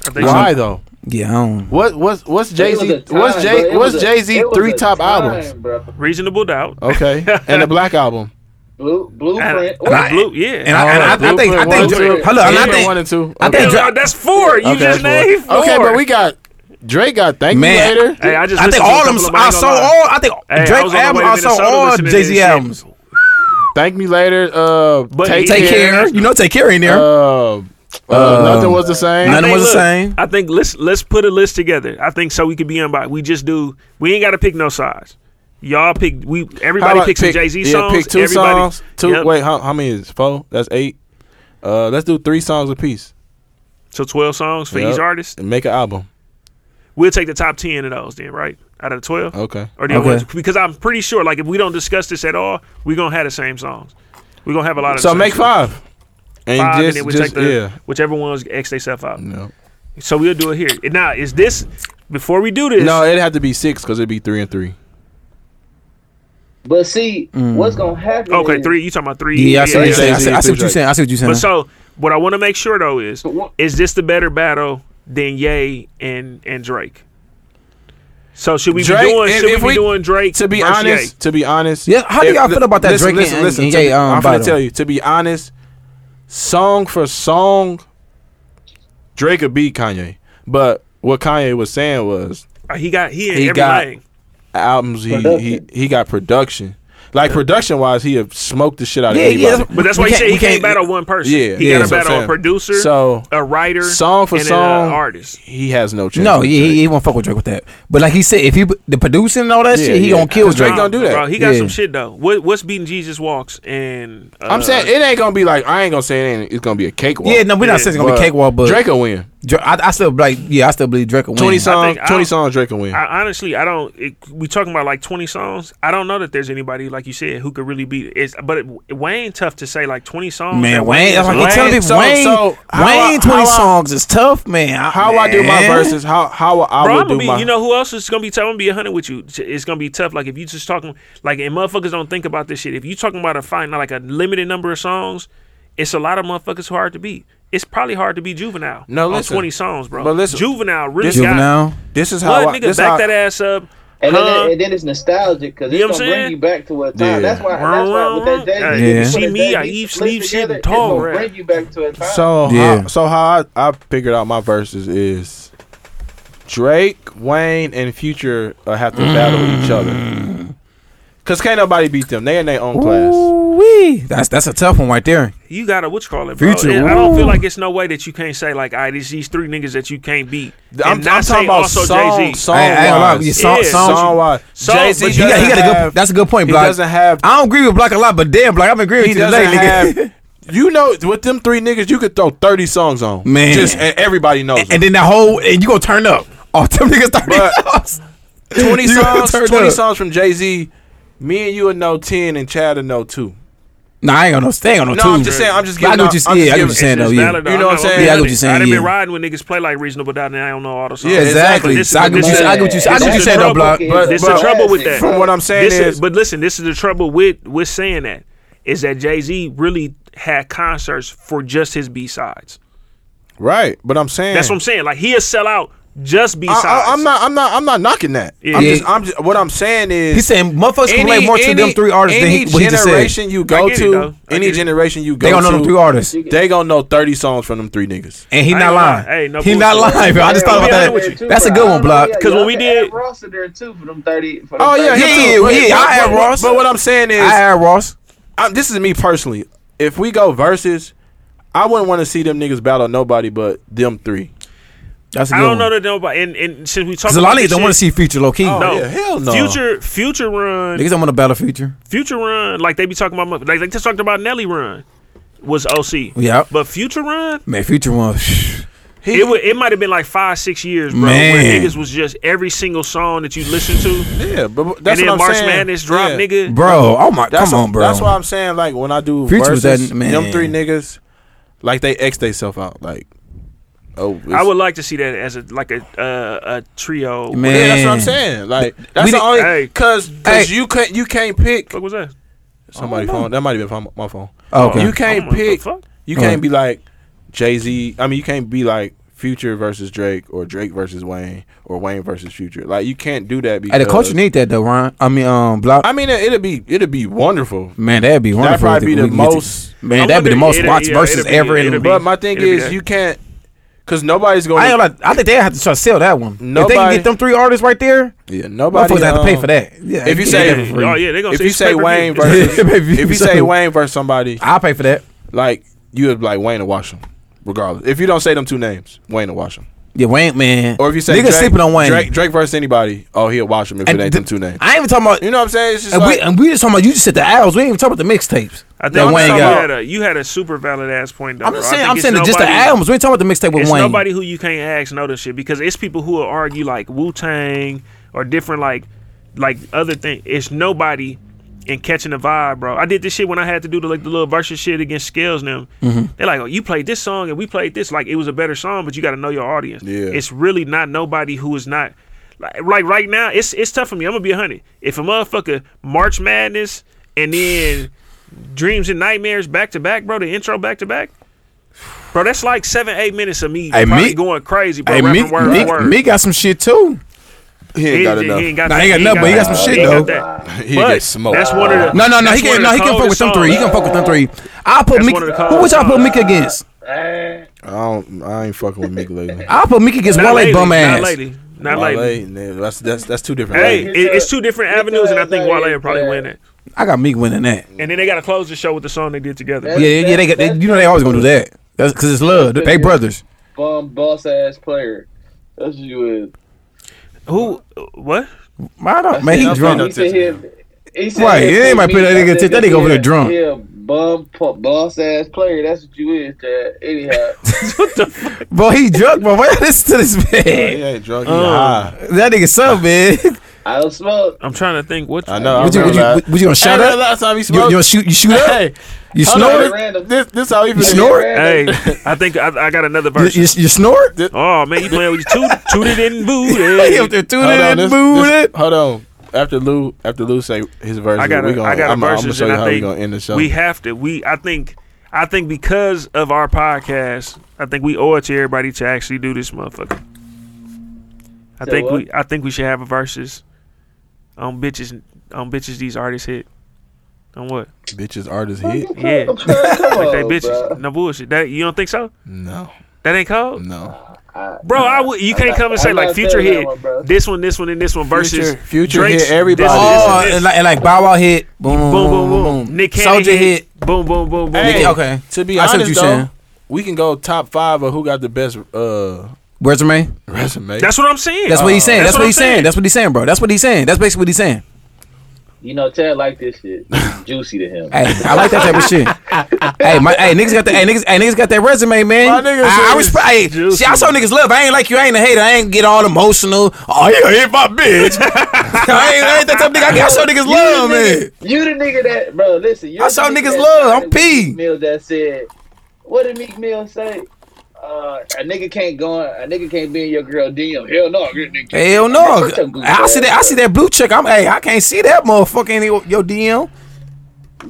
I think
Why
so.
though?
Yeah, I don't.
What what's what's
It
Jay
was a
Z?
time,
What's
bro.
Jay
It
what's
was a-
Jay Z
it was
three
a
top
time,
albums?
bro.
Reasonable doubt.
Okay, and the Black album.
Blue, blueprint.
And I, blue, yeah.
And I, and I, I think, I think,
Blueprint one and two.
hello, and I
Blueprint one
think,
and two.
I
Okay.
think,
Hell,
Dra-
that's four. You
Okay,
just
that's
named
four.
four.
Okay, but we got
Drake got thank
Man,
you later.
Hey, I just
I think
listened to
all
a
them.
couple of them, I
I
ain't
saw
gonna lie.
all. I think
Hey, I
Drake
was on my
album.
way to
I saw
Minnesota
all
listening to
Jay Z
this shit.
albums.
Thank me later. Uh, take,
Take care. You know, take care in there.
Uh, uh, nothing was the same.
I
Nothing
think,
was the
look,
same.
I think let's let's put a list together. I think so we could be unbiased. We just do. We ain't got to pick no sides. Y'all pick. We
How
everybody
about
picks
pick-
a Jay Z
yeah,
song.
Pick two
everybody,
songs. Two.
Yep.
Wait, how, how many is it? four? That's eight. Uh, let's do three songs a piece
So twelve songs for
Yep.
each artist.
and make an album.
We'll take the top ten of those then, right? Out of the twelve.
Okay.
Or the other
Okay.
ones, because I'm pretty sure, like if we don't discuss this at all, we're gonna have the same songs. We're gonna have a lot of. the
So
same
make
songs.
five. And
five,
just,
and then we
just
take the
yeah.
whichever ones X themselves out.
No.
So we'll do it here. And Now, is this before we do this?
No, it'd have to be six because it'd be three and three.
But see,
Mm.
what's gonna happen?
Okay,
is-
three. You talking about three?
Yeah, I see what you're saying. I
Jay-Z
see, I see
and
what you're
Drake.
saying. I see what you're saying.
But so, what I want to make sure though is,
what-
is this the better battle than Ye and and Drake? So should we be
Drake,
doing?
if-
Should
if
we,
we-
be doing Drake?
To be
versus
honest, to be honest,
Yeah, how do
if
y'all
the-
feel about that
listen,
Drake
listen,
and-
listen
and
to me.
Ye, um,
I'm gonna
battle?
tell you. To be honest, song for song, Drake would beat Kanye. But what Kanye was saying was
Ye? Uh, he got he in
He got-
everything.
albums. He he,
Production.
he got production. Like production wise, he have smoked the shit out
Yeah,
of
yeah,
anybody.
that's-
but that's
we
why he
can't-
said
we
he can't
can't-
battle one person.
Yeah,
he got
yeah, that's
to
what I'm
battle a
saying.
producer,
So,
a writer,
song for
and
song,
an, uh, artist.
He has no chance.
No,
with
yeah,
Drake.
he, he won't fuck with Drake with that. But like he said, if he the producing and all that
Yeah,
shit, he
yeah.
gonna kill
'Cause Drake
Drake.
gonna do that.
Bro, he got
Yeah.
some shit though. What, what's beating Jesus walks and uh,
I'm saying it ain't gonna be like I ain't gonna say it ain't. It's gonna be a cakewalk.
Yeah, no, we're
Yeah,
not saying it's gonna be
but
cakewalk, but
Drake will win.
Dra- I, I still like, yeah, I still believe Drake will win.
Twenty songs.
think I-
Twenty songs. Drake will win.
I honestly, I don't. It, we talking about like twenty songs. I don't know that there's anybody like you said who could really beat it. It's, but it, Wayne tough to say like twenty songs.
Man, Wayne, that's like
Wayne-
he telling people
so-
Wayne,
so how I-
Wayne, twenty
how I-
songs is tough, man. I-
how I do my
man.
verses? How how I
Bro,
will
I'm
do
gonna be.
my.
You know who else is gonna be tough? I'm gonna be a hundred with you. T- It's gonna be tough. Like if you just talking like and motherfuckers don't think about this shit. If you talking about a fine like a limited number of songs, it's a lot of motherfuckers who are hard to beat. It's probably hard to beat juvenile.
No,
on
listen.
twenty songs, bro.
But listen,
juvenile really
this-
Juvenile.
this is how
got.
I.
What nigga
This
back
how,
that ass up?
And then,
huh?
and then it's nostalgic because
You know what
it's gonna
I'm saying?
bring you back to a time.
Yeah.
That's why. That's why with that Jay
Hey,
Z,
you
see me, I eat, sleep, shit, and tall, right?
Bring you back to a time.
So
Yeah.
how, so how I, I figured out my verses is Drake, Wayne, and Future uh, have to battle
Mm.
each other. Cause can't nobody beat them. They in their own class.
Ooh-wee. That's that's a tough one right there.
You gotta what you call it, bro.
Future,
It- I don't
ooh.
feel like it's no way that you can't say like, all right, it's these three niggas that you can't beat.
I'm,
and
I'm
not say
talking about
also
song,
Jay Z.
song
I ain't- I ain't gonna lie,
wise.
your song-
Yeah. songs-
song wise.
Song-
Jay Z
but
He got, he got a good.
have,
that's a good point,
he
Block.
doesn't have.
I don't agree with Block a lot, but damn, Block, I've been agreeing
He
with you today,
doesn't
nigga.
have. You know, with them three niggas, you could throw thirty songs on,
Man.
Just and everybody knows. them.
and then that whole and you gonna turn up. Oh, them niggas thirty
But-
songs.
20
You gonna
songs,
turn
20
up.
songs from Jay Z. Me and you would know 10, and Chad would know 2.
Nah, I ain't gonna stay on no
No,
two.
I'm just saying. I'm just
But I
giving
know what
out-
you
I'm
yeah, I know
just
what you're
giving-
saying though. Yeah,
though.
You know what I'm
not
saying?
Yeah, I
gonna
get what
lie.
you're saying,
I done
yeah.
been riding when niggas play like reasonable doubt, and I don't know all the songs.
Yeah, exactly.
This is
So I get
the-
what you I get what you I get what you're saying though, Block.
But-
But this is the
but-
trouble with that.
From what I'm saying
This
is,
is, but listen, this is the trouble with with saying that is that Jay Z really had concerts for just his B sides.
right? But I'm saying
That's what I'm saying. Like he'll sell out just B sides.
I, am not. I'm not. I'm not knocking that. I'm
Yeah.
just. I'm just. What I'm saying is,
He's saying motherfuckers can relate more to them three artists than
any
he, what he just said.
generation you go
get it,
to,
though. I
any
get it.
generation you go
They gonna know
to,
them three artists,
they gonna know 30 songs from them three niggas.
and
I
he
ain't
not
gonna lie.
lying.
Hey, no
he not
bullshit.
lying, bro. I just thought
Yeah,
about
I'm with
that. That's a good one, Block.
Because when we did-
Ross in there too for them thirty. For them
Oh yeah,
30.
him
Yeah,
too.
yeah,
But-
yeah, I
but-
had
but-
Ross.
But what I'm saying is,
I had Ross.
I'm, this is me personally. If we go versus, I wouldn't want to see them niggas battle nobody but them three.
That's a
I
good
don't
one.
know that nobody. And, and since we talked about
Zalani
this
don't want to
shit, Oh.
see Future low key.
No,
yeah, hell no.
Future, future run,
Niggas don't want to battle Future.
future run. Like they be talking about, like they just talked about Nelly run was OC.
Yeah.
but future run,
Man, Future one. shh.
it wa it might have been like five, six years, bro. Where
Man.
niggas was just every single song that you listen to,
Yeah, but that's
and then
what I'm
March
saying.
Madness drop,
Yeah.
nigga.
Bro, oh my,
That's
come
what-
on, bro.
That's why I'm saying like when I do
Future was
versus,
that- man.
them three niggas, like they x theyself out. Like, oh, it's-
I would like to see that as a like a uh, a trio.
Man.
Yeah, that's what I'm saying. Like that's
we
the
did-
only
Hey.
because
Hey.
because you can't you can't pick
What the fuck was that?
somebody phone. That might have been my phone.
Oh, okay.
You can't
I'm like,
pick.
the fuck?
You
Alright.
can't be like Jay Z. I mean, you can't be like Future versus Drake or Drake versus Wayne or Wayne versus Future. Like you can't do that because
Hey, the culture need that though, Ron. I mean, um, Block.
I mean, it- it'd be it'd be wonderful.
Man, that'd be
That'd
wonderful.
probably be
if
the
we could get to-
most.
Man,
I
that'd be the
wonder-
most
it'll-
watched
yeah,
versus
it'll be-
ever in
it'll
the
be-
But my thing
it'll be
is,
that.
you can't. Cause nobody's going.
I ain't like. I think they have to try to sell that one. if they can
Nobody-
get them three artists right there,
Yeah, nobody.
Motherfuckers have to pay
um,
for that. Yeah,
if you
yeah,
say,
yeah, for free. Oh, yeah, they gonna
if
say
you
it's
say
pay-per-view.
Wayne versus,
Yeah, pay-per-view.
if you say Wayne versus somebody,
I'll pay for that.
Like you would like Wayne to wash them, regardless. If you don't say them two names, Wayne to wash them.
yeah, Wayne man.
Or if you say
niggas
Drake,
sleeping on Wayne,
Drake, Drake versus anybody, oh he'll wash them if
And
it ain't
the-
them two names.
I ain't even talking about.
You know what I'm saying? It's just
and,
like-
we, and we just talking about. You just said the albums. We ain't even talking about the mixtapes.
I think
that
I'm
Wayne
saying you
got.
had a you had a super valid ass point though.
I'm
bro. I
just saying.
think
I'm
it's
saying that just the
nobody-
albums. We ain't talking about the mixtape with
it's
Wayne.
nobody who you can't ask know this shit because it's people who will argue like Wu Tang or different like like other thing. It's nobody in catching the vibe, bro. I did this shit when I had to do the like the little versus shit against Scales and them.
Mm-hmm.
Mhm.
They're like, oh, you played this song and we played this. Like it was a better song, but you got to know your audience.
Yeah.
It's really not nobody who is not. Like, like right now, it's it's tough for me. I'm gonna be a hundred. If a motherfucker March Madness and then Dreams and Nightmares back to back, bro, the intro back to back, Bro, that's like seven, eight minutes of me
Hey,
probably
Meek-
going crazy, bro.
Hey,
rapping
Meek,
word for
Meek,
word.
Meek got some shit too.
He
ain't He got ain't- enough. he ain't got
nah, he
that-
got
he
enough,
got
but he got
that.
some
He
shit
got
though.
that. He But get smoked. that's one of the-
No, no, no.
that's
He
one
can.
of
No,
the
he can fuck with
coldest
them three. He can fuck with them three. I'll put
That's
Meek.
one of the
Who would
coldest
y'all put Meek against?
I don't. I ain't fucking with Meek lately.
I'll put Meek against
Not
Wale
lately,
bum
not
ass.
lately. Not
Wale,
lately.
nigga, That's that's that's two different.
Hey,
levels.
it, it's two different avenues, and I think Wale will probably win it.
I got Meek winning that.
And then they got to close the show with the song they did together.
Yeah, yeah, yeah, they got. They, you know they always gonna do that. That's because it's love. They brothers.
Bum boss ass player. That's what you is.
Who? What?
I don't, man, he drunk.
said him- he said
Right,
him
it ain't my
for
pay-
me,
that nigga tip, that nigga over there
yeah,
drunk.
Yeah, bum po- boss ass player. That's what you is, Chad. Anyhow,
Bro, he drunk. Bro, why listen to this man?
He ain't drunk. He
Um,
Oh.
high.
That nigga something, man.
I don't smoke.
I'm trying to think what.
I know.
Would you-
I
would you-
realize-
would- would you gonna shout
Hey,
up?
Last time he
You-
smoked,
you shoot- you shoot up?
Hey,
You
hold on,
snort?
This this how he
You snort?
Hey, I think I, I got another
You,
verse.
you, you snort?
oh man, you playing with your toot, tooted and
He up there
booted.
tooting and booting.
Hold on. After Lou, after Lou say his verse,
I got
we
a,
gonna,
I got a
I'm, I'm gonna
versus,
show you
and I
how we
think
gonna end the show.
we have to. We I think I think because of our podcast, I think we owe it to everybody to actually do this, motherfucker. I
Say
think
what?
we I think we should have a versus on bitches on bitches these artists hit on what
bitches artists hit.
yeah like
Oh,
they bitches no bullshit that you don't think so
No.
that ain't cold
no
bro I would you can't come and say
I'm
like
not
future
feeling that
hit
one, bro.
this one this one and this one versus
Future- Future
Drake's,
hit everybody.
this one, this one,
Oh,
this.
and like, and like Bow Wow hit. Boom,
boom boom boom, Nick Cannon
Soldier
hit,
hit.
boom boom boom boom
Hey,
boom.
okay.
To be
I see what
honest,
you
though,
saying.
we can go top five of who got the best uh,
Resume.
resume.
That's what I'm saying.
That's what he's saying. That's, what,
Oh. I'm
he's saying. That's what he's saying, bro. That's what he's saying. That's basically what he's saying.
you know Chad like this shit. Juicy to him.
Hey, I like that type of shit. hey, my hey niggas got that. Hey niggas, hey niggas got that resume, man.
My niggas
I, I
is
respect. Hey, see, I saw niggas love. I ain't like you. I ain't a hater. I ain't get all emotional. Oh, you hit my bitch. I, ain't, I ain't that type of nigga. I, I saw niggas
You
love,
the
man.
nigga- You the nigga that, bro. Listen, you
I
the
saw
nigga
niggas
that
love.
started
I'm
with
P.
Meek Mill that said, "What did Meek Mill say? Uh, a nigga can't go. On, a nigga can't be in your girl DM. Hell no, a good nigga. can't-
Hell no.
Shut your goofy
I see
ass
that. I
up.
see that blue check. I'm. Hey, I can't see that motherfucker in your, your DM.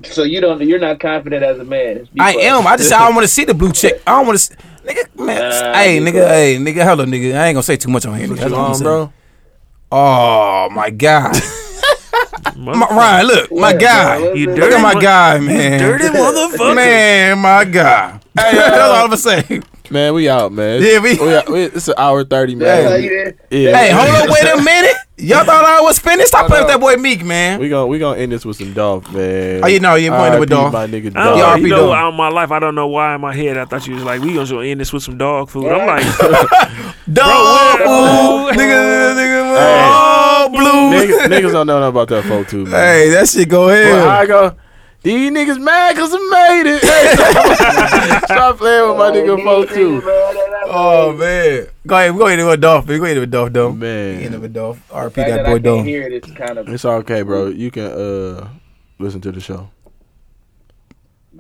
So you don't. You're not confident as a man. It's
I
because-
am. I just. I don't want to see the blue check. I don't want to. Nigga, man.
Nah,
hey,
you
nigga.
good.
Hey, nigga. Hello, nigga. I ain't gonna say too much on here, nigga. That's
you
all I'm
on,
saying.
bro?
Oh my god. my, Ryan, look, my
Yeah,
guy.
bro, you
look
dirty
at my
mo-
guy,
you
man.
dirty motherfucker.
Man, my guy. Hey, that's
uh,
all I'm saying.
Man, we out, man.
Yeah, we-
out. We- it's an hour thirty, man.
That's how you did.
Yeah.
Hey, hold up, wait a minute. Y'all thought I was finished? Stop playing with that boy Meek, man.
We gonna we gonna end this with some Dolph, man.
Oh, you know, you pointed with
R.I.P.,
Dolph.
My nigga,
I don't know,
Dolph.
you know, out of my life, I don't know why in my head I thought you was like, we gonna just end this with some dog food. I'm like,
Dog
Bro,
food. Nigga, nigga, oh, blue.
Niggas, niggas don't know nothing about that folk too, man.
Hey, that shit go
Well,
hell.
I go. These niggas mad cause I made it. Hey, stop, stop playing with
Oh,
my nigga folk too.
Oh, man. Go ahead, go ahead with Dolph. Go ahead with Dolph, though. End up
Man,
with Dolph. RP
The fact
that
I
boy
can't
Dolph.
hear it is kind of
it's okay, bro. You can uh listen to the show.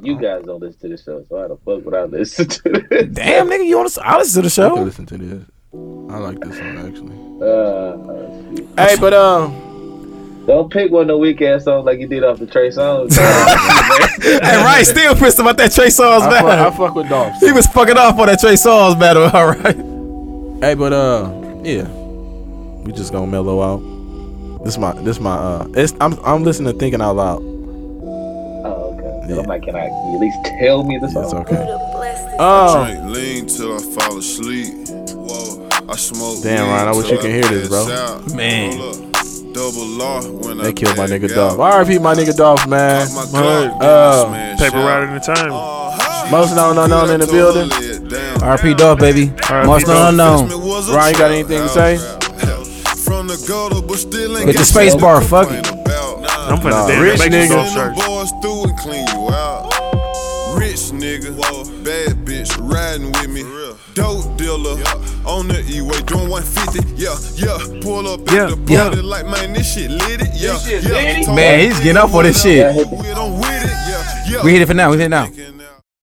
you guys don't listen to the show, so I don't fuck what I listen to. This.
Damn, nigga, you want to? I listen to the
I can
show.
listen to this. I like this one actually.
Uh,
Hey, but um,
don't pick one of the weak ass songs like you did off the Trey songs.
Hey, Ryan still pissed about that Trey Songz
I fuck, I
battle.
fuck with Dolph.
He was fucking off on that Trey Songz battle. All right.
Hey, but uh, yeah, we just gonna mellow out. This my this my uh, it's I'm I'm listening to thinking out loud.
Oh, okay. I'm like, can I can you at least tell me the
It's
song?
okay. Oh.
I drink lean till I fall asleep. Whoa. I smoke.
Damn,
weed
Ryan, I wish
till
you could hear this, bro.
pass out.
Man.
Roll up, Double R when I
They killed my
back
nigga
out.
Dolph. RIP my nigga Dolph, man. Uh,
Paper Rider in the time.
Uh-huh.
most known unknown in the building.
RP Dolph, baby. Most known unknown.
Ryan, you got anything to say?
Hit the space bar. Fuck it.
I'm finna
Nah,
damn
rich
make
nigga.
some salt shirts.
Boys through and clean you out. Rich nigga, bad bitch riding with me. Dope dealer on the E-way doing 150. Yeah, yeah. Pull up
Yeah,
at the
yeah.
party like man, this shit lit it. Yeah, yeah.
Man, he's getting up for this shit.
We don't with it. Yeah, yeah.
We hit it for now. We hit it now.